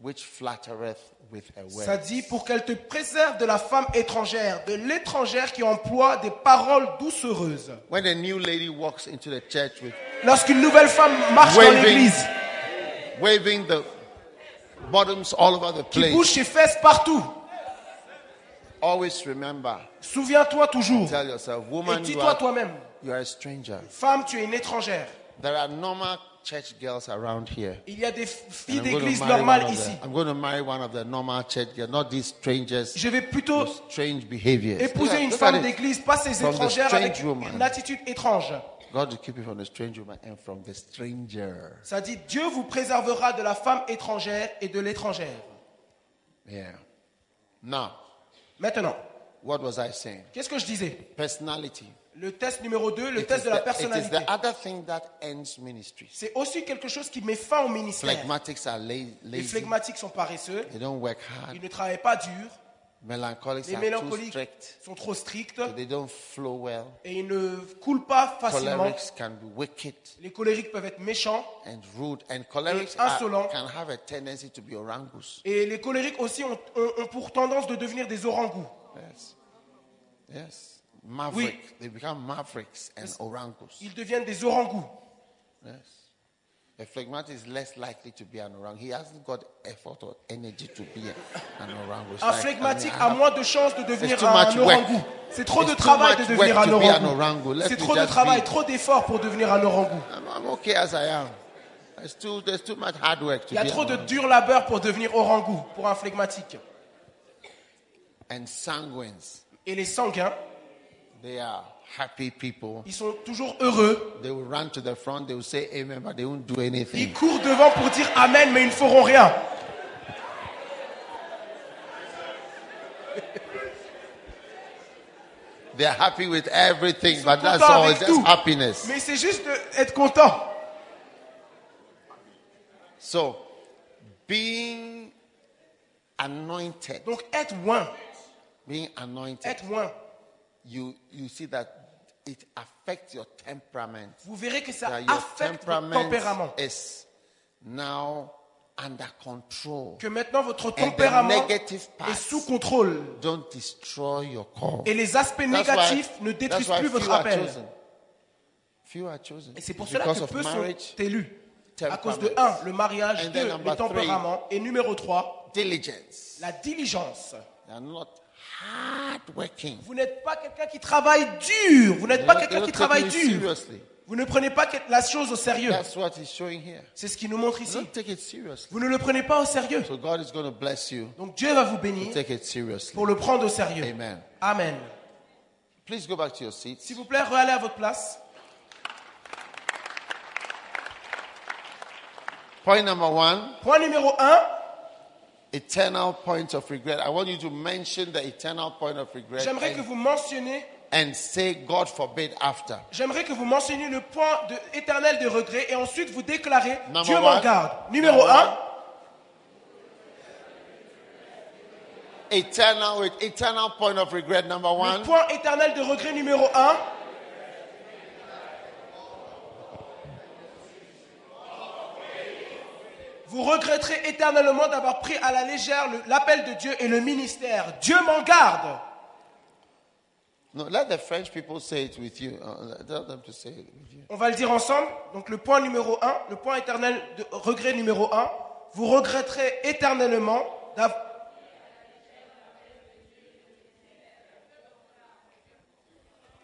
[SPEAKER 2] which flattereth with her words.
[SPEAKER 3] Ça dit pour qu'elle te préserve de la femme étrangère, de l'étrangère qui emploie des paroles doucereuses.
[SPEAKER 2] When a new lady walks into the church with
[SPEAKER 3] Lorsqu'une nouvelle femme marche dans
[SPEAKER 2] Waving.
[SPEAKER 3] l'église,
[SPEAKER 2] waving the bottoms all over the
[SPEAKER 3] qui
[SPEAKER 2] place,
[SPEAKER 3] bouge ses fesses partout,
[SPEAKER 2] always remember,
[SPEAKER 3] souviens-toi toujours
[SPEAKER 2] tell yourself,
[SPEAKER 3] et
[SPEAKER 2] woman, you
[SPEAKER 3] dis-toi
[SPEAKER 2] are,
[SPEAKER 3] toi-même,
[SPEAKER 2] you are a stranger.
[SPEAKER 3] femme, tu es une étrangère.
[SPEAKER 2] There are normal church girls around here.
[SPEAKER 3] Il y a des filles
[SPEAKER 2] And I'm going to
[SPEAKER 3] d'église
[SPEAKER 2] marry one
[SPEAKER 3] normales
[SPEAKER 2] of
[SPEAKER 3] ici.
[SPEAKER 2] the- I'm going to marry one of the normal church girls, not these strangers,
[SPEAKER 3] Je vais plutôt
[SPEAKER 2] with strange behaviors. Look
[SPEAKER 3] épouser
[SPEAKER 2] at-
[SPEAKER 3] une
[SPEAKER 2] look at
[SPEAKER 3] femme
[SPEAKER 2] it.
[SPEAKER 3] d'église, pas ces
[SPEAKER 2] From the
[SPEAKER 3] étrangères avec
[SPEAKER 2] strange woman.
[SPEAKER 3] une attitude étrange.
[SPEAKER 2] God will keep you from the strange woman and from the stranger.
[SPEAKER 3] Ça dit Dieu vous préservera de la femme étrangère et de l'étrangère.
[SPEAKER 2] Yeah. Now,
[SPEAKER 3] Maintenant,
[SPEAKER 2] what was I saying?
[SPEAKER 3] qu'est-ce que je disais
[SPEAKER 2] Personality.
[SPEAKER 3] Le test numéro 2, le
[SPEAKER 2] It
[SPEAKER 3] test
[SPEAKER 2] is
[SPEAKER 3] de
[SPEAKER 2] the-
[SPEAKER 3] la
[SPEAKER 2] It is
[SPEAKER 3] personnalité.
[SPEAKER 2] the other thing that ends ministries.
[SPEAKER 3] C'est aussi quelque chose qui met fin au ministère.
[SPEAKER 2] Phlegmatics are la-
[SPEAKER 3] Les
[SPEAKER 2] lazy.
[SPEAKER 3] flegmatiques sont paresseux,
[SPEAKER 2] They don't work
[SPEAKER 3] ils
[SPEAKER 2] hard.
[SPEAKER 3] ne travaillent pas dur,
[SPEAKER 2] Melancholics
[SPEAKER 3] les
[SPEAKER 2] are too
[SPEAKER 3] mélancoliques
[SPEAKER 2] strict.
[SPEAKER 3] sont trop stricts
[SPEAKER 2] They don't flow well.
[SPEAKER 3] et ils ne coulent pas facilement.
[SPEAKER 2] Cholerics can be wicked
[SPEAKER 3] Les colériques peuvent être méchants
[SPEAKER 2] and rude. And cholerics
[SPEAKER 3] Et
[SPEAKER 2] are-
[SPEAKER 3] insolents.
[SPEAKER 2] can have a tendency to be orangus.
[SPEAKER 3] et les colériques aussi ont, ont- ont pour tendance de devenir des orangous.
[SPEAKER 2] Yes. Yes. Maverick. They become mavericks and orangus.
[SPEAKER 3] Ils deviennent des orangous.
[SPEAKER 2] Yes. A phlegmatic is less likely to be an orang. He hasn't got effort or energy to be an orangus.
[SPEAKER 3] Un phlegmatique a moins de chances de devenir
[SPEAKER 2] too
[SPEAKER 3] un
[SPEAKER 2] much work.
[SPEAKER 3] orangou. C'est trop
[SPEAKER 2] It's
[SPEAKER 3] de
[SPEAKER 2] too
[SPEAKER 3] travail de
[SPEAKER 2] much
[SPEAKER 3] devenir
[SPEAKER 2] work
[SPEAKER 3] un
[SPEAKER 2] to be an
[SPEAKER 3] orangou.
[SPEAKER 2] orangu. Let
[SPEAKER 3] C'est
[SPEAKER 2] me
[SPEAKER 3] trop de
[SPEAKER 2] just
[SPEAKER 3] travail,
[SPEAKER 2] be.
[SPEAKER 3] trop d'efforts pour devenir un orangou.
[SPEAKER 2] I'm, I'm okay as I am. There's too, there's too much hard work to
[SPEAKER 3] Il y a
[SPEAKER 2] be
[SPEAKER 3] trop
[SPEAKER 2] an
[SPEAKER 3] de
[SPEAKER 2] orang.
[SPEAKER 3] dur labeur pour devenir orangou, pour un phlegmatique.
[SPEAKER 2] And sanguines.
[SPEAKER 3] Et les sanguins,
[SPEAKER 2] They are happy people.
[SPEAKER 3] ils sont toujours heureux.
[SPEAKER 2] They will run to the front. They will say amen, but they won't do anything.
[SPEAKER 3] Ils courent devant pour dire Amen, mais ils ne feront rien.
[SPEAKER 2] They are happy with everything,
[SPEAKER 3] sont
[SPEAKER 2] but that's all.
[SPEAKER 3] contents avec
[SPEAKER 2] It's just
[SPEAKER 3] tout.
[SPEAKER 2] happiness.
[SPEAKER 3] Mais c'est juste de être content.
[SPEAKER 2] So, being anointed,
[SPEAKER 3] Donc être loin,
[SPEAKER 2] being anointed,
[SPEAKER 3] être loin.
[SPEAKER 2] you you see that it affects your temperament.
[SPEAKER 3] Vous verrez que ça
[SPEAKER 2] That your
[SPEAKER 3] affecte votre tempérament.
[SPEAKER 2] temperament is now under control.
[SPEAKER 3] Que maintenant votre
[SPEAKER 2] the
[SPEAKER 3] tempérament
[SPEAKER 2] negative
[SPEAKER 3] est
[SPEAKER 2] parts.
[SPEAKER 3] sous contrôle.
[SPEAKER 2] Don't destroy your call.
[SPEAKER 3] Et les aspects
[SPEAKER 2] That's
[SPEAKER 3] négatifs
[SPEAKER 2] why-
[SPEAKER 3] ne
[SPEAKER 2] that's
[SPEAKER 3] détruisent
[SPEAKER 2] why
[SPEAKER 3] plus votre
[SPEAKER 2] few are
[SPEAKER 3] appel.
[SPEAKER 2] chosen. Few are chosen.
[SPEAKER 3] Et c'est pour
[SPEAKER 2] It's
[SPEAKER 3] cela
[SPEAKER 2] because
[SPEAKER 3] que
[SPEAKER 2] of
[SPEAKER 3] peu
[SPEAKER 2] marriage,
[SPEAKER 3] sont élus. À cause de
[SPEAKER 2] temperament.
[SPEAKER 3] 1, le mariage,
[SPEAKER 2] And
[SPEAKER 3] 2,
[SPEAKER 2] then
[SPEAKER 3] le
[SPEAKER 2] number three.
[SPEAKER 3] tempérament, et numéro 3,
[SPEAKER 2] diligence.
[SPEAKER 3] la diligence.
[SPEAKER 2] They are not hard working.
[SPEAKER 3] Vous n'êtes pas quelqu'un qui travaille dur. Vous n'êtes pas
[SPEAKER 2] They
[SPEAKER 3] quelqu'un
[SPEAKER 2] don't
[SPEAKER 3] qui
[SPEAKER 2] take
[SPEAKER 3] travaille
[SPEAKER 2] me
[SPEAKER 3] dur.
[SPEAKER 2] Seriously.
[SPEAKER 3] Vous ne prenez pas que- la chose au sérieux.
[SPEAKER 2] That's what he's showing here.
[SPEAKER 3] C'est ce qu'il nous montre
[SPEAKER 2] They
[SPEAKER 3] ici.
[SPEAKER 2] Don't take it seriously.
[SPEAKER 3] Vous ne le prenez pas au sérieux.
[SPEAKER 2] So God is going to bless you.
[SPEAKER 3] Donc Dieu va vous bénir
[SPEAKER 2] Take it seriously.
[SPEAKER 3] pour le prendre au sérieux.
[SPEAKER 2] Amen.
[SPEAKER 3] Amen.
[SPEAKER 2] Please go back to your seats.
[SPEAKER 3] S'il vous plaît, reallez à votre place.
[SPEAKER 2] Point number one,
[SPEAKER 3] Point numéro 1,
[SPEAKER 2] eternal point of regret. I want you to mention the eternal point of regret
[SPEAKER 3] j'aimerais que
[SPEAKER 2] and,
[SPEAKER 3] vous mentionniez
[SPEAKER 2] and say, God forbid, after.
[SPEAKER 3] J'aimerais que vous mentionniez le point de- éternel de regret et ensuite vous déclarez
[SPEAKER 2] Number
[SPEAKER 3] Dieu m'en
[SPEAKER 2] one.
[SPEAKER 3] garde. Numéro
[SPEAKER 2] Number
[SPEAKER 3] 1,
[SPEAKER 2] Eternal with eternal point of regret number
[SPEAKER 3] le
[SPEAKER 2] one.
[SPEAKER 3] point éternel de regret numéro 1, vous regretterez éternellement d'avoir pris à la légère le- l'appel de Dieu et le ministère. Dieu m'en garde.
[SPEAKER 2] No, let the French people say it with you. Uh, tell them to say it with you.
[SPEAKER 3] On va le dire ensemble. Donc le point numéro 1, le point éternel de regret numéro 1, vous regretterez éternellement d'avoir...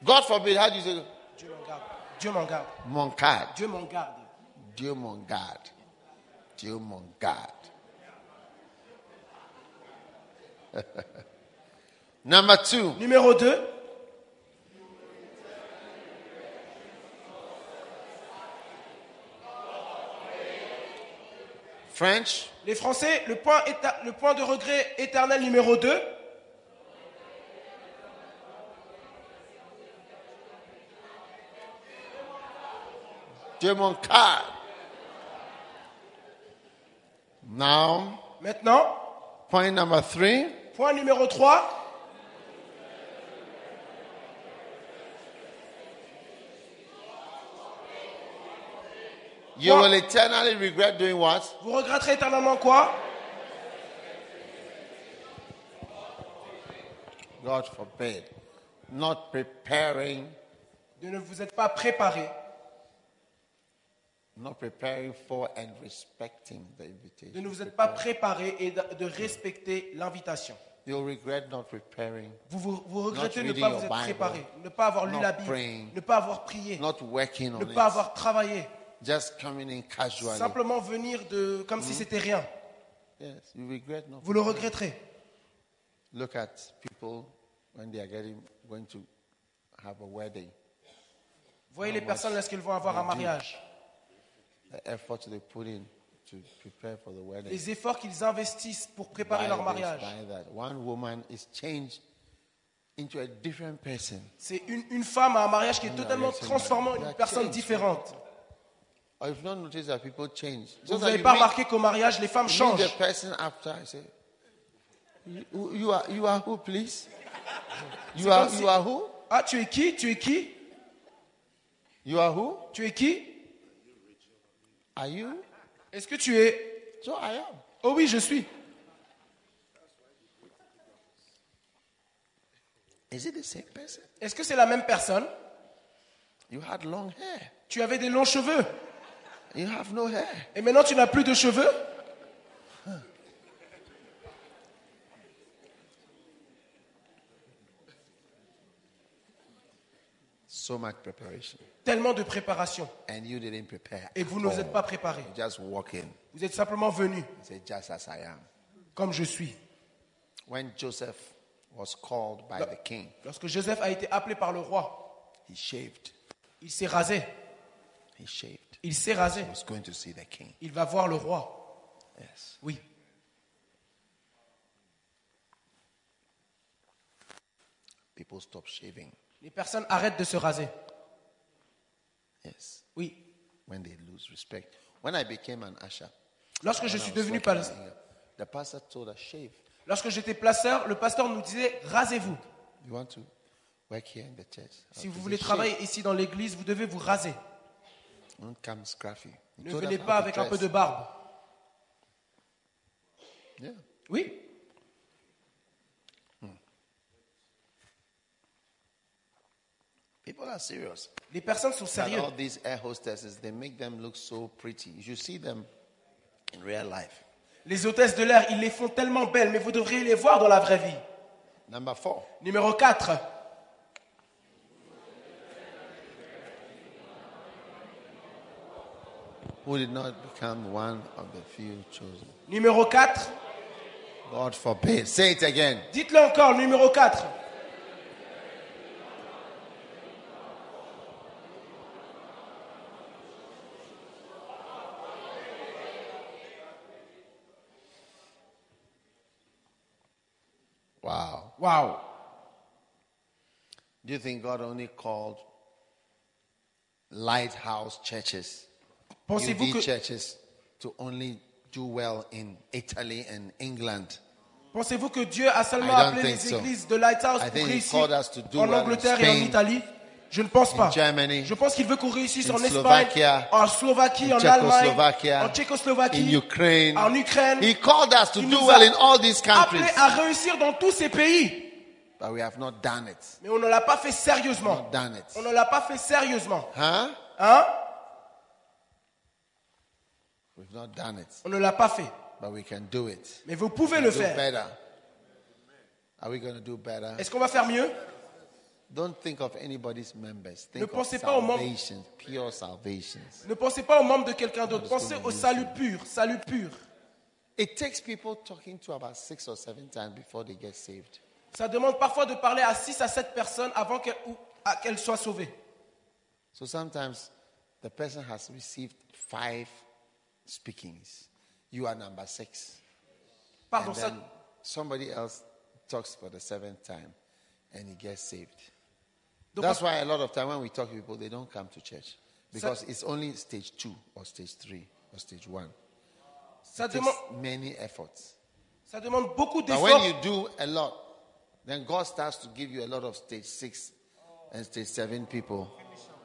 [SPEAKER 2] God forbid, how do you say?
[SPEAKER 3] Dieu m'en garde. Dieu m'en garde.
[SPEAKER 2] Mon card.
[SPEAKER 3] Dieu m'en garde.
[SPEAKER 2] Dieu mon garde. Dieu mon garde. Number two,
[SPEAKER 3] Numéro 2,
[SPEAKER 2] French.
[SPEAKER 3] les Français, le point, éta- le point de regret éternel numéro 2,
[SPEAKER 2] Dieu mon card. Now,
[SPEAKER 3] maintenant,
[SPEAKER 2] point number three,
[SPEAKER 3] point numéro 3,
[SPEAKER 2] You
[SPEAKER 3] What?
[SPEAKER 2] will eternally regret doing what?
[SPEAKER 3] Vous regretterez éternellement quoi
[SPEAKER 2] God forbid. Not preparing,
[SPEAKER 3] De ne vous être pas préparé,
[SPEAKER 2] not preparing for and respecting the
[SPEAKER 3] de ne
[SPEAKER 2] invitation.
[SPEAKER 3] vous être pas préparé et de de respecter l'invitation.
[SPEAKER 2] You'll regret not preparing,
[SPEAKER 3] Vous, vous, vous regrettez
[SPEAKER 2] Not
[SPEAKER 3] ne
[SPEAKER 2] reading
[SPEAKER 3] pas
[SPEAKER 2] your
[SPEAKER 3] vous être
[SPEAKER 2] Bible.
[SPEAKER 3] préparé, ne pas avoir lu
[SPEAKER 2] Not
[SPEAKER 3] la Bible,
[SPEAKER 2] praying.
[SPEAKER 3] ne pas avoir prié,
[SPEAKER 2] not working
[SPEAKER 3] ne
[SPEAKER 2] on
[SPEAKER 3] pas
[SPEAKER 2] it,
[SPEAKER 3] avoir travaillé.
[SPEAKER 2] just coming in casually.
[SPEAKER 3] Simplement venir de comme
[SPEAKER 2] Hmm?
[SPEAKER 3] si c'était rien.
[SPEAKER 2] Yes, you regret not.
[SPEAKER 3] Vous le regretterez.
[SPEAKER 2] Look at people when they are getting going to have a wedding.
[SPEAKER 3] Voyez les personnes lorsqu'elles vont avoir un mariage,
[SPEAKER 2] The effort they put in to prepare for the wedding.
[SPEAKER 3] les efforts qu'ils investissent pour préparer
[SPEAKER 2] Buy
[SPEAKER 3] leur
[SPEAKER 2] this,
[SPEAKER 3] mariage.
[SPEAKER 2] buy that. One woman is changed into a different person.
[SPEAKER 3] C'est une, une femme à un mariage qui est totalement
[SPEAKER 2] yes,
[SPEAKER 3] transformée en
[SPEAKER 2] yeah,
[SPEAKER 3] une personne
[SPEAKER 2] change.
[SPEAKER 3] différente.
[SPEAKER 2] Or if not notice that people change.
[SPEAKER 3] Vous
[SPEAKER 2] Just
[SPEAKER 3] n'avez
[SPEAKER 2] like
[SPEAKER 3] pas
[SPEAKER 2] you meet-
[SPEAKER 3] remarqué qu'au mariage, les femmes
[SPEAKER 2] You meet
[SPEAKER 3] changent.
[SPEAKER 2] the person after I say, you, you are you are who, please? You are
[SPEAKER 3] comme si-
[SPEAKER 2] you are who?
[SPEAKER 3] Ah, tu es qui Tu es qui
[SPEAKER 2] You are who?
[SPEAKER 3] Tu es qui
[SPEAKER 2] Are you?
[SPEAKER 3] Est-ce que tu es
[SPEAKER 2] So I am.
[SPEAKER 3] Oh oui, je suis.
[SPEAKER 2] Is it the same person?
[SPEAKER 3] Est-ce que c'est la même personne
[SPEAKER 2] You had long hair.
[SPEAKER 3] Tu avais des longs cheveux
[SPEAKER 2] You have no hair.
[SPEAKER 3] et maintenant tu n'as plus de cheveux
[SPEAKER 2] So much preparation.
[SPEAKER 3] Tellement de préparation
[SPEAKER 2] And you didn't prepare.
[SPEAKER 3] et vous ne vous êtes pas préparé.
[SPEAKER 2] You just walk in.
[SPEAKER 3] Vous êtes simplement venu
[SPEAKER 2] Say just as I am.
[SPEAKER 3] comme je suis.
[SPEAKER 2] When Joseph was called by the king,
[SPEAKER 3] Lorsque Joseph a été appelé par le roi,
[SPEAKER 2] he shaved.
[SPEAKER 3] il s'est rasé.
[SPEAKER 2] He shaved.
[SPEAKER 3] Il s'est rasé.
[SPEAKER 2] He was going to see the king.
[SPEAKER 3] Il va voir le roi.
[SPEAKER 2] Yes.
[SPEAKER 3] Oui.
[SPEAKER 2] People stop shaving.
[SPEAKER 3] Les personnes arrêtent de se raser.
[SPEAKER 2] Yes.
[SPEAKER 3] Oui.
[SPEAKER 2] When they lose respect. When I became an usher,
[SPEAKER 3] Lorsque je suis
[SPEAKER 2] I was
[SPEAKER 3] devenu
[SPEAKER 2] working
[SPEAKER 3] pasteur,
[SPEAKER 2] in- the pastor told us shave.
[SPEAKER 3] lorsque j'étais pasteur, le pasteur nous disait rasez-vous.
[SPEAKER 2] You want to work here in the church?
[SPEAKER 3] Si
[SPEAKER 2] I
[SPEAKER 3] vous
[SPEAKER 2] said,
[SPEAKER 3] voulez
[SPEAKER 2] "Shave."
[SPEAKER 3] travailler ici dans l'église, vous devez vous raser.
[SPEAKER 2] Don't come scruffy. He
[SPEAKER 3] Ne
[SPEAKER 2] told us
[SPEAKER 3] venez
[SPEAKER 2] how
[SPEAKER 3] pas
[SPEAKER 2] to
[SPEAKER 3] avec un peu
[SPEAKER 2] dress.
[SPEAKER 3] de barbe.
[SPEAKER 2] Yeah.
[SPEAKER 3] Oui.
[SPEAKER 2] People are serious.
[SPEAKER 3] Les personnes sont
[SPEAKER 2] And
[SPEAKER 3] sérieuses.
[SPEAKER 2] all these air hostesses, they make them look so pretty. You should see them in real life.
[SPEAKER 3] Les hôtesses de l'air, ils les font tellement belles, mais vous devriez les voir dans la vraie vie.
[SPEAKER 2] Number four,
[SPEAKER 3] Numéro 4.
[SPEAKER 2] who did not become one of the few chosen.
[SPEAKER 3] Numéro 4.
[SPEAKER 2] God forbid. Say it again.
[SPEAKER 3] Dites-le encore, numéro 4.
[SPEAKER 2] Wow.
[SPEAKER 3] Waouh.
[SPEAKER 2] Do you think God only called lighthouse churches,
[SPEAKER 3] Pensez-vous
[SPEAKER 2] UD
[SPEAKER 3] que,
[SPEAKER 2] churches, to only do well in Italy and England?
[SPEAKER 3] pensez-vous que Dieu a
[SPEAKER 2] I
[SPEAKER 3] seulement
[SPEAKER 2] don't
[SPEAKER 3] appelé
[SPEAKER 2] think
[SPEAKER 3] les
[SPEAKER 2] so.
[SPEAKER 3] églises de Lighthouse
[SPEAKER 2] I
[SPEAKER 3] pour
[SPEAKER 2] think he
[SPEAKER 3] réussir
[SPEAKER 2] called us to do
[SPEAKER 3] en
[SPEAKER 2] well in
[SPEAKER 3] Angleterre et en
[SPEAKER 2] Spain,
[SPEAKER 3] Italie Je ne pense pas.
[SPEAKER 2] Germany,
[SPEAKER 3] Je pense qu'il veut qu'on réussisse
[SPEAKER 2] in
[SPEAKER 3] en Espagne,
[SPEAKER 2] Slovakia,
[SPEAKER 3] en Slovaquie,
[SPEAKER 2] in
[SPEAKER 3] en Allemagne,
[SPEAKER 2] Czechoslovakia,
[SPEAKER 3] en Tchécoslovaquie,
[SPEAKER 2] in Ukraine.
[SPEAKER 3] en Ukraine.
[SPEAKER 2] He called us to
[SPEAKER 3] Il
[SPEAKER 2] do
[SPEAKER 3] nous a
[SPEAKER 2] well in all these
[SPEAKER 3] appelés
[SPEAKER 2] countries,
[SPEAKER 3] à réussir dans tous ces pays.
[SPEAKER 2] but we have not done it.
[SPEAKER 3] Mais on ne l'a pas fait sérieusement.
[SPEAKER 2] Not done it.
[SPEAKER 3] On ne l'a pas fait sérieusement.
[SPEAKER 2] Huh?
[SPEAKER 3] Hein
[SPEAKER 2] We've not done it,
[SPEAKER 3] On ne l'a pas fait.
[SPEAKER 2] but we can do it.
[SPEAKER 3] Mais vous pouvez
[SPEAKER 2] Do
[SPEAKER 3] le faire.
[SPEAKER 2] better. Are we going to do better?
[SPEAKER 3] Est-ce qu'on va faire mieux
[SPEAKER 2] Don't think of anybody's members.
[SPEAKER 3] Ne
[SPEAKER 2] Think
[SPEAKER 3] pensez
[SPEAKER 2] of
[SPEAKER 3] pas aux membres.
[SPEAKER 2] salvation, pure salvations.
[SPEAKER 3] Ne pensez pas aux membres de quelqu'un d'autre. Pensez au salut pur, salut pur.
[SPEAKER 2] It takes people talking to about six or seven times before they get saved.
[SPEAKER 3] Ça demande parfois de parler à 6 à 7 personnes avant qu'elles ou- à- qu'elles soient sauvées.
[SPEAKER 2] So sometimes the person has received five speakings. You are number six.
[SPEAKER 3] Pardon,
[SPEAKER 2] And
[SPEAKER 3] ça,
[SPEAKER 2] then somebody else talks for the seventh time and he gets saved.
[SPEAKER 3] donc,
[SPEAKER 2] That's why a lot of time when we talk to people, they don't come to church because it's only stage two or stage three or stage one.
[SPEAKER 3] ça,
[SPEAKER 2] It takes
[SPEAKER 3] demande,
[SPEAKER 2] many efforts.
[SPEAKER 3] ça demande beaucoup
[SPEAKER 2] But
[SPEAKER 3] d'efforts.
[SPEAKER 2] when you do a lot, then God starts to give you a lot of stage six and stage seven people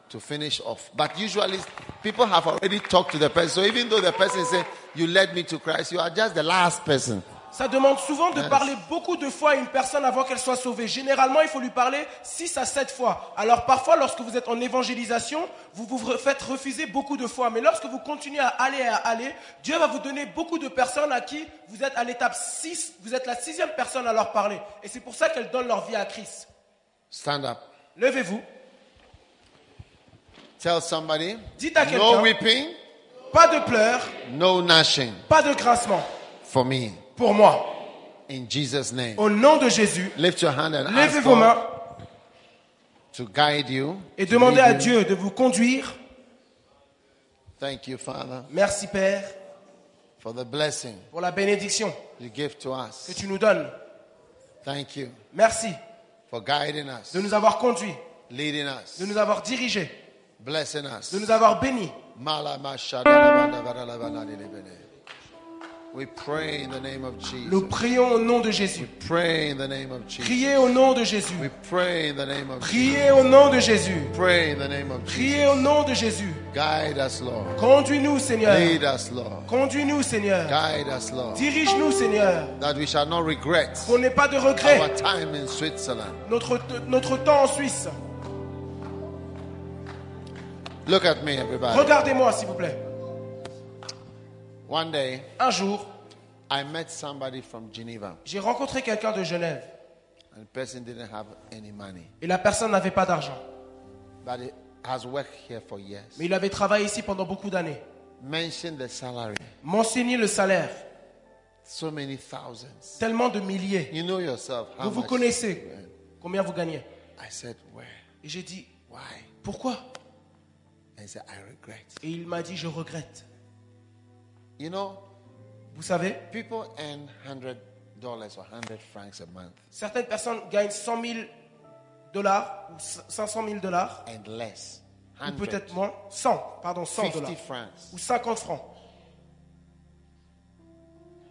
[SPEAKER 2] to finish off. But usually, people have already talked to the person. So even though the person say, "You led me to Christ," you are just the last person.
[SPEAKER 3] Ça demande souvent de parler beaucoup de fois à une personne avant qu'elle soit sauvée. Généralement, il faut lui parler 6 à 7 fois. Alors parfois, lorsque vous êtes en évangélisation, vous vous re- faites refuser beaucoup de fois. Mais lorsque vous continuez à aller et à aller, Dieu va vous donner beaucoup de personnes à qui vous êtes à l'étape 6, vous êtes la sixième personne à leur parler. Et c'est pour ça qu'elles donnent leur vie à Christ.
[SPEAKER 2] Stand up.
[SPEAKER 3] Levez-vous,
[SPEAKER 2] Tell somebody.
[SPEAKER 3] Dites à
[SPEAKER 2] No
[SPEAKER 3] quelqu'un.
[SPEAKER 2] weeping,
[SPEAKER 3] pas de pleurs,
[SPEAKER 2] no gnashing
[SPEAKER 3] pas de grincement.
[SPEAKER 2] for me.
[SPEAKER 3] Pour moi,
[SPEAKER 2] In Jesus' name.
[SPEAKER 3] au nom de Jésus,
[SPEAKER 2] Lift your hand and
[SPEAKER 3] levez
[SPEAKER 2] ask
[SPEAKER 3] vos
[SPEAKER 2] God
[SPEAKER 3] mains
[SPEAKER 2] to guide you.
[SPEAKER 3] et
[SPEAKER 2] to
[SPEAKER 3] demandez
[SPEAKER 2] lead
[SPEAKER 3] à
[SPEAKER 2] you.
[SPEAKER 3] Dieu de vous conduire.
[SPEAKER 2] Thank you, Father,
[SPEAKER 3] Merci Père
[SPEAKER 2] for the blessing
[SPEAKER 3] pour la bénédiction
[SPEAKER 2] you give to
[SPEAKER 3] que
[SPEAKER 2] us.
[SPEAKER 3] tu nous donnes.
[SPEAKER 2] Thank you
[SPEAKER 3] Merci
[SPEAKER 2] for guiding us,
[SPEAKER 3] de nous avoir conduits,
[SPEAKER 2] leading us,
[SPEAKER 3] de nous avoir dirigés,
[SPEAKER 2] blessing us.
[SPEAKER 3] de nous avoir bénis.
[SPEAKER 2] We pray in the name of
[SPEAKER 3] Nous
[SPEAKER 2] Jesus.
[SPEAKER 3] prions au nom de Jésus.
[SPEAKER 2] Pray in the name of Jesus.
[SPEAKER 3] Priez au nom de
[SPEAKER 2] We
[SPEAKER 3] Jésus.
[SPEAKER 2] pray in the name of Jesus.
[SPEAKER 3] Priez au nom de Jésus.
[SPEAKER 2] Pray in the name of
[SPEAKER 3] Priez
[SPEAKER 2] Jesus.
[SPEAKER 3] au nom de Jésus.
[SPEAKER 2] Guide us, Lord.
[SPEAKER 3] Conduis-nous, Seigneur.
[SPEAKER 2] Lead us, Lord.
[SPEAKER 3] Conduis-nous, Seigneur.
[SPEAKER 2] Guide us, Lord.
[SPEAKER 3] Dirige-nous, Seigneur.
[SPEAKER 2] That we shall not regret
[SPEAKER 3] Qu'on n'ait pas de
[SPEAKER 2] our
[SPEAKER 3] regrets.
[SPEAKER 2] time in Switzerland.
[SPEAKER 3] Notre, notre temps en Suisse.
[SPEAKER 2] Look at me, everybody.
[SPEAKER 3] Regardez-moi, s'il vous plaît.
[SPEAKER 2] One day,
[SPEAKER 3] Un jour,
[SPEAKER 2] I met somebody from Geneva,
[SPEAKER 3] j'ai rencontré quelqu'un de Genève.
[SPEAKER 2] and the person didn't have any money,
[SPEAKER 3] Et la personne n'avait pas d'argent.
[SPEAKER 2] but he has worked here for years.
[SPEAKER 3] Mais il avait travaillé ici pendant beaucoup d'années.
[SPEAKER 2] Mentioned the salary,
[SPEAKER 3] Mentionné le salaire.
[SPEAKER 2] so many thousands.
[SPEAKER 3] Tellement de milliers.
[SPEAKER 2] You know yourself. How
[SPEAKER 3] Vous vous
[SPEAKER 2] much-
[SPEAKER 3] connaissez. Combien vous gagnez
[SPEAKER 2] I said, where?
[SPEAKER 3] Et j'ai dit,
[SPEAKER 2] Why?
[SPEAKER 3] pourquoi
[SPEAKER 2] And he said, I regret.
[SPEAKER 3] Et il m'a dit, je regrette.
[SPEAKER 2] You know,
[SPEAKER 3] Vous savez,
[SPEAKER 2] people earn hundred dollars or hundred francs a month
[SPEAKER 3] certaines personnes gagnent 100 000 dollars ou 500 000 dollars,
[SPEAKER 2] and less.
[SPEAKER 3] ou
[SPEAKER 2] 100,
[SPEAKER 3] peut-être moins, 100, pardon, 100 dollars,
[SPEAKER 2] 50 francs.
[SPEAKER 3] ou 50 francs.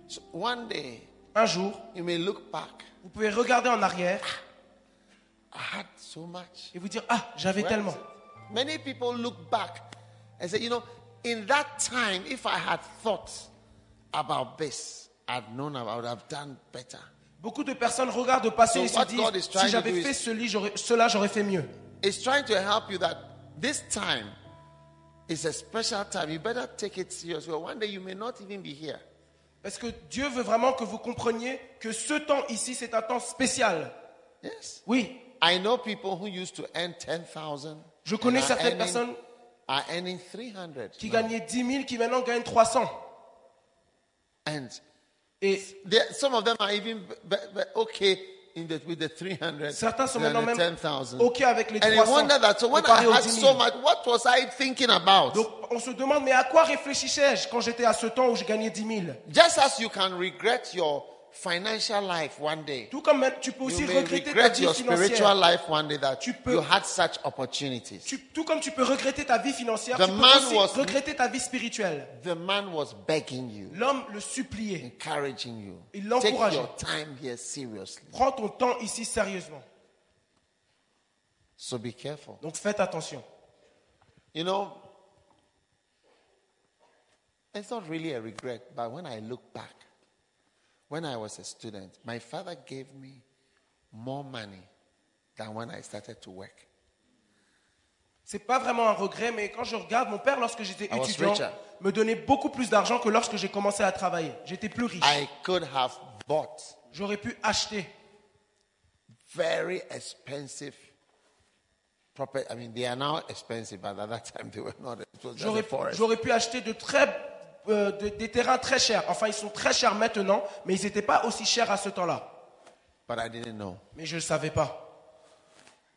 [SPEAKER 2] So one day,
[SPEAKER 3] Un jour,
[SPEAKER 2] you may look back.
[SPEAKER 3] vous pouvez regarder en arrière
[SPEAKER 2] I had so much.
[SPEAKER 3] et vous dire, ah, j'avais
[SPEAKER 2] Where is
[SPEAKER 3] tellement.
[SPEAKER 2] it? Many people look back and say, you know, in that time, if I had thought about this, I'd known I would have done better.
[SPEAKER 3] Beaucoup de personnes regardent au passé
[SPEAKER 2] So
[SPEAKER 3] et se
[SPEAKER 2] what God is
[SPEAKER 3] disent,
[SPEAKER 2] trying
[SPEAKER 3] si
[SPEAKER 2] to do
[SPEAKER 3] j'avais
[SPEAKER 2] is-
[SPEAKER 3] fait celi- j'aurais- cela, j'aurais fait mieux.
[SPEAKER 2] It's trying to help you that this time is a special time. You better take it seriously. One day you may not even be here.
[SPEAKER 3] Parce que Dieu veut vraiment que vous compreniez que ce temps ici, c'est un temps spécial.
[SPEAKER 2] Yes.
[SPEAKER 3] Oui,
[SPEAKER 2] I know people who used to earn 10,000.
[SPEAKER 3] Je connais
[SPEAKER 2] and are
[SPEAKER 3] certaines
[SPEAKER 2] earning-
[SPEAKER 3] personnes-
[SPEAKER 2] Are earning 300.
[SPEAKER 3] qui
[SPEAKER 2] now.
[SPEAKER 3] gagnaient 10 000, qui maintenant gagnent 300.
[SPEAKER 2] And
[SPEAKER 3] Et
[SPEAKER 2] There, some of them are even b- b- b- okay in the, with the 300.
[SPEAKER 3] Certains sont
[SPEAKER 2] than the
[SPEAKER 3] maintenant même
[SPEAKER 2] 10,000.
[SPEAKER 3] OK avec les
[SPEAKER 2] And
[SPEAKER 3] 300,
[SPEAKER 2] I wonder that. So when I
[SPEAKER 3] comparé aux
[SPEAKER 2] had
[SPEAKER 3] 10 000.
[SPEAKER 2] so much, what was I thinking about?
[SPEAKER 3] Donc on se demande, mais à quoi réfléchissais-je quand j'étais à ce temps où je gagnais 10 000
[SPEAKER 2] Just as you can regret your financial life one day,
[SPEAKER 3] Tout comme tu peux aussi
[SPEAKER 2] you may
[SPEAKER 3] regretter ta
[SPEAKER 2] regret
[SPEAKER 3] vie
[SPEAKER 2] your spiritual
[SPEAKER 3] financière.
[SPEAKER 2] life one day that
[SPEAKER 3] Tu peux-
[SPEAKER 2] you had such opportunities.
[SPEAKER 3] Tu- tout comme tu peux regretter ta vie financière,
[SPEAKER 2] The
[SPEAKER 3] tu peux
[SPEAKER 2] man
[SPEAKER 3] aussi
[SPEAKER 2] was-
[SPEAKER 3] regretter ta vie spirituelle.
[SPEAKER 2] The man was begging you,
[SPEAKER 3] L'homme le suppliait.
[SPEAKER 2] encouraging you.
[SPEAKER 3] Il
[SPEAKER 2] Take
[SPEAKER 3] l'encourageait.
[SPEAKER 2] your time here seriously.
[SPEAKER 3] Prends ton temps ici sérieusement.
[SPEAKER 2] So be careful.
[SPEAKER 3] Donc faites attention.
[SPEAKER 2] You know, it's not really a regret, but when I look back, when I was a student, my father gave me more money than when I started to work.
[SPEAKER 3] C'est pas vraiment un regret, mais quand je regarde, mon père, lorsque j'étais
[SPEAKER 2] I was
[SPEAKER 3] étudiant,
[SPEAKER 2] richer.
[SPEAKER 3] me donnait beaucoup plus d'argent que lorsque j'ai commencé à travailler. J'étais plus riche.
[SPEAKER 2] I could have bought
[SPEAKER 3] J'aurais pu acheter.
[SPEAKER 2] very expensive property. I mean, they are now expensive, but at that time they were not. It was just a
[SPEAKER 3] J'aurais
[SPEAKER 2] forest.
[SPEAKER 3] j'aurais pu acheter de très, euh, de- des terrains très chers. Enfin, ils sont très chers maintenant, mais ils n'étaient pas aussi chers à ce temps-là.
[SPEAKER 2] But I didn't know.
[SPEAKER 3] Mais je ne savais pas.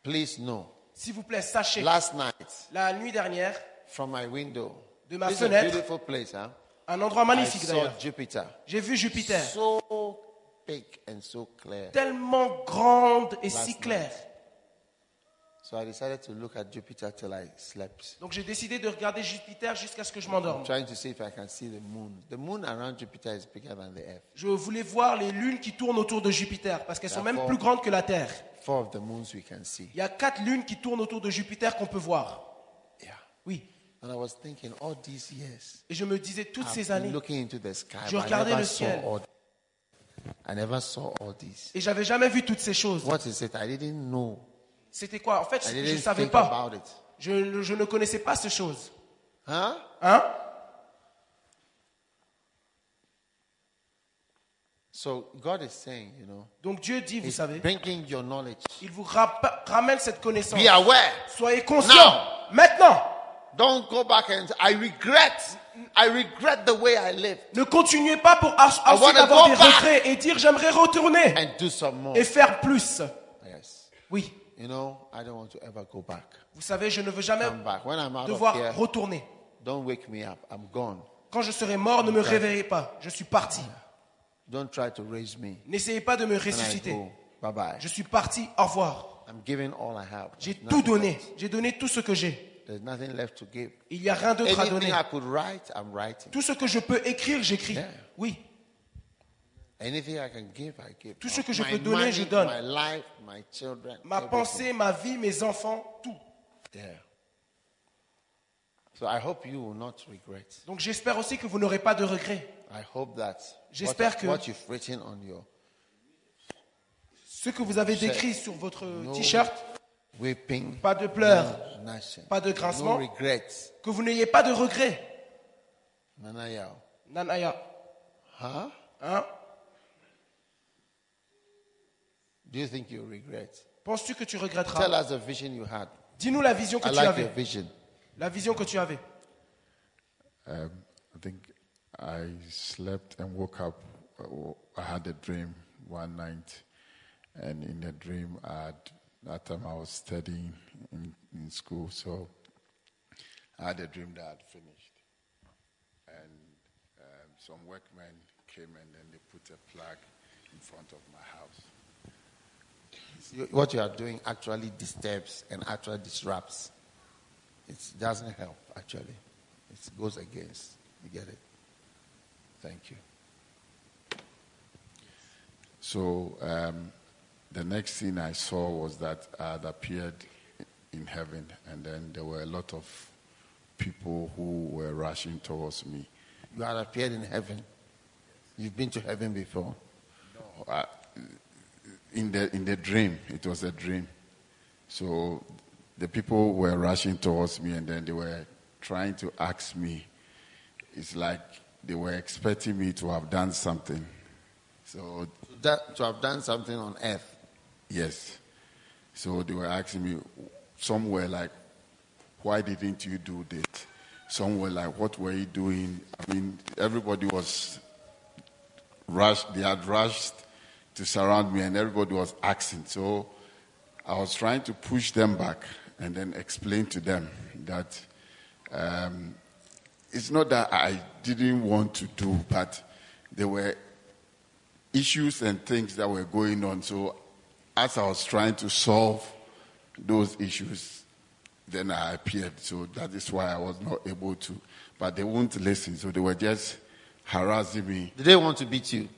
[SPEAKER 2] Please know.
[SPEAKER 3] S'il vous plaît, sachez.
[SPEAKER 2] Last night,
[SPEAKER 3] La nuit dernière,
[SPEAKER 2] from my window,
[SPEAKER 3] De ma
[SPEAKER 2] this is a
[SPEAKER 3] fenêtre.
[SPEAKER 2] beautiful place, huh?
[SPEAKER 3] un endroit
[SPEAKER 2] I
[SPEAKER 3] magnifique
[SPEAKER 2] saw
[SPEAKER 3] d'ailleurs,
[SPEAKER 2] Jupiter.
[SPEAKER 3] j'ai vu Jupiter,
[SPEAKER 2] so big and so clear.
[SPEAKER 3] tellement grande et
[SPEAKER 2] Last
[SPEAKER 3] si
[SPEAKER 2] night.
[SPEAKER 3] claire.
[SPEAKER 2] So I decided to look at Jupiter till I slept.
[SPEAKER 3] Donc j'ai décidé de regarder Jupiter jusqu'à ce que je
[SPEAKER 2] I'm
[SPEAKER 3] m'endorme.
[SPEAKER 2] trying to see if I can see the moon. The moon around Jupiter is bigger than the earth.
[SPEAKER 3] Je voulais voir les lunes qui tournent autour de Jupiter, parce qu'elles sont même
[SPEAKER 2] D'accord.
[SPEAKER 3] plus grandes que la Terre.
[SPEAKER 2] Four of the moons we can see.
[SPEAKER 3] Il y a quatre lunes qui tournent autour de Jupiter qu'on peut voir. Oui.
[SPEAKER 2] And I was thinking, all these years,
[SPEAKER 3] Et je me disais toutes
[SPEAKER 2] I've
[SPEAKER 3] ces
[SPEAKER 2] been
[SPEAKER 3] années,
[SPEAKER 2] looking into the sky,
[SPEAKER 3] Je
[SPEAKER 2] but I
[SPEAKER 3] regardais
[SPEAKER 2] never
[SPEAKER 3] le
[SPEAKER 2] saw
[SPEAKER 3] ciel.
[SPEAKER 2] all. I never saw all this.
[SPEAKER 3] et j'avais jamais vu toutes ces choses.
[SPEAKER 2] What is it? I didn't know.
[SPEAKER 3] C'était quoi En fait,
[SPEAKER 2] I
[SPEAKER 3] je ne
[SPEAKER 2] didn't
[SPEAKER 3] savais
[SPEAKER 2] think
[SPEAKER 3] pas.
[SPEAKER 2] about it.
[SPEAKER 3] Je, ne- je ne connaissais pas ces choses.
[SPEAKER 2] Huh?
[SPEAKER 3] Hein
[SPEAKER 2] So God is saying, you know,
[SPEAKER 3] Donc Dieu dit, vous
[SPEAKER 2] He's
[SPEAKER 3] savez,
[SPEAKER 2] bringing your knowledge.
[SPEAKER 3] il vous rapp- ramène cette connaissance.
[SPEAKER 2] Be aware.
[SPEAKER 3] Soyez conscients. Maintenant,
[SPEAKER 2] Don't go back and I regret. I regret the way I lived.
[SPEAKER 3] ne continuez pas pour ach-
[SPEAKER 2] I
[SPEAKER 3] ensuite
[SPEAKER 2] wanna
[SPEAKER 3] avoir
[SPEAKER 2] go
[SPEAKER 3] des
[SPEAKER 2] back.
[SPEAKER 3] regrets et dire j'aimerais retourner
[SPEAKER 2] And do some more.
[SPEAKER 3] et faire plus.
[SPEAKER 2] yes.
[SPEAKER 3] Oui,
[SPEAKER 2] You know, I don't want to ever go back.
[SPEAKER 3] vous savez, je ne veux jamais
[SPEAKER 2] Come back. When I'm out of
[SPEAKER 3] devoir
[SPEAKER 2] here,
[SPEAKER 3] retourner.
[SPEAKER 2] don't wake me up. I'm gone.
[SPEAKER 3] Quand je serai mort, ne me réveillez pas. Je suis parti.
[SPEAKER 2] Don't try to raise me.
[SPEAKER 3] N'essayez pas de me
[SPEAKER 2] When I
[SPEAKER 3] ressusciter.
[SPEAKER 2] go, bye bye.
[SPEAKER 3] Je suis parti. Au revoir.
[SPEAKER 2] I'm giving all I have.
[SPEAKER 3] J'ai
[SPEAKER 2] There's
[SPEAKER 3] tout
[SPEAKER 2] nothing
[SPEAKER 3] donné.
[SPEAKER 2] left.
[SPEAKER 3] J'ai donné tout ce que j'ai.
[SPEAKER 2] There's nothing left to give.
[SPEAKER 3] Il n'y a rien d'auttre à donner.
[SPEAKER 2] Anything I could write, I'm writing.
[SPEAKER 3] Tout ce que je peux écrire, j'écris.
[SPEAKER 2] Yeah.
[SPEAKER 3] Oui.
[SPEAKER 2] Anything I can give, I give.
[SPEAKER 3] Tout ce que je
[SPEAKER 2] my
[SPEAKER 3] peux donner,
[SPEAKER 2] money,
[SPEAKER 3] je donne.
[SPEAKER 2] My life, my children.
[SPEAKER 3] Ma
[SPEAKER 2] everything.
[SPEAKER 3] pensée, ma vie, mes enfants, tout.
[SPEAKER 2] Yeah. So I hope you will not regret.
[SPEAKER 3] Donc j'espère aussi que vous n'aurez pas de regrets.
[SPEAKER 2] I hope that what,
[SPEAKER 3] J'espère que-
[SPEAKER 2] what you've written on your
[SPEAKER 3] Ce que vous avez décrit sur votre t-shirt,
[SPEAKER 2] weeping,
[SPEAKER 3] pas de pleurs,
[SPEAKER 2] no gnashing,
[SPEAKER 3] pas de
[SPEAKER 2] no
[SPEAKER 3] grincement.
[SPEAKER 2] regrets.
[SPEAKER 3] que vous n'ayez pas de regrets.
[SPEAKER 2] Nanayao.
[SPEAKER 3] Nanaya,
[SPEAKER 2] Huh?
[SPEAKER 3] hein
[SPEAKER 2] Do you think you regret?
[SPEAKER 3] Penses-tu que tu
[SPEAKER 2] Tell
[SPEAKER 3] regretteras
[SPEAKER 2] us the vision you had.
[SPEAKER 3] Dis-nous la vision que
[SPEAKER 2] I
[SPEAKER 3] tu
[SPEAKER 2] like your
[SPEAKER 3] avais.
[SPEAKER 2] vision.
[SPEAKER 3] La vision que tu avais.
[SPEAKER 5] Um, I think I slept and woke up. Oh, I had a dream one night, and in the dream, I had, that time I was studying in, in school, so I had a dream that I had finished. And um, some workmen came and then they put a flag in front of my house.
[SPEAKER 2] You- what you are doing actually disturbs and actually disrupts. It doesn't help, actually. It goes against. You get it? Thank you.
[SPEAKER 5] So um, the next thing I saw was that I had appeared in heaven, and then there were a lot of people who were rushing towards me.
[SPEAKER 2] You are appeared in heaven. You've been to heaven before.
[SPEAKER 5] I- in the in the dream, it was a dream. So the people were rushing towards me, and then they were trying to ask me. It's like they were expecting me to have done something. So
[SPEAKER 2] That, to have done something on earth.
[SPEAKER 5] Yes. So they were asking me, some were like, why didn't you do this? Some were like, what were you doing? I mean, everybody was rushed, they had rushed to surround me, and everybody was asking. So I was trying to push them back and then explain to them that um, it's not that I didn't want to do, but there were issues and things that were going on. So, as I was trying to solve those issues, then I appeared. So that is why I was not able to. But they wouldn't listen. So they were just harassing me.
[SPEAKER 2] Did they want to beat you?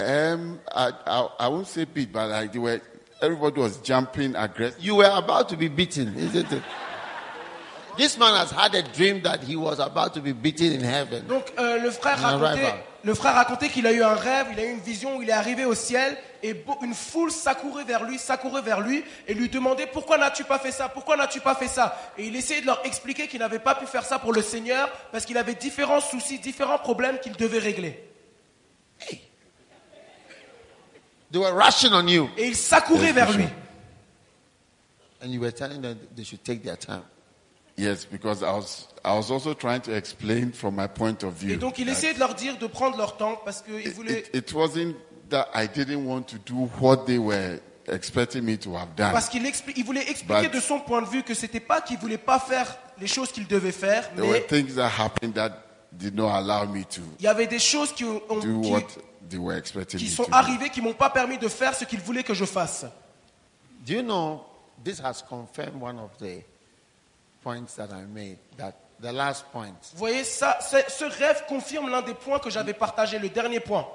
[SPEAKER 5] Um, I, I, I won't say beat, but like they were. Everybody was jumping aggressive.
[SPEAKER 2] You were about to be beaten, isn't it? this man has had a dream that he was about to be beaten in heaven.
[SPEAKER 3] Donc euh, le frère
[SPEAKER 2] Un
[SPEAKER 3] racontait,
[SPEAKER 2] rêve.
[SPEAKER 3] le frère racontait qu'il a eu un rêve, il a eu une vision où il est arrivé au ciel et beau- une foule s'accourait vers lui, s'accourait vers lui et lui demandait pourquoi n'as-tu pas fait ça, pourquoi n'as-tu pas fait ça Et il essayait de leur expliquer qu'il n'avait pas pu faire ça pour le Seigneur parce qu'il avait différents soucis, différents problèmes qu'il devait régler.
[SPEAKER 2] They were rushing on you.
[SPEAKER 3] Et il s'accourait
[SPEAKER 5] Yes,
[SPEAKER 3] vers
[SPEAKER 5] for
[SPEAKER 3] lui.
[SPEAKER 5] sure.
[SPEAKER 2] And you were telling them they should take their time.
[SPEAKER 5] Yes, because I was I was also trying to explain from my point of view.
[SPEAKER 3] Et donc il
[SPEAKER 5] that
[SPEAKER 3] essayait de leur dire de prendre leur temps parce qu'il
[SPEAKER 5] it,
[SPEAKER 3] voulait
[SPEAKER 5] it- it wasn't that I didn't want to do what they were expecting me to have done.
[SPEAKER 3] Parce qu'il expli- il voulait expliquer
[SPEAKER 5] But-
[SPEAKER 3] de son point de vue que c'était pas qu'il voulait pas faire les choses qu'il devait faire,
[SPEAKER 5] There were
[SPEAKER 3] mais
[SPEAKER 5] things that happened that did not allow me to
[SPEAKER 3] il y avait des choses qui, ont-
[SPEAKER 5] do
[SPEAKER 3] qui-
[SPEAKER 5] what they were expecting
[SPEAKER 3] qui
[SPEAKER 5] me
[SPEAKER 3] sont
[SPEAKER 5] to. do.
[SPEAKER 3] arrivées, qui m'ont pas permis de faire ce qu'ils voulaient que je fasse.
[SPEAKER 2] Do you know this has confirmed one of the points that I made? That the last point.
[SPEAKER 3] Vous voyez, ça, c'est- ce rêve confirme l'un des points que j'avais partagé, le dernier point.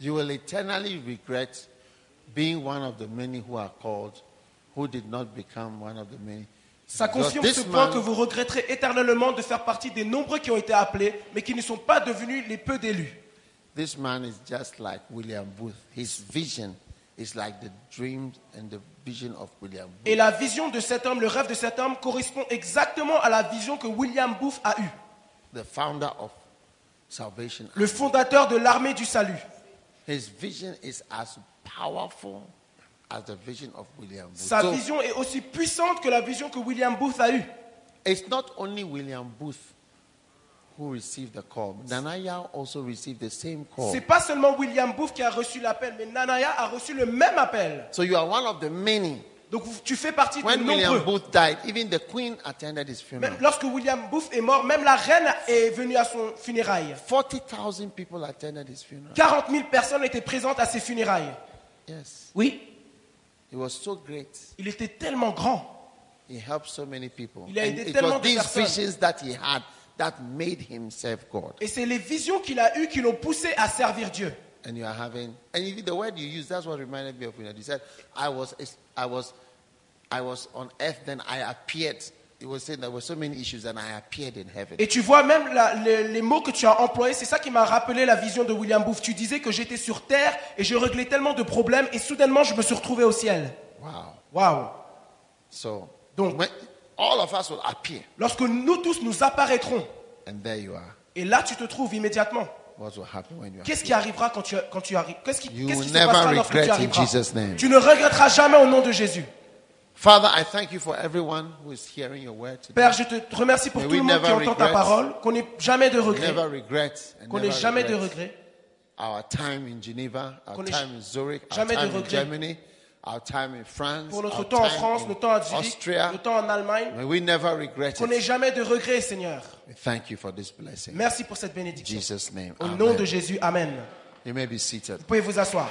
[SPEAKER 2] You will eternally regret being one of the many who are called, who did not become one of the many
[SPEAKER 3] Ça confirme
[SPEAKER 2] this
[SPEAKER 3] ce point
[SPEAKER 2] man-
[SPEAKER 3] que vous regretterez éternellement de faire partie des nombreux qui ont été appelés, mais qui ne sont pas devenus les peu d'élus.
[SPEAKER 2] This man is just like William Booth. His vision is like the dreams and the vision of William Booth.
[SPEAKER 3] Et la vision de cet homme, le rêve de cet homme, correspond exactement à la vision que William Booth a eue,
[SPEAKER 2] the founder of salvation.
[SPEAKER 3] le fondateur de l'armée du salut.
[SPEAKER 2] His vision is as powerful as the vision of William Booth.
[SPEAKER 3] Sa
[SPEAKER 2] So,
[SPEAKER 3] vision est aussi puissante que la vision que William Booth a eue.
[SPEAKER 2] it's not only William Booth who received the call. Nanaya also received the same call.
[SPEAKER 3] C'est pas seulement William Booth qui a reçu l'appel, mais Nanaya a reçu le même appel.
[SPEAKER 2] So you are one of the many.
[SPEAKER 3] Donc vous- tu fais partie des
[SPEAKER 2] When William
[SPEAKER 3] nombreux.
[SPEAKER 2] Booth died, even the queen attended his
[SPEAKER 3] Même
[SPEAKER 2] funeral.
[SPEAKER 3] lorsque William Booth est mort, même la reine est venue à son funérailles.
[SPEAKER 2] 40,000 people attended his funeral.
[SPEAKER 3] 40 000 personnes étaient présentes à ses funérailles.
[SPEAKER 2] Yes.
[SPEAKER 3] Oui,
[SPEAKER 2] He was so great.
[SPEAKER 3] il était tellement grand.
[SPEAKER 2] He helped so many people.
[SPEAKER 3] Il a
[SPEAKER 2] And
[SPEAKER 3] aidé
[SPEAKER 2] it
[SPEAKER 3] tellement
[SPEAKER 2] was
[SPEAKER 3] de
[SPEAKER 2] these
[SPEAKER 3] personnes.
[SPEAKER 2] visions that he had that made him serve God.
[SPEAKER 3] Et c'est les visions qu'il a eues qui l'ont poussé à servir Dieu.
[SPEAKER 2] And you are having, and even the word you use, that's what reminded me of when you said, I was, I was, I was on earth, then I appeared. It was saying there were so many issues, and I appeared in heaven.
[SPEAKER 3] Et tu vois même la- les, les mots que tu as employés, c'est ça qui m'a rappelé la vision de William Booth. Tu disais que j'étais sur terre et je réglais tellement de problèmes et soudainement je me suis retrouvé au ciel.
[SPEAKER 2] wow.
[SPEAKER 3] Waouh
[SPEAKER 2] So,
[SPEAKER 3] Donc-
[SPEAKER 2] when- all of us will appear,
[SPEAKER 3] Lorsque nous tous nous apparaîtrons,
[SPEAKER 2] and there you are.
[SPEAKER 3] et là tu te trouves immédiatement,
[SPEAKER 2] What will happen when you are?
[SPEAKER 3] qu'est-ce qui arrivera quand tu, quand tu arrives Qu'est-ce qui,
[SPEAKER 2] You
[SPEAKER 3] qu'est-ce qui
[SPEAKER 2] will
[SPEAKER 3] se passera
[SPEAKER 2] never
[SPEAKER 3] lorsque
[SPEAKER 2] regret
[SPEAKER 3] tu
[SPEAKER 2] in
[SPEAKER 3] arriveras
[SPEAKER 2] Jesus' name.
[SPEAKER 3] Tu ne regretteras jamais au nom de Jésus.
[SPEAKER 2] Father, I thank you for everyone who is hearing your word today.
[SPEAKER 3] Père, je te remercie pour
[SPEAKER 2] May
[SPEAKER 3] tout
[SPEAKER 2] we
[SPEAKER 3] le monde qui
[SPEAKER 2] never
[SPEAKER 3] entend ta
[SPEAKER 2] regret.
[SPEAKER 3] parole, qu'on n'ait jamais de regrets,
[SPEAKER 2] Never regret, and
[SPEAKER 3] qu'on n'ait
[SPEAKER 2] never
[SPEAKER 3] jamais de
[SPEAKER 2] regret
[SPEAKER 3] regrets.
[SPEAKER 2] our time in Geneva, our
[SPEAKER 3] Qu'on n'ait
[SPEAKER 2] time in Zurich, our
[SPEAKER 3] jamais de
[SPEAKER 2] time in
[SPEAKER 3] regrets.
[SPEAKER 2] Germany, our time in France,
[SPEAKER 3] Pour notre
[SPEAKER 2] our
[SPEAKER 3] temps en
[SPEAKER 2] time
[SPEAKER 3] France,
[SPEAKER 2] in
[SPEAKER 3] notre temps à Zurich,
[SPEAKER 2] Austria.
[SPEAKER 3] notre temps en Allemagne,
[SPEAKER 2] May we never regret
[SPEAKER 3] qu'on n'ait
[SPEAKER 2] it.
[SPEAKER 3] jamais de regrets, Seigneur.
[SPEAKER 2] We Thank you for this blessing.
[SPEAKER 3] Merci pour cette
[SPEAKER 2] In
[SPEAKER 3] bénédiction.
[SPEAKER 2] Jesus' name.
[SPEAKER 3] Au nom
[SPEAKER 2] amen.
[SPEAKER 3] de Jésus, Amen.
[SPEAKER 2] You may be seated.
[SPEAKER 3] Vous pouvez vous asseoir.